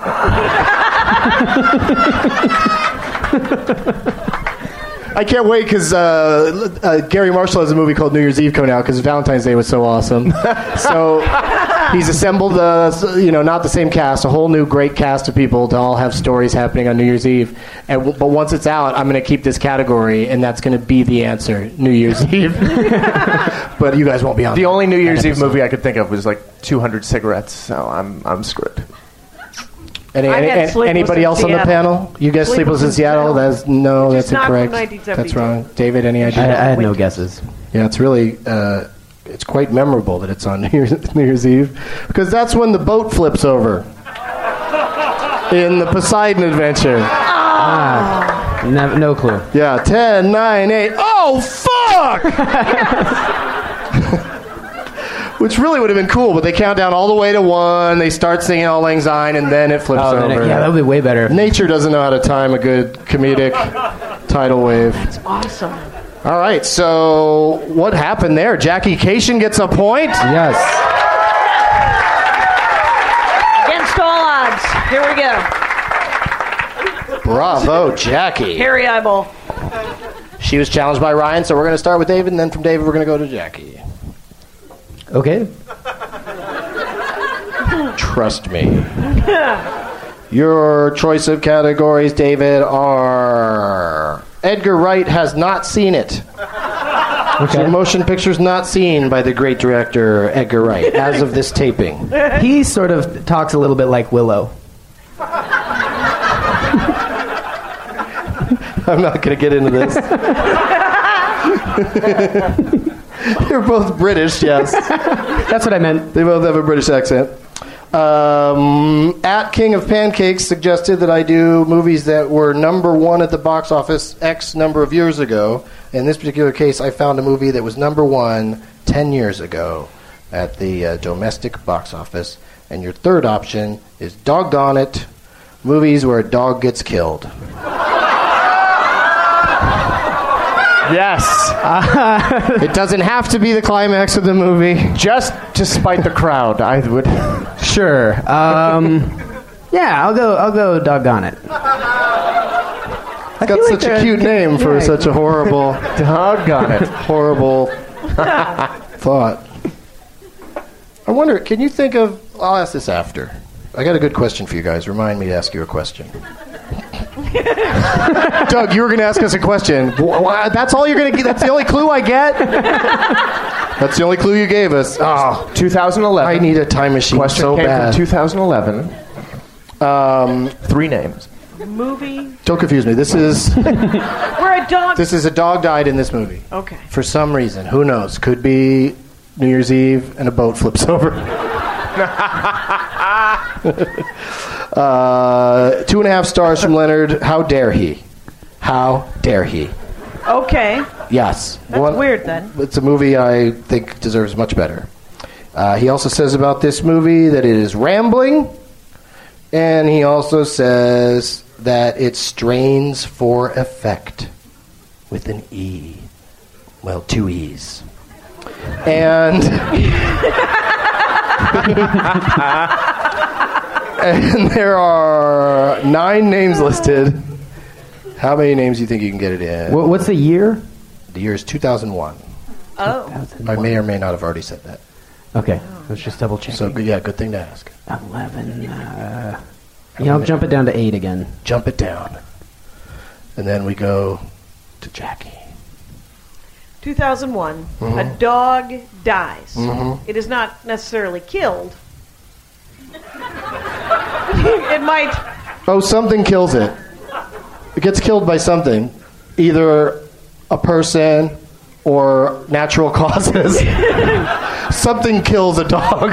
[SPEAKER 1] I can't wait because uh, l- uh, Gary Marshall has a movie called New Year's Eve coming out because Valentine's Day was so
[SPEAKER 3] *laughs*
[SPEAKER 1] awesome. so he's assembled, uh, s- you know, not the same cast, a whole new great cast of people to all have stories happening on New Year's Eve. And w- but once it's out, I'm going to keep this category, and that's going to be the answer: New
[SPEAKER 3] *laughs*
[SPEAKER 1] Year's Eve. *laughs* but you guys won't be on.
[SPEAKER 3] The
[SPEAKER 1] that.
[SPEAKER 3] only New Year's Eve movie I could think of was like 200 cigarettes, so I'm, I'm screwed.
[SPEAKER 1] Any,
[SPEAKER 6] I
[SPEAKER 1] any,
[SPEAKER 6] had
[SPEAKER 1] any-
[SPEAKER 6] Sleepless
[SPEAKER 1] anybody
[SPEAKER 6] in
[SPEAKER 1] else on the
[SPEAKER 6] Seattle.
[SPEAKER 1] panel? You guys, Sleepless, in Seattle? That's no,
[SPEAKER 6] Which
[SPEAKER 1] that's
[SPEAKER 6] is not from
[SPEAKER 1] incorrect.
[SPEAKER 6] 1972.
[SPEAKER 1] That's wrong. David, any
[SPEAKER 5] I, I
[SPEAKER 1] idea?
[SPEAKER 5] had no guesses.
[SPEAKER 1] Yeah, it's really uh, it's quite memorable that it's on *laughs* New Year's, New Year's Eve because that's when the boat flips
[SPEAKER 5] *laughs*
[SPEAKER 1] over in the Poseidon Adventure.
[SPEAKER 5] No, no clue.
[SPEAKER 1] Yeah, 10, 9, 8. Oh, fuck! *laughs* Which really would have been cool, but they count down all the way to one. They start singing "All Lang Syne," and then it flips
[SPEAKER 5] Oh, then
[SPEAKER 1] over.
[SPEAKER 5] it- yeah, that would be way better.
[SPEAKER 1] Nature doesn't know how to time a good comedic tidal wave.
[SPEAKER 6] It's awesome.
[SPEAKER 1] All right, so what happened there? Jackie Cation gets a point.
[SPEAKER 5] Yes.
[SPEAKER 6] Against all odds. Here we go.
[SPEAKER 1] Bravo, Jackie.
[SPEAKER 6] Hairy eyeball.
[SPEAKER 1] She was challenged by Ryan, so we're going to start with David, and then from David, we're going to go to Jackie.
[SPEAKER 5] Okay.
[SPEAKER 1] Trust me. Your choice of categories, David, are Edgar Wright has not seen it. So motion picture's not seen by the great director Edgar Wright as of this taping.
[SPEAKER 5] He sort of talks a little bit like Willow.
[SPEAKER 1] I'm not going to get into this. *laughs* They're both British, yes.
[SPEAKER 5] That's what I meant.
[SPEAKER 1] They both have a British accent. Um, at King of Pancakes suggested that I do movies that were number one at the box office X number of years ago. In this particular case, I found a movie that was number one 10 years ago at the uh, domestic box office. And your third option is Doggone It movies where a dog gets killed.
[SPEAKER 3] Yes.
[SPEAKER 1] It doesn't have to be the climax of the movie.
[SPEAKER 3] Just to spite the crowd, I would.
[SPEAKER 5] Sure. Um, yeah, I'll go. I'll go. Doggone it.
[SPEAKER 1] It's got
[SPEAKER 5] feel like
[SPEAKER 1] such a
[SPEAKER 5] they're-
[SPEAKER 1] cute name for
[SPEAKER 5] yeah.
[SPEAKER 1] such a horrible,
[SPEAKER 3] Doggone it.
[SPEAKER 1] horrible thought. I wonder, can you think of. I'll ask this after. I got a good question for you guys. Remind me to ask you a question. Doug, you were going to ask us a question. Wh- wh- That's all you're going to get. That's the only clue I get. That's the only clue you gave us. Oh,
[SPEAKER 3] 2011.
[SPEAKER 1] I need a time machine
[SPEAKER 3] question
[SPEAKER 1] so
[SPEAKER 3] came
[SPEAKER 1] bad.
[SPEAKER 3] from 2011.
[SPEAKER 1] um,
[SPEAKER 3] Three names.
[SPEAKER 6] Movie
[SPEAKER 1] don't confuse me. This is
[SPEAKER 6] where a dog.
[SPEAKER 1] this is a dog died in this movie.
[SPEAKER 6] okay.
[SPEAKER 1] for some reason, who knows? Could be New Year's Eve and a boat flips *laughs* over. uh, two and a half stars from Leonard. How dare he? How dare he?
[SPEAKER 6] Okay.
[SPEAKER 1] Yes.
[SPEAKER 6] That's weird, then.
[SPEAKER 1] It's a movie I think deserves much better. Uh, he also says about this movie that it is rambling, and he also says that it strains for effect with an E. Well, two E's. And. *laughs* and there are nine names listed. How many names do you think you can get it in?
[SPEAKER 5] Wha- what's the year?
[SPEAKER 1] The year is 2001.
[SPEAKER 6] Oh.
[SPEAKER 1] I may or may not have already said that.
[SPEAKER 5] Okay, let's just double check.
[SPEAKER 1] So, yeah, good thing to ask.
[SPEAKER 5] Eleven. Uh, yeah, I'll jump it down to eight again.
[SPEAKER 1] Jump it down. And then we go to Jackie.
[SPEAKER 6] 2001. A
[SPEAKER 1] Mm-hmm.
[SPEAKER 6] dog dies. It is not necessarily killed. *laughs* it might.
[SPEAKER 1] Oh, something kills it. It gets killed by something. Either a person or natural *laughs* causes. something kills a dog.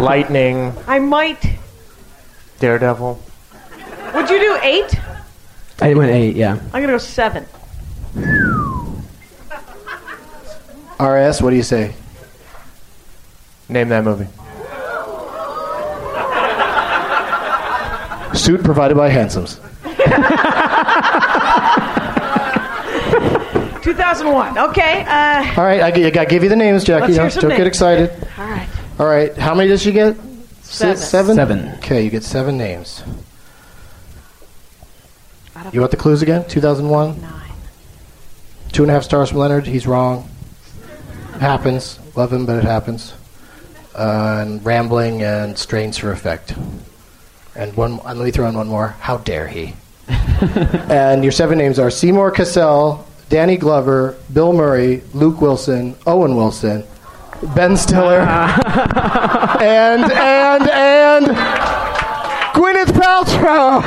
[SPEAKER 3] Lightning,
[SPEAKER 6] I might.
[SPEAKER 3] Daredevil.
[SPEAKER 6] Would you do eight?
[SPEAKER 5] I went eight. Yeah.
[SPEAKER 6] I'm gonna go seven.
[SPEAKER 1] RS, what do you say?
[SPEAKER 3] Name that movie.
[SPEAKER 1] *laughs* Suit provided by Handsomes.
[SPEAKER 6] 2001. Okay. Uh,
[SPEAKER 1] All right, I, g- I give you the names, Jackie.
[SPEAKER 6] Let's hear
[SPEAKER 1] Don't-
[SPEAKER 6] some
[SPEAKER 1] don't get
[SPEAKER 6] names.
[SPEAKER 1] excited.
[SPEAKER 6] all right.
[SPEAKER 1] All right, how many does she get?
[SPEAKER 6] Seven.
[SPEAKER 1] seven?
[SPEAKER 5] Seven.
[SPEAKER 1] Okay, you get seven names. You want the clues again? 2001?
[SPEAKER 6] Nine.
[SPEAKER 1] Two and a half stars from Leonard. He's wrong. Happens. Love him, but it happens. Uh, and rambling and strains for effect. And one. And let me throw in one more. How dare he? and your seven names are Seymour Cassell, Danny Glover, Bill Murray, Luke Wilson, Owen Wilson, Ben Stiller, and and and Gwyneth Paltrow.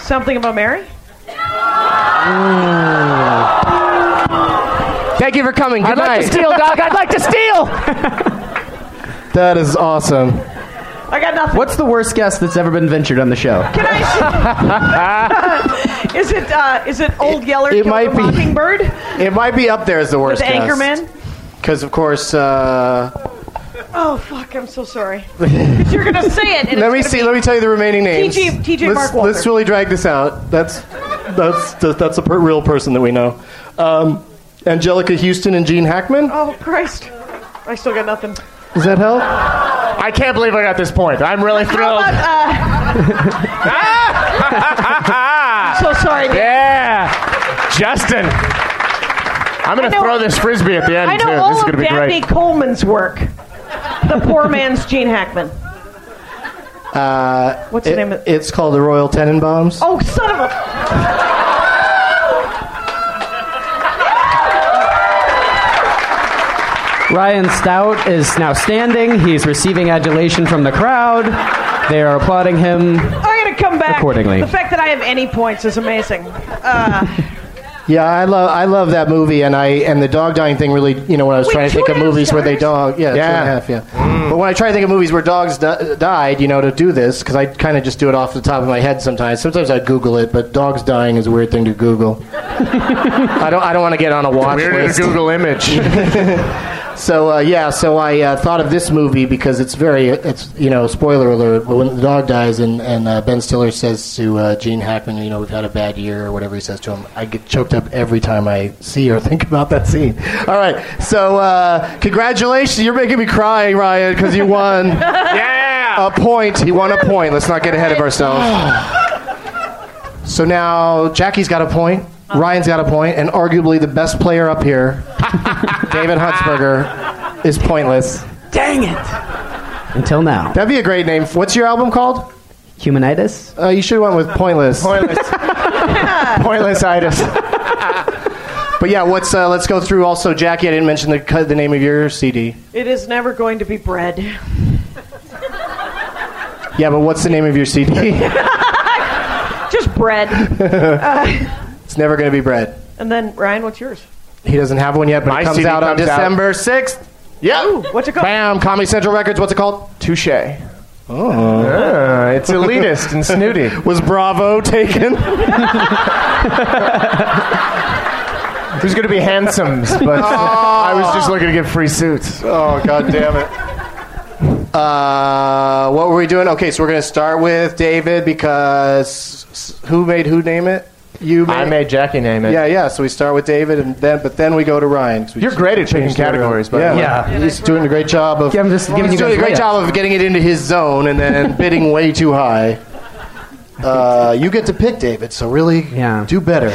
[SPEAKER 6] Something about Mary?
[SPEAKER 3] Thank you for coming. Good I'd like to
[SPEAKER 1] night.
[SPEAKER 3] steal, dog. I'd like to
[SPEAKER 5] *laughs*
[SPEAKER 3] steal.
[SPEAKER 1] That is awesome.
[SPEAKER 6] I got nothing.
[SPEAKER 5] What's the worst guess that's ever been ventured on the show?
[SPEAKER 1] *laughs*
[SPEAKER 6] Can I? See? is it uh, is it Old Yeller
[SPEAKER 1] it
[SPEAKER 6] killed
[SPEAKER 1] might
[SPEAKER 6] the
[SPEAKER 1] be.
[SPEAKER 6] Mockingbird
[SPEAKER 1] It might be up there as the
[SPEAKER 6] with
[SPEAKER 1] worst.
[SPEAKER 6] Anchorman?
[SPEAKER 1] Because of course. Uh,
[SPEAKER 6] Oh fuck! I'm so sorry. 'Cause you're gonna say it. And
[SPEAKER 1] Let me
[SPEAKER 6] it's gonna
[SPEAKER 1] see.
[SPEAKER 6] be-
[SPEAKER 1] Let me tell you the remaining names.
[SPEAKER 6] TJ TJ
[SPEAKER 1] let's,
[SPEAKER 6] Markwalter.
[SPEAKER 1] let's really drag this out. That's that's that's, that's a per- real person that we know. Um, Angelica Houston and Gene Hackman.
[SPEAKER 6] Oh Christ! I still got nothing.
[SPEAKER 1] Does that help?
[SPEAKER 3] I can't believe I got this point. I'm really
[SPEAKER 6] How
[SPEAKER 3] thrilled.
[SPEAKER 6] about, uh, I'm so sorry.
[SPEAKER 3] *laughs*
[SPEAKER 6] Nick.
[SPEAKER 3] Yeah, Justin. I'm gonna
[SPEAKER 6] I know-
[SPEAKER 3] throw this frisbee at the end
[SPEAKER 6] I
[SPEAKER 3] too.
[SPEAKER 6] know all
[SPEAKER 3] This is
[SPEAKER 6] of
[SPEAKER 3] gonna be
[SPEAKER 6] Daphne
[SPEAKER 3] great.
[SPEAKER 6] Coleman's work. The poor man's Gene Hackman.
[SPEAKER 1] Uh,
[SPEAKER 6] What's the
[SPEAKER 1] it-
[SPEAKER 6] name of-
[SPEAKER 1] It's called the Royal Tenenbaums.
[SPEAKER 6] Oh, son of a.
[SPEAKER 5] Ryan Stout is now standing. He's receiving adulation from the crowd. They are applauding him.
[SPEAKER 6] I'm going to come back.
[SPEAKER 5] Accordingly.
[SPEAKER 6] The fact that I have any points is amazing. Uh,
[SPEAKER 1] Yeah, I love I love that movie, and I and the dog dying thing really. You know, when I was
[SPEAKER 6] Wait,
[SPEAKER 1] trying to
[SPEAKER 6] two
[SPEAKER 1] think of
[SPEAKER 6] and a half
[SPEAKER 1] movies where they
[SPEAKER 6] stars?
[SPEAKER 1] dog, yeah, two and a half, yeah. But when I try to think of movies where dogs di- died, you know, to do this because I kind of just do it off the top of my head sometimes. Sometimes I Google it, but dogs dying is a weird thing to Google. *laughs* I don't I don't want to get on a watch
[SPEAKER 3] Weird in a
[SPEAKER 1] list.
[SPEAKER 3] Google image.
[SPEAKER 1] So uh, yeah, so I uh, thought of this movie because it's very it's you know spoiler alert. But when the dog dies and and uh, Ben Stiller says to uh, Gene Hackman, you know, we've had a bad year or whatever he says to him, I get choked up every time I see or think about that scene. All right, so uh, congratulations, you're making me cry, Ryan, because you won
[SPEAKER 3] yeah.
[SPEAKER 1] a point. He won a point. Let's not get ahead of ourselves. So now Jackie's got a point. Ryan's got a point, and arguably the best player up here, David Huntsberger, is pointless.
[SPEAKER 5] Dang it! Until now.
[SPEAKER 1] That'd be a great name. What's your album called?
[SPEAKER 5] Humanitis?
[SPEAKER 1] Uh, you should have went with Pointless.
[SPEAKER 3] Pointless.
[SPEAKER 1] Pointless itis. but yeah, what's uh, let's go through also Jackie. I didn't mention the co- the name of your CD.
[SPEAKER 6] it is never going to be bread.
[SPEAKER 1] Yeah, but what's the name of your
[SPEAKER 3] *laughs*
[SPEAKER 1] CD?
[SPEAKER 6] Just bread.
[SPEAKER 1] it's never going to be bread.
[SPEAKER 6] And then, Ryan, what's yours?
[SPEAKER 1] He doesn't have one yet, but
[SPEAKER 3] My
[SPEAKER 1] it comes
[SPEAKER 3] CD
[SPEAKER 1] out on
[SPEAKER 3] comes out-
[SPEAKER 1] December sixth.
[SPEAKER 3] Yeah.
[SPEAKER 6] What's it called?
[SPEAKER 1] Bam! Comedy Central Records. What's it called? Oh.
[SPEAKER 3] Touche. Ah, it's elitist and snooty.
[SPEAKER 1] *laughs* Was Bravo
[SPEAKER 3] *laughs*
[SPEAKER 1] taken?
[SPEAKER 3] There's going to be handsomes,
[SPEAKER 1] *laughs*
[SPEAKER 3] but I was just looking to get free suits.
[SPEAKER 1] Ah. oh God damn it! Uh, what were we doing? Okay, so we're going to start with David because s- who made who name it? You made.
[SPEAKER 3] I made Jackie name it.
[SPEAKER 1] Yeah, yeah. So we start with David, and then but then we go to Ryan. 'cause we
[SPEAKER 3] You're
[SPEAKER 1] just
[SPEAKER 3] great at picking
[SPEAKER 1] changed it around.
[SPEAKER 3] categories, by the
[SPEAKER 1] yeah,
[SPEAKER 3] way.
[SPEAKER 5] Yeah.
[SPEAKER 1] he's doing a great job of.
[SPEAKER 5] Yeah, I'm just giving
[SPEAKER 1] he's
[SPEAKER 5] you
[SPEAKER 1] doing
[SPEAKER 5] guys
[SPEAKER 1] a great
[SPEAKER 5] layups.
[SPEAKER 1] job of getting it into his zone and
[SPEAKER 5] *laughs*
[SPEAKER 1] then bidding way too high. Uh, you get to pick David, so really
[SPEAKER 5] Yeah.
[SPEAKER 1] do better.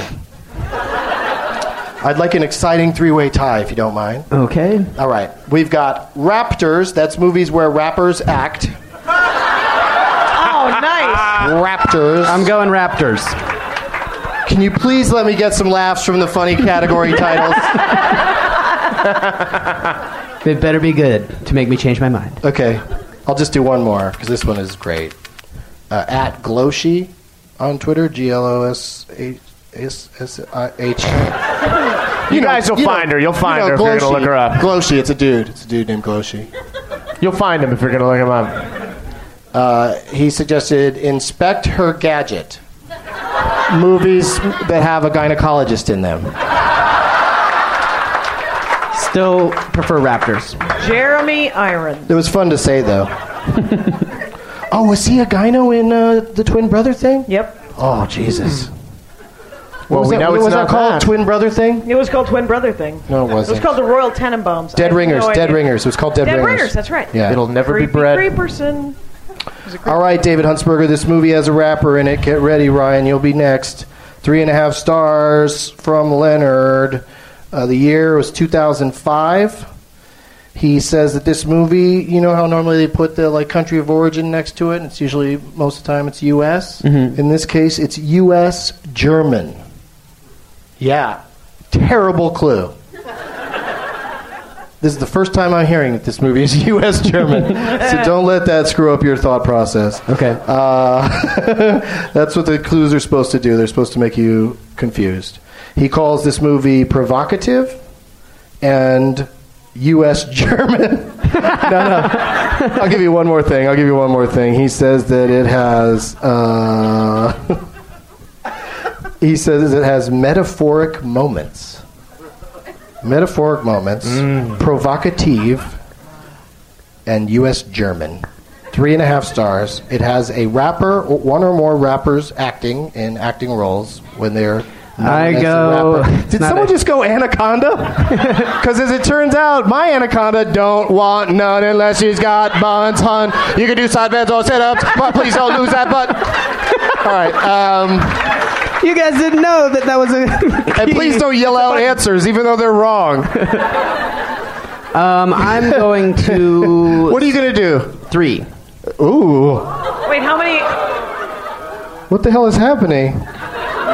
[SPEAKER 1] I'd like an exciting three-way tie, if you don't mind.
[SPEAKER 5] Okay.
[SPEAKER 1] All right, we've got Raptors. That's movies where rappers act.
[SPEAKER 6] Oh, nice.
[SPEAKER 1] Raptors.
[SPEAKER 5] Ah. I'm going Raptors.
[SPEAKER 1] Can you please let me get some laughs from the funny
[SPEAKER 5] *laughs*
[SPEAKER 1] category titles?
[SPEAKER 5] It better be good to make me change my mind.
[SPEAKER 1] Okay, I'll just do one more because this one is great. Uh, at Gloshi on Twitter, G L O S H S S I H.
[SPEAKER 3] You, guys will find her. You'll find her if you're going to look her up.
[SPEAKER 1] Gloshi, it's a dude. It's a dude named Gloshi.
[SPEAKER 3] You'll find him if you're going to look him up.
[SPEAKER 1] Uh, he suggested inspect her gadget. Movies that have a gynecologist in them.
[SPEAKER 5] Still prefer Raptors.
[SPEAKER 6] Jeremy Irons.
[SPEAKER 1] It was fun to say
[SPEAKER 3] *laughs*
[SPEAKER 1] though. oh, was he a gyno in uh, the twin brother thing?
[SPEAKER 6] Yep.
[SPEAKER 1] Oh Jesus.
[SPEAKER 3] Well,
[SPEAKER 1] was
[SPEAKER 3] we
[SPEAKER 1] that,
[SPEAKER 3] know
[SPEAKER 1] what
[SPEAKER 3] it's
[SPEAKER 1] was
[SPEAKER 3] not
[SPEAKER 1] that called
[SPEAKER 3] that.
[SPEAKER 1] twin brother thing?
[SPEAKER 6] It was called Twin Brother Thing.
[SPEAKER 1] No, it
[SPEAKER 6] It was
[SPEAKER 1] wasn't.
[SPEAKER 6] called the Royal Tenenbaums. I
[SPEAKER 1] Dead
[SPEAKER 6] have
[SPEAKER 1] Ringers.
[SPEAKER 6] no
[SPEAKER 1] Dead
[SPEAKER 6] idea.
[SPEAKER 1] Ringers. It was called Dead,
[SPEAKER 6] Dead Ringers, that's right.
[SPEAKER 1] Yeah.
[SPEAKER 3] It'll never be
[SPEAKER 6] Creepy
[SPEAKER 3] bread.
[SPEAKER 6] Creeperson.
[SPEAKER 1] All right, David Huntsberger. This movie has a rapper in it. Get ready, Ryan. You'll be next. Three and a half stars from Leonard. Uh, the year was 2005. He says that this movie, you know how normally they put the like country of origin next to it, and it's usually most of the time it's U.S. In this case, it's U.S. German. Yeah, terrible clue. This is the first time I'm hearing that this movie is *laughs* U.S. German, so don't let that screw up your thought process.
[SPEAKER 5] Okay.
[SPEAKER 1] Uh, *laughs* that's what the clues are supposed to do. They're supposed to make you confused. He calls this movie provocative and U.S. *laughs* German. no, no. I'll give you one more thing. I'll give you one more thing. He says that it has. Uh, *laughs* he says it has metaphoric moments. Metaphoric moments,
[SPEAKER 5] Mm.
[SPEAKER 1] provocative, and U.S. German. Three and a half stars. It has a rapper, one or more rappers acting in acting roles when they're. known
[SPEAKER 5] I
[SPEAKER 1] as a
[SPEAKER 5] go-
[SPEAKER 1] rapper.
[SPEAKER 5] it's
[SPEAKER 1] Did
[SPEAKER 5] not
[SPEAKER 1] someone
[SPEAKER 5] a-
[SPEAKER 1] just go anaconda?
[SPEAKER 5] *laughs*
[SPEAKER 1] Because as it turns out, my anaconda don't want none unless she's got buns, hun. You can do side bends or sit ups, but please don't lose that butt. *laughs* All right. Um,
[SPEAKER 5] You guys didn't know
[SPEAKER 1] *laughs*
[SPEAKER 5] that that was a.
[SPEAKER 1] and please don't yell out answers, even though they're wrong.
[SPEAKER 5] Um, I'm going to
[SPEAKER 1] *laughs* What are you gonna do?
[SPEAKER 5] three.
[SPEAKER 1] Ooh,
[SPEAKER 6] Wait, how many?
[SPEAKER 1] what the hell is happening?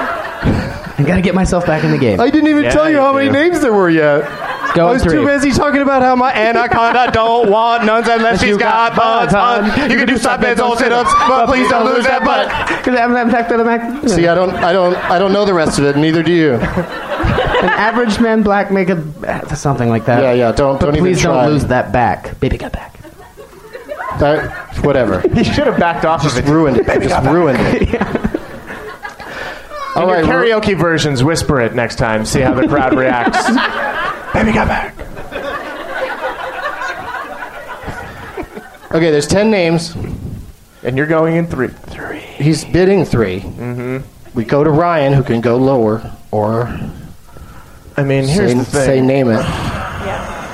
[SPEAKER 5] I gotta get myself back in the game.
[SPEAKER 1] I didn't even
[SPEAKER 4] Yeah,
[SPEAKER 1] tell you
[SPEAKER 4] you
[SPEAKER 1] how many
[SPEAKER 4] do.
[SPEAKER 1] names there were yet.
[SPEAKER 5] Go
[SPEAKER 1] I was
[SPEAKER 5] three.
[SPEAKER 1] too busy talking about how my *laughs* anaconda don't want nuns unless
[SPEAKER 5] Unless
[SPEAKER 1] she's
[SPEAKER 5] you
[SPEAKER 1] got,
[SPEAKER 5] got
[SPEAKER 1] buns.
[SPEAKER 5] buns,
[SPEAKER 1] buns.
[SPEAKER 5] hun.
[SPEAKER 1] You can do side bends, all sit ups, but please don't lose that butt.
[SPEAKER 5] Because I'm I'm back to the back.
[SPEAKER 1] See, I don't, I don't, I don't know the rest of it. Neither do you.
[SPEAKER 5] An average man black make a something like that.
[SPEAKER 1] Yeah, yeah. Don't,
[SPEAKER 5] But
[SPEAKER 1] don't
[SPEAKER 5] please
[SPEAKER 1] even try.
[SPEAKER 5] don't lose that back. Baby
[SPEAKER 1] *laughs*
[SPEAKER 5] got back.
[SPEAKER 1] That- whatever.
[SPEAKER 4] You should have backed off of
[SPEAKER 1] Just
[SPEAKER 4] it.
[SPEAKER 1] ruined it. Just
[SPEAKER 4] *laughs*
[SPEAKER 1] ruined it. All
[SPEAKER 4] Your
[SPEAKER 1] right, we're-
[SPEAKER 4] karaoke versions, whisper it next time. See how
[SPEAKER 1] *laughs*
[SPEAKER 4] the crowd reacts. Baby got back.
[SPEAKER 1] Okay, there's ten names.
[SPEAKER 4] And you're going in three. Three.
[SPEAKER 1] He's bidding 3 Mm-hmm. We go to Ryan, who can go lower or
[SPEAKER 4] I mean, here's
[SPEAKER 1] say,
[SPEAKER 4] the thing.
[SPEAKER 1] say name it.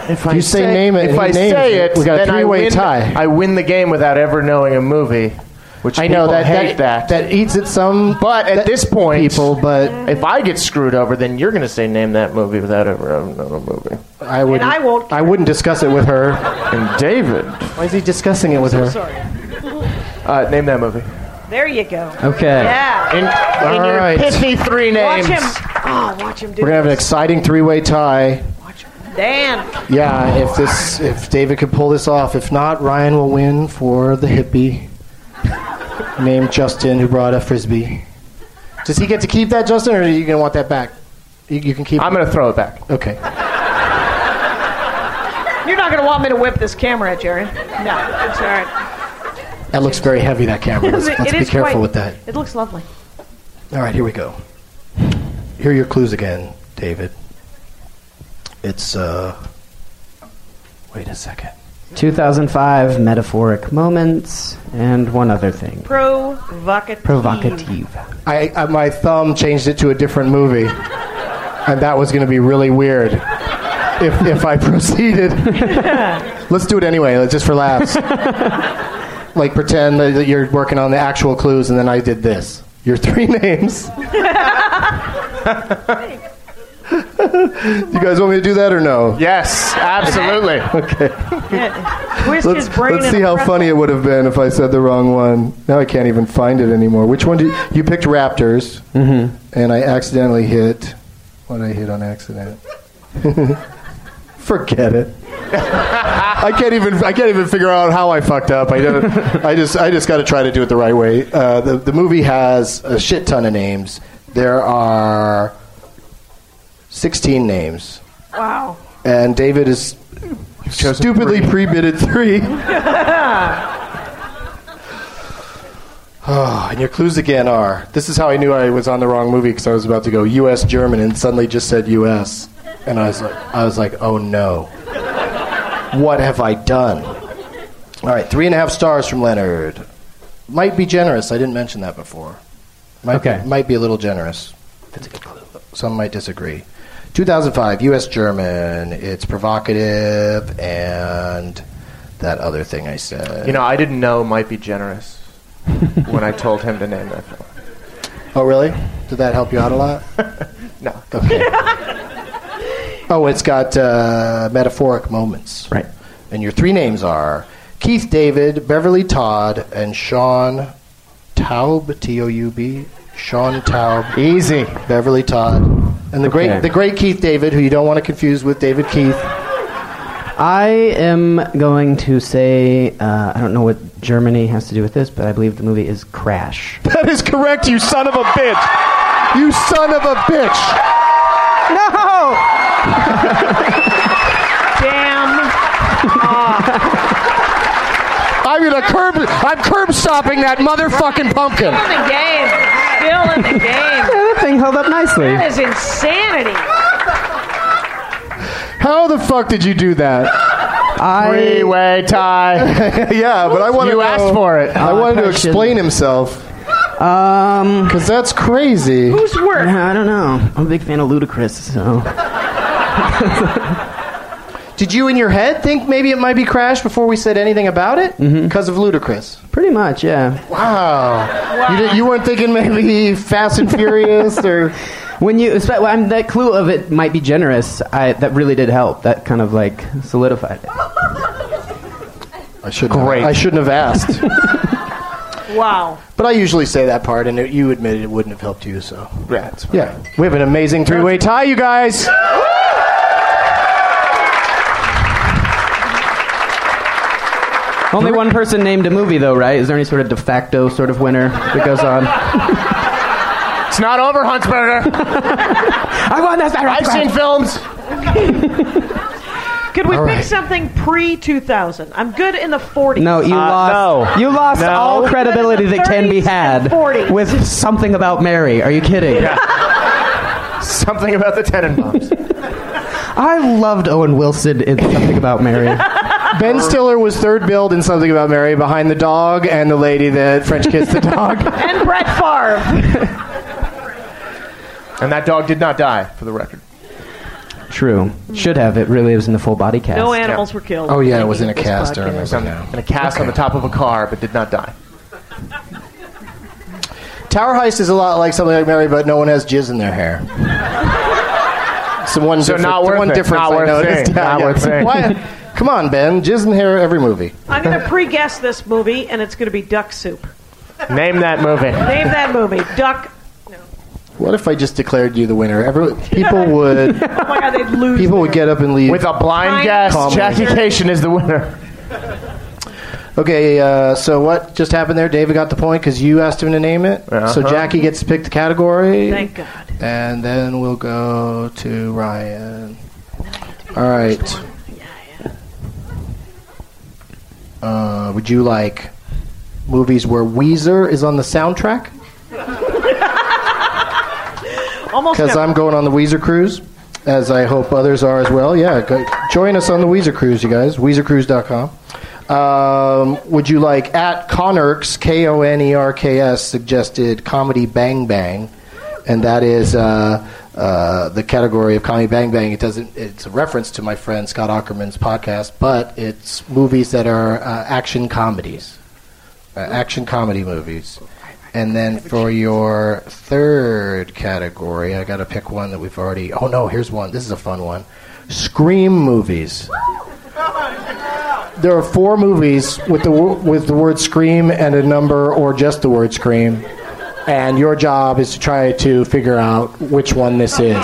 [SPEAKER 4] If I
[SPEAKER 1] You say name it,
[SPEAKER 4] If
[SPEAKER 1] he
[SPEAKER 4] I
[SPEAKER 1] names
[SPEAKER 4] say
[SPEAKER 1] it.
[SPEAKER 4] it,
[SPEAKER 1] We got a
[SPEAKER 4] then I
[SPEAKER 1] three-way
[SPEAKER 4] win-
[SPEAKER 1] tie.
[SPEAKER 4] I win the game without ever knowing a movie, which
[SPEAKER 1] I know
[SPEAKER 4] people
[SPEAKER 1] that
[SPEAKER 4] hate that.
[SPEAKER 1] that eats at some
[SPEAKER 4] But at
[SPEAKER 1] that-
[SPEAKER 4] this point-
[SPEAKER 1] people, but
[SPEAKER 4] if I get screwed over, then you're going to say name that movie without ever having known a movie.
[SPEAKER 1] I would
[SPEAKER 6] I won't
[SPEAKER 1] I wouldn't discuss it with her.
[SPEAKER 4] And David,
[SPEAKER 1] Why is he discussing it with her?
[SPEAKER 4] uh, name that movie.
[SPEAKER 6] There you go.
[SPEAKER 5] Okay.
[SPEAKER 6] Yeah.
[SPEAKER 4] In, in your
[SPEAKER 1] right.
[SPEAKER 4] pithy three names.
[SPEAKER 6] Watch him. Oh, watch him do
[SPEAKER 1] We're gonna have an exciting three-way tie.
[SPEAKER 6] Dan.
[SPEAKER 1] Yeah, if this if David could pull this off, if not, Ryan will win for the hippie named Justin who brought a frisbee. Does he get to keep that, Justin, or are you gonna want that back? You, you can keep.
[SPEAKER 4] I'm going to throw it back.
[SPEAKER 1] it. okay.
[SPEAKER 6] You're not going to want me to whip this camera at you, are you? No, it's all right.
[SPEAKER 1] That looks very heavy, that
[SPEAKER 6] *laughs*
[SPEAKER 1] camera. Let's,
[SPEAKER 6] It
[SPEAKER 1] let's be
[SPEAKER 6] is
[SPEAKER 1] careful
[SPEAKER 6] quite-
[SPEAKER 1] with that.
[SPEAKER 6] It looks lovely.
[SPEAKER 1] All right, here we go. Here are your clues again, David. It's, uh. Wait a second.
[SPEAKER 5] 2005 metaphoric moments and one other thing.
[SPEAKER 6] Provocative.
[SPEAKER 5] Provocative.
[SPEAKER 1] I, I, my thumb changed it to a different movie, and that was going to be really weird if, if I *laughs* proceeded. Let's do it anyway, like, just for laughs. like, pretend that that you're working on the actual clues, and then I did this. Your three *laughs* names. you guys want me to do that or no?
[SPEAKER 4] Yes,
[SPEAKER 1] *laughs*
[SPEAKER 4] absolutely.
[SPEAKER 6] Twist his
[SPEAKER 1] Let's,
[SPEAKER 6] brain
[SPEAKER 1] let's
[SPEAKER 6] in
[SPEAKER 1] see
[SPEAKER 6] a
[SPEAKER 1] how
[SPEAKER 6] pretzel.
[SPEAKER 1] funny it would have been if I said the wrong one. Now I can't even find it anymore. Which one did you picked? Raptors, mm-hmm. and I accidentally hit. What did I hit on accident? *laughs* Forget it. I can't even. I can't even figure out how I fucked up. I didn't. I just. I just got to try to do it the right way. Uh, the the movie has a shit ton of names. There are sixteen names,
[SPEAKER 6] Wow.
[SPEAKER 1] and David is
[SPEAKER 4] chosen
[SPEAKER 1] stupidly
[SPEAKER 4] three.
[SPEAKER 1] pre-bidded three. Oh, and your clues again are this is how I knew I was on the wrong movie because I was about to go U.S. German and suddenly just said U.S. and I was like I was like oh no, what have I done? All right, three and a half stars from Leonard. Might be generous. I didn't mention that before. Might
[SPEAKER 5] Okay.
[SPEAKER 1] be, might be a little generous. That's a good clue. Some might disagree. 2005 U.S. German. It's provocative and that other thing I said.
[SPEAKER 4] You know, I didn't know might be generous when I told him to name that film.
[SPEAKER 1] Oh, really? Did that help you out a *laughs* lot?
[SPEAKER 4] No.
[SPEAKER 1] *laughs* Okay. oh, it's got uh, metaphoric moments.
[SPEAKER 5] Right.
[SPEAKER 1] And your three names are Keith David, Beverly Todd, and Sean Taub, T O U B. Sean Taub. Easy. Beverly Todd. And the great
[SPEAKER 5] Okay.
[SPEAKER 1] the great Keith David, who you don't want to confuse with David Keith.
[SPEAKER 5] I am going to say, uh, I don't know what Germany has to do with this, but I believe the movie is Crash.
[SPEAKER 1] *laughs* That is correct, you son of a bitch. You son of a bitch.
[SPEAKER 5] no!
[SPEAKER 6] Damn.
[SPEAKER 1] I'm gonna curb I'm curb stopping that motherfucking pumpkin.
[SPEAKER 6] Still in the game. Still in the game.
[SPEAKER 5] That thing held up nicely.
[SPEAKER 6] That is insanity.
[SPEAKER 1] How the fuck did you do that?
[SPEAKER 5] I,
[SPEAKER 4] Freeway tie.
[SPEAKER 1] *laughs* yeah, but I want
[SPEAKER 4] You
[SPEAKER 1] to
[SPEAKER 4] asked
[SPEAKER 1] know-
[SPEAKER 4] for it.
[SPEAKER 1] I wanted to
[SPEAKER 5] Perfection.
[SPEAKER 1] explain himself
[SPEAKER 5] um,
[SPEAKER 1] because that's crazy.
[SPEAKER 6] Who's work?
[SPEAKER 5] I don't know. I'm a big fan of Ludacris, so.
[SPEAKER 1] Did you in your head think maybe it might be Crash before we said anything about it because of Ludacris?
[SPEAKER 5] Pretty much, yeah.
[SPEAKER 1] Wow, You, didn't- you weren't thinking maybe Fast and Furious or
[SPEAKER 5] When you, espe- well, I'm, that clue of it might be generous. I, that really did help. That kind of like solidified
[SPEAKER 1] *laughs*
[SPEAKER 5] it.
[SPEAKER 1] I shouldn't.
[SPEAKER 3] Great.
[SPEAKER 1] I shouldn't have asked. *laughs*
[SPEAKER 6] Wow.
[SPEAKER 1] but I usually say that part, and it, you admitted it wouldn't have helped you. So
[SPEAKER 3] Yeah, it's fine.
[SPEAKER 1] yeah, we have an amazing three-way tie, you guys.
[SPEAKER 5] Only one person named a movie though, right? Is there any sort of de facto sort of winner that goes on? I
[SPEAKER 3] It's not
[SPEAKER 1] *laughs*
[SPEAKER 3] over, Huntsberger.
[SPEAKER 5] won this. I
[SPEAKER 3] I've seen films.
[SPEAKER 6] Could we pick
[SPEAKER 1] right.
[SPEAKER 6] something pre 2000? I'm good in the 40s.
[SPEAKER 5] No, you
[SPEAKER 3] Uh,
[SPEAKER 5] lost.
[SPEAKER 3] no.
[SPEAKER 5] You lost
[SPEAKER 3] No.
[SPEAKER 5] all credibility
[SPEAKER 6] The
[SPEAKER 5] that can be
[SPEAKER 6] 30s and
[SPEAKER 5] had
[SPEAKER 6] 40s.
[SPEAKER 5] with something about Mary. Are you kidding?
[SPEAKER 3] Something about the Tenenbaums.
[SPEAKER 5] I loved Owen Wilson in something about Mary.
[SPEAKER 3] *laughs*
[SPEAKER 1] Ben Stiller was third billed in something about Mary behind the dog and the lady that French kissed the dog.
[SPEAKER 6] And Brett
[SPEAKER 1] *laughs*
[SPEAKER 6] Favre.
[SPEAKER 3] *laughs* and that dog did not die, for the record.
[SPEAKER 5] True. Should have. It really was in the full body cast.
[SPEAKER 6] No animals were killed.
[SPEAKER 7] Oh, yeah, it was in a
[SPEAKER 6] This
[SPEAKER 7] cast, I
[SPEAKER 6] podcast.
[SPEAKER 7] remember.
[SPEAKER 3] Some- And a cast on the top of a car, but did not die.
[SPEAKER 1] Tower heist is a lot like something like Mary, but no one has jizz in their hair. So one,
[SPEAKER 3] So
[SPEAKER 1] difference-
[SPEAKER 3] not worth
[SPEAKER 1] one
[SPEAKER 3] it.
[SPEAKER 1] difference
[SPEAKER 3] Not
[SPEAKER 1] I
[SPEAKER 3] worth
[SPEAKER 1] noticed. *laughs*
[SPEAKER 3] saying.
[SPEAKER 1] Yeah,
[SPEAKER 3] Not
[SPEAKER 1] yeah.
[SPEAKER 3] worth saying.
[SPEAKER 1] Why- Come on, Ben. Jizz in hair every movie.
[SPEAKER 6] I'm going to pre guess this movie, and it's going to be Duck Soup.
[SPEAKER 3] Name that movie.
[SPEAKER 6] Name that movie. Duck.
[SPEAKER 1] What if I just declared you the winner? Every, people would
[SPEAKER 6] Oh my god, they'd lose.
[SPEAKER 1] people would get up and leave.
[SPEAKER 3] With a blind
[SPEAKER 6] Blind
[SPEAKER 3] guess,
[SPEAKER 1] Calmly.
[SPEAKER 3] Jackie Cation is the winner.
[SPEAKER 1] okay, uh, so what just happened there? David got the point because you asked him to name it. So
[SPEAKER 3] Uh-huh.
[SPEAKER 1] Jackie gets to pick the category.
[SPEAKER 6] Thank God.
[SPEAKER 1] And then we'll go to Ryan. All right. Uh, would you like movies where Weezer is on the soundtrack?
[SPEAKER 6] Almost
[SPEAKER 1] Because
[SPEAKER 6] never.
[SPEAKER 1] I'm going on the Weezer cruise, as I hope others are as well. Yeah, go, join us on the Weezer cruise, you guys. WeezerCruise.com. Um, would you like at Conerks K O N E R K S suggested comedy Bang Bang, and that is uh, uh, the category of comedy Bang Bang. It doesn't. It's a reference to my friend Scott Ackerman's podcast, but it's movies that are uh, action comedies uh, action comedy movies. And then for your third category, I got to pick one that we've already. Oh no, here's one. This is a fun one. Scream movies. There are four movies with the wo- with the word scream and a number or just the word scream. And your job is to try to figure out which one this is.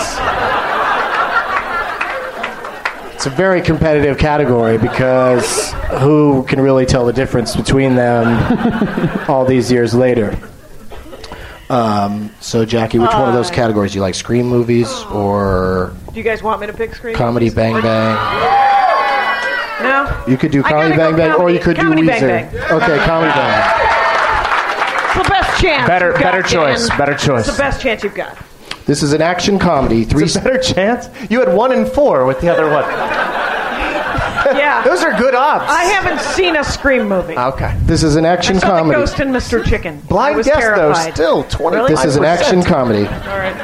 [SPEAKER 1] It's a very competitive category because who can really tell the difference between them? all these years later. Um, so, Jackie, which one of those categories do you like? Scream movies or
[SPEAKER 6] Do you guys want me to pick screen?
[SPEAKER 1] comedy bang bang?
[SPEAKER 6] No.
[SPEAKER 1] You could do
[SPEAKER 6] I
[SPEAKER 1] comedy
[SPEAKER 6] gotta
[SPEAKER 1] bang
[SPEAKER 6] go
[SPEAKER 1] bang, or
[SPEAKER 6] comedy-
[SPEAKER 1] you could
[SPEAKER 6] comedy
[SPEAKER 1] do
[SPEAKER 6] Bang
[SPEAKER 1] Weezer.
[SPEAKER 6] Bang.
[SPEAKER 1] Okay, comedy bang.
[SPEAKER 6] It's the best chance.
[SPEAKER 3] Better-
[SPEAKER 6] you've got,
[SPEAKER 3] better choice,
[SPEAKER 6] Dan.
[SPEAKER 3] better choice.
[SPEAKER 6] It's the best chance
[SPEAKER 1] *laughs*
[SPEAKER 6] you've got.
[SPEAKER 1] This is an action comedy. Three.
[SPEAKER 3] It's a better chance. You had one in four with the other one.
[SPEAKER 6] Yeah.
[SPEAKER 3] Those are good odds.
[SPEAKER 6] I haven't seen a Scream movie.
[SPEAKER 3] okay.
[SPEAKER 1] This is an action
[SPEAKER 6] I saw
[SPEAKER 1] comedy.
[SPEAKER 6] the Ghost and Mr. Chicken. I
[SPEAKER 3] Blind
[SPEAKER 6] was
[SPEAKER 3] guess
[SPEAKER 6] terrified.
[SPEAKER 3] though, still twenty.
[SPEAKER 6] Really?
[SPEAKER 1] This is an action comedy.
[SPEAKER 6] All right.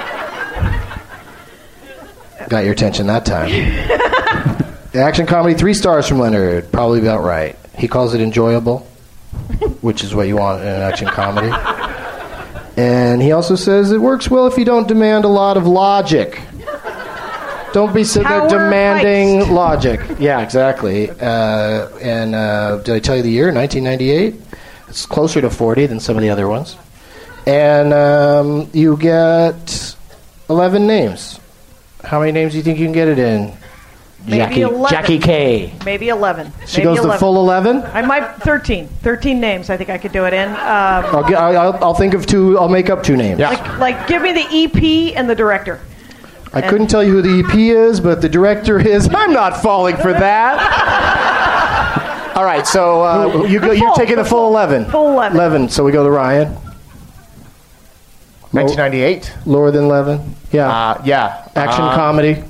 [SPEAKER 1] Got your attention that
[SPEAKER 6] *laughs*
[SPEAKER 1] time. action comedy, three stars from Leonard. Probably about right. He calls it enjoyable, which is what you want in an action comedy. And he also says it works well if you don't demand a lot of logic. Don't be sitting there
[SPEAKER 6] Power
[SPEAKER 1] demanding
[SPEAKER 6] heist.
[SPEAKER 1] logic. Yeah, exactly. Uh, and uh, did I tell you the year? 1998. It's closer to 40 than some of the other ones. And um, you get 11 names. How many names do you think you can get it in?
[SPEAKER 6] Maybe 11.
[SPEAKER 1] Jackie K.
[SPEAKER 6] Maybe 11.
[SPEAKER 1] She
[SPEAKER 6] Maybe
[SPEAKER 1] goes
[SPEAKER 6] 11.
[SPEAKER 1] the full 11.
[SPEAKER 6] I might 13. 13 names I think I could do it in. Um,
[SPEAKER 1] I'll, get, I'll, I'll- I'll think of two. I'll make up two names.
[SPEAKER 3] Yeah.
[SPEAKER 6] like, like, give me the EP and the director.
[SPEAKER 1] I couldn't tell you who the EP is, but the director is. *laughs* I'm not falling for that. All right, so uh, you go,
[SPEAKER 6] The
[SPEAKER 1] you're
[SPEAKER 6] full-
[SPEAKER 1] taking the
[SPEAKER 6] the
[SPEAKER 1] full
[SPEAKER 6] full-
[SPEAKER 1] 11.
[SPEAKER 6] full 11.
[SPEAKER 1] 11. So we go to Ryan.
[SPEAKER 3] 1998.
[SPEAKER 1] Lower than 11. Yeah.
[SPEAKER 3] Uh, yeah.
[SPEAKER 1] Action
[SPEAKER 3] Uh,
[SPEAKER 1] comedy.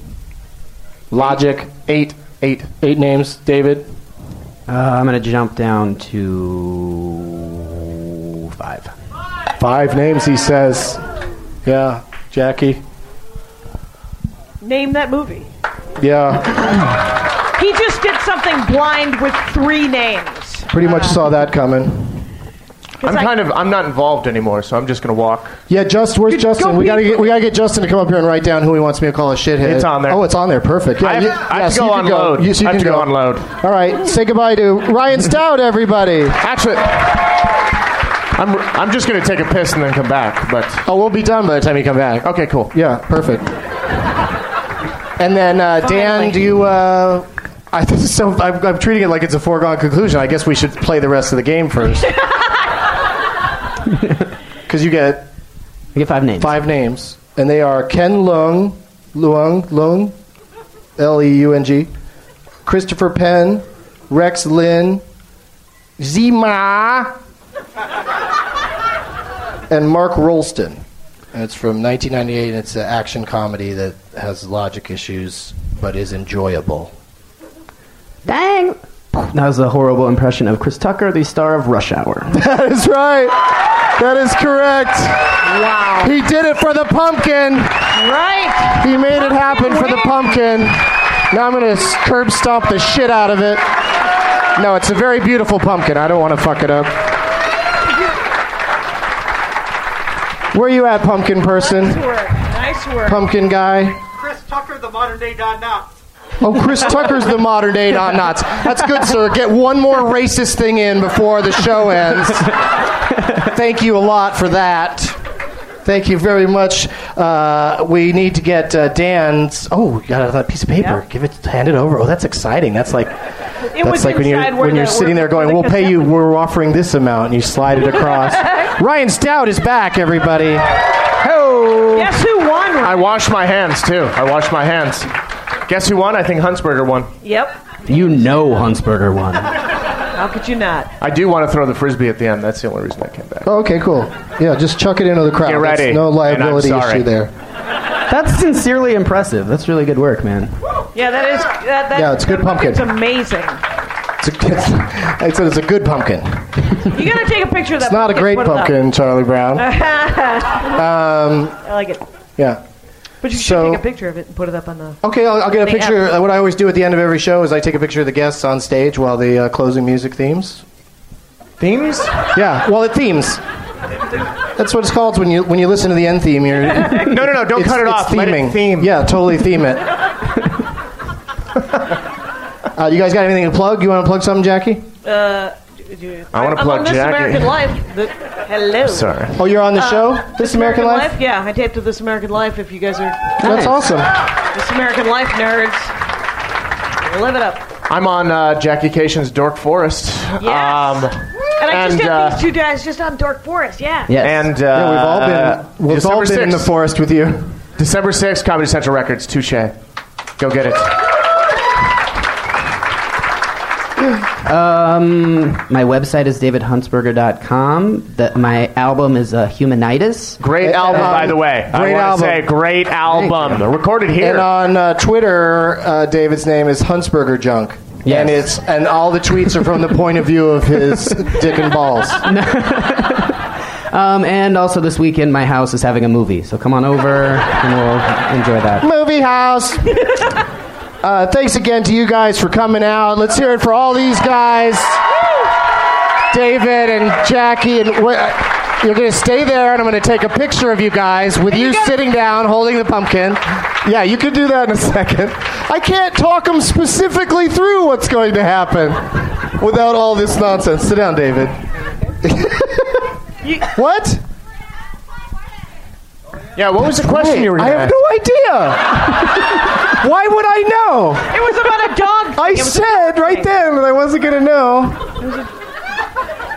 [SPEAKER 1] Logic.
[SPEAKER 3] Eight. Eight.
[SPEAKER 1] Eight names. David.
[SPEAKER 5] Uh, I'm gonna jump down to five.
[SPEAKER 1] Five names, he says. Yeah. Jackie.
[SPEAKER 6] Name that movie.
[SPEAKER 1] Yeah.
[SPEAKER 6] He just did something blind with three names.
[SPEAKER 1] Pretty much saw that coming.
[SPEAKER 3] I'm
[SPEAKER 6] I-
[SPEAKER 3] kind of I'm not involved anymore, so I'm just gonna walk.
[SPEAKER 1] Yeah, just where's
[SPEAKER 6] Go
[SPEAKER 1] Justin? We
[SPEAKER 6] be-
[SPEAKER 1] gotta get we gotta get Justin to come up here and write down who he wants me to call a shithead.
[SPEAKER 3] It's on there.
[SPEAKER 1] Oh, it's on there. Perfect. Yeah,
[SPEAKER 3] I have,
[SPEAKER 1] you-
[SPEAKER 3] I have
[SPEAKER 1] yeah,
[SPEAKER 3] to
[SPEAKER 1] so
[SPEAKER 3] go
[SPEAKER 1] you can
[SPEAKER 3] on load.
[SPEAKER 1] You, so you
[SPEAKER 3] I have
[SPEAKER 1] can
[SPEAKER 3] to go.
[SPEAKER 1] go
[SPEAKER 3] on load.
[SPEAKER 1] All right, say goodbye to Ryan Stout, everybody.
[SPEAKER 3] Actually, I'm I'm just gonna take a piss and then come back. But
[SPEAKER 1] Oh, we'll be done by the time you come back.
[SPEAKER 3] okay, cool.
[SPEAKER 1] Yeah, perfect. And then uh, Dan,
[SPEAKER 17] Finally.
[SPEAKER 1] do you? Uh, I *laughs* this is so I'm, I'm treating it like it's a foregone conclusion. I guess we should play the rest of the game first. Because you get
[SPEAKER 5] I get five names.
[SPEAKER 1] five names, and they are Ken Lung, Luang, Lung, L E U N G, Christopher Penn, Rex Lin, Zima, and Mark Rolston. And it's from 1998, and it's an action comedy that has logic issues but is enjoyable.
[SPEAKER 5] Dang. That was a horrible impression of Chris Tucker, the star of
[SPEAKER 1] *laughs*
[SPEAKER 5] Rush Hour.
[SPEAKER 1] That is right. That is correct. Wow. He did it for the pumpkin. Right. He made it happen for the pumpkin. Now I'm going to curb stomp the shit out of it. No, it's a very beautiful pumpkin. I don't want to fuck it up. Where you at, pumpkin person?
[SPEAKER 6] work. Nice work.
[SPEAKER 1] Pumpkin guy?
[SPEAKER 18] Chris Tucker, the modern day Don Knotts.
[SPEAKER 1] Oh, Chris Tucker's the modern day Don Knotts. That's good, sir. Get one more racist thing in before the show ends. Thank you a lot for that. Thank you very much. Uh, we need to get uh, Dan's. Oh, we got another piece of paper. Give it, hand it over. Oh, that's exciting. That's like
[SPEAKER 6] It
[SPEAKER 1] that's
[SPEAKER 6] was
[SPEAKER 1] like when you're
[SPEAKER 6] inside where
[SPEAKER 1] when you're
[SPEAKER 6] the-
[SPEAKER 1] sitting there
[SPEAKER 6] where-
[SPEAKER 1] going,
[SPEAKER 6] where the
[SPEAKER 1] "We'll pay you.
[SPEAKER 6] cassette-
[SPEAKER 1] We're offering this amount," and you slide it
[SPEAKER 6] *laughs*
[SPEAKER 1] across. Ryan Stout is back, everybody.
[SPEAKER 3] Hello.
[SPEAKER 6] Guess who won?
[SPEAKER 3] I washed my hands too. I washed my hands. Guess who won? I think Huntsberger won.
[SPEAKER 6] Yep.
[SPEAKER 5] you know Huntsberger won.
[SPEAKER 6] How could you not?
[SPEAKER 3] I do want to throw the frisbee at the end. That's the only reason I came back.
[SPEAKER 1] Oh, okay, cool. Yeah, just chuck it into the crowd.
[SPEAKER 3] Get
[SPEAKER 1] That's
[SPEAKER 3] ready.
[SPEAKER 1] no
[SPEAKER 3] And I'm
[SPEAKER 1] liability
[SPEAKER 3] sorry.
[SPEAKER 1] issue there.
[SPEAKER 5] That's sincerely impressive. That's really good work, man.
[SPEAKER 6] Yeah, that is. That, that,
[SPEAKER 1] Yeah, it's good
[SPEAKER 6] that
[SPEAKER 1] pumpkin.
[SPEAKER 6] It's amazing.
[SPEAKER 1] It's a, it's, I said *laughs* it's a good pumpkin.
[SPEAKER 6] You gotta take a picture of that.
[SPEAKER 1] It's not a great
[SPEAKER 6] *laughs*
[SPEAKER 1] pumpkin, Charlie Brown.
[SPEAKER 6] Uh. Um, I like it.
[SPEAKER 1] Yeah.
[SPEAKER 6] But you should
[SPEAKER 1] So-
[SPEAKER 6] take a picture of it and put it up on the.
[SPEAKER 1] Okay, I'll, I'll get a
[SPEAKER 6] They have-
[SPEAKER 1] picture. Uh, what I always do at the end of every show is I take a picture of the guests on stage while the uh, closing music themes.
[SPEAKER 3] Themes?
[SPEAKER 1] Yeah, well, it themes. That's what it's called when you when you listen to the end theme. You're don't
[SPEAKER 3] *laughs* No, no, no! Don't cut it off.
[SPEAKER 1] Theming.
[SPEAKER 3] Let it theme.
[SPEAKER 1] Yeah, totally theme
[SPEAKER 3] *laughs*
[SPEAKER 1] it. uh, you guys got anything to plug? You want to plug something, Jackie?
[SPEAKER 6] Uh, d- d-
[SPEAKER 3] I wanna
[SPEAKER 6] I'm
[SPEAKER 3] plug
[SPEAKER 6] on This
[SPEAKER 3] Jackie.
[SPEAKER 6] American Life. The, hello.
[SPEAKER 3] Sorry.
[SPEAKER 1] Oh, you're on the show.
[SPEAKER 6] Uh,
[SPEAKER 1] This American, Life.
[SPEAKER 6] Yeah, I taped to This American Life. If you guys are
[SPEAKER 1] That's awesome.
[SPEAKER 6] This American Life nerds, live it up.
[SPEAKER 3] I'm on uh, Jackie Cation's Dork Forest. Um,
[SPEAKER 6] Yes. And I
[SPEAKER 3] and,
[SPEAKER 6] just had
[SPEAKER 3] uh,
[SPEAKER 6] these two guys just on Dark Forest, yeah.
[SPEAKER 5] Yes.
[SPEAKER 3] and uh,
[SPEAKER 1] Yeah, we've all been we've
[SPEAKER 3] December
[SPEAKER 1] all been in the
[SPEAKER 3] 6th.
[SPEAKER 1] forest with you.
[SPEAKER 3] December 6th, Comedy Central Records, Touche. Go get it.
[SPEAKER 5] Um, my website is davidhuntsberger.com. That my album is uh, Humanitis.
[SPEAKER 3] Great
[SPEAKER 1] And,
[SPEAKER 3] album,
[SPEAKER 1] um,
[SPEAKER 3] by the way.
[SPEAKER 1] great
[SPEAKER 3] I want
[SPEAKER 1] album.
[SPEAKER 3] to say, great album. Recorded here.
[SPEAKER 1] And on uh, Twitter, uh, David's name is Huntsberger Junk.
[SPEAKER 5] Yes.
[SPEAKER 1] And it's and all the tweets are from the point of view of his *laughs* dick and balls.
[SPEAKER 5] Um, and also this weekend, my house is having a movie, so come on over and we'll enjoy that.
[SPEAKER 1] Movie house. Uh, thanks again to you guys for coming out. Let's hear it for all these guys, David and Jackie and. Wh- you're gonna stay there, and I'm gonna take a picture of you guys with you, sitting down holding the pumpkin. Yeah, you can do that in a second. I can't talk them specifically through what's going to happen without all this nonsense. Sit down, David. *laughs* what?
[SPEAKER 3] yeah, what was the question
[SPEAKER 1] Wait,
[SPEAKER 3] you were
[SPEAKER 1] I
[SPEAKER 3] going
[SPEAKER 1] have no idea.
[SPEAKER 3] *laughs*
[SPEAKER 1] Why would I know?
[SPEAKER 6] It was about a dog.
[SPEAKER 1] I
[SPEAKER 6] it was
[SPEAKER 1] said right then that I wasn't going to know.
[SPEAKER 6] It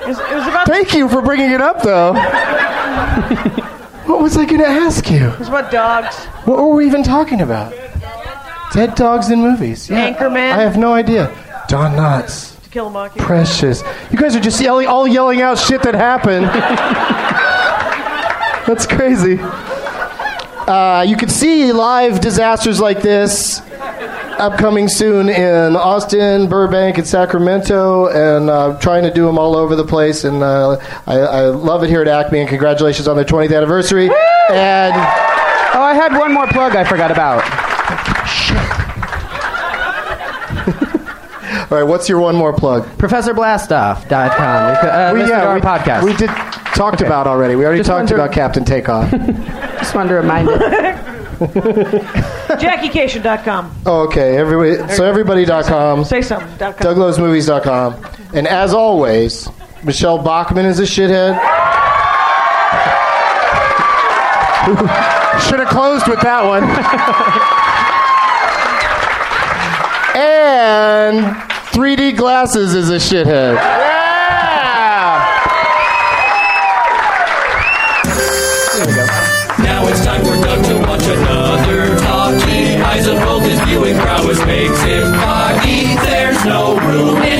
[SPEAKER 6] was, it was about, it
[SPEAKER 1] Thank you for bringing it up, though. what was I going to ask you?
[SPEAKER 6] was about dogs.
[SPEAKER 1] What were we even talking about? Dead dogs in movies. Yeah.
[SPEAKER 6] Anchorman.
[SPEAKER 1] I have no idea. Don Knotts.
[SPEAKER 6] To kill a monkey.
[SPEAKER 1] Precious. You guys are just yelling, all yelling out shit that happened. *laughs* That's crazy. Uh, you can see live disasters like this upcoming soon in Austin, Burbank, and Sacramento, and uh, trying to do them all over the place. And uh, I, I love it here at Acme, and congratulations on their 20th anniversary. And
[SPEAKER 5] Oh, I had one more plug I forgot about.
[SPEAKER 1] All right, what's your one more plug?
[SPEAKER 5] ProfessorBlastoff.com. Uh,
[SPEAKER 1] We-
[SPEAKER 5] listen to our
[SPEAKER 1] we,
[SPEAKER 5] podcast.
[SPEAKER 1] we did talked about already. We already
[SPEAKER 5] Just
[SPEAKER 1] talked
[SPEAKER 5] wonder-
[SPEAKER 1] about Captain Takeoff.
[SPEAKER 5] Just wanted to remind
[SPEAKER 1] *laughs*
[SPEAKER 5] you.
[SPEAKER 6] JackieCation.com.
[SPEAKER 1] oh, okay. Everybody, so everybody.com,
[SPEAKER 6] Say something. dot com.
[SPEAKER 1] douglovesmovies.com, and as always, Michelle Bachman is a shithead.
[SPEAKER 19] Should have closed with that one.
[SPEAKER 1] And 3D Glasses is a shithead.
[SPEAKER 2] Now it's time for Doug to watch another talkie. Eyes of both his viewing prowess makes him cocky. There's no room in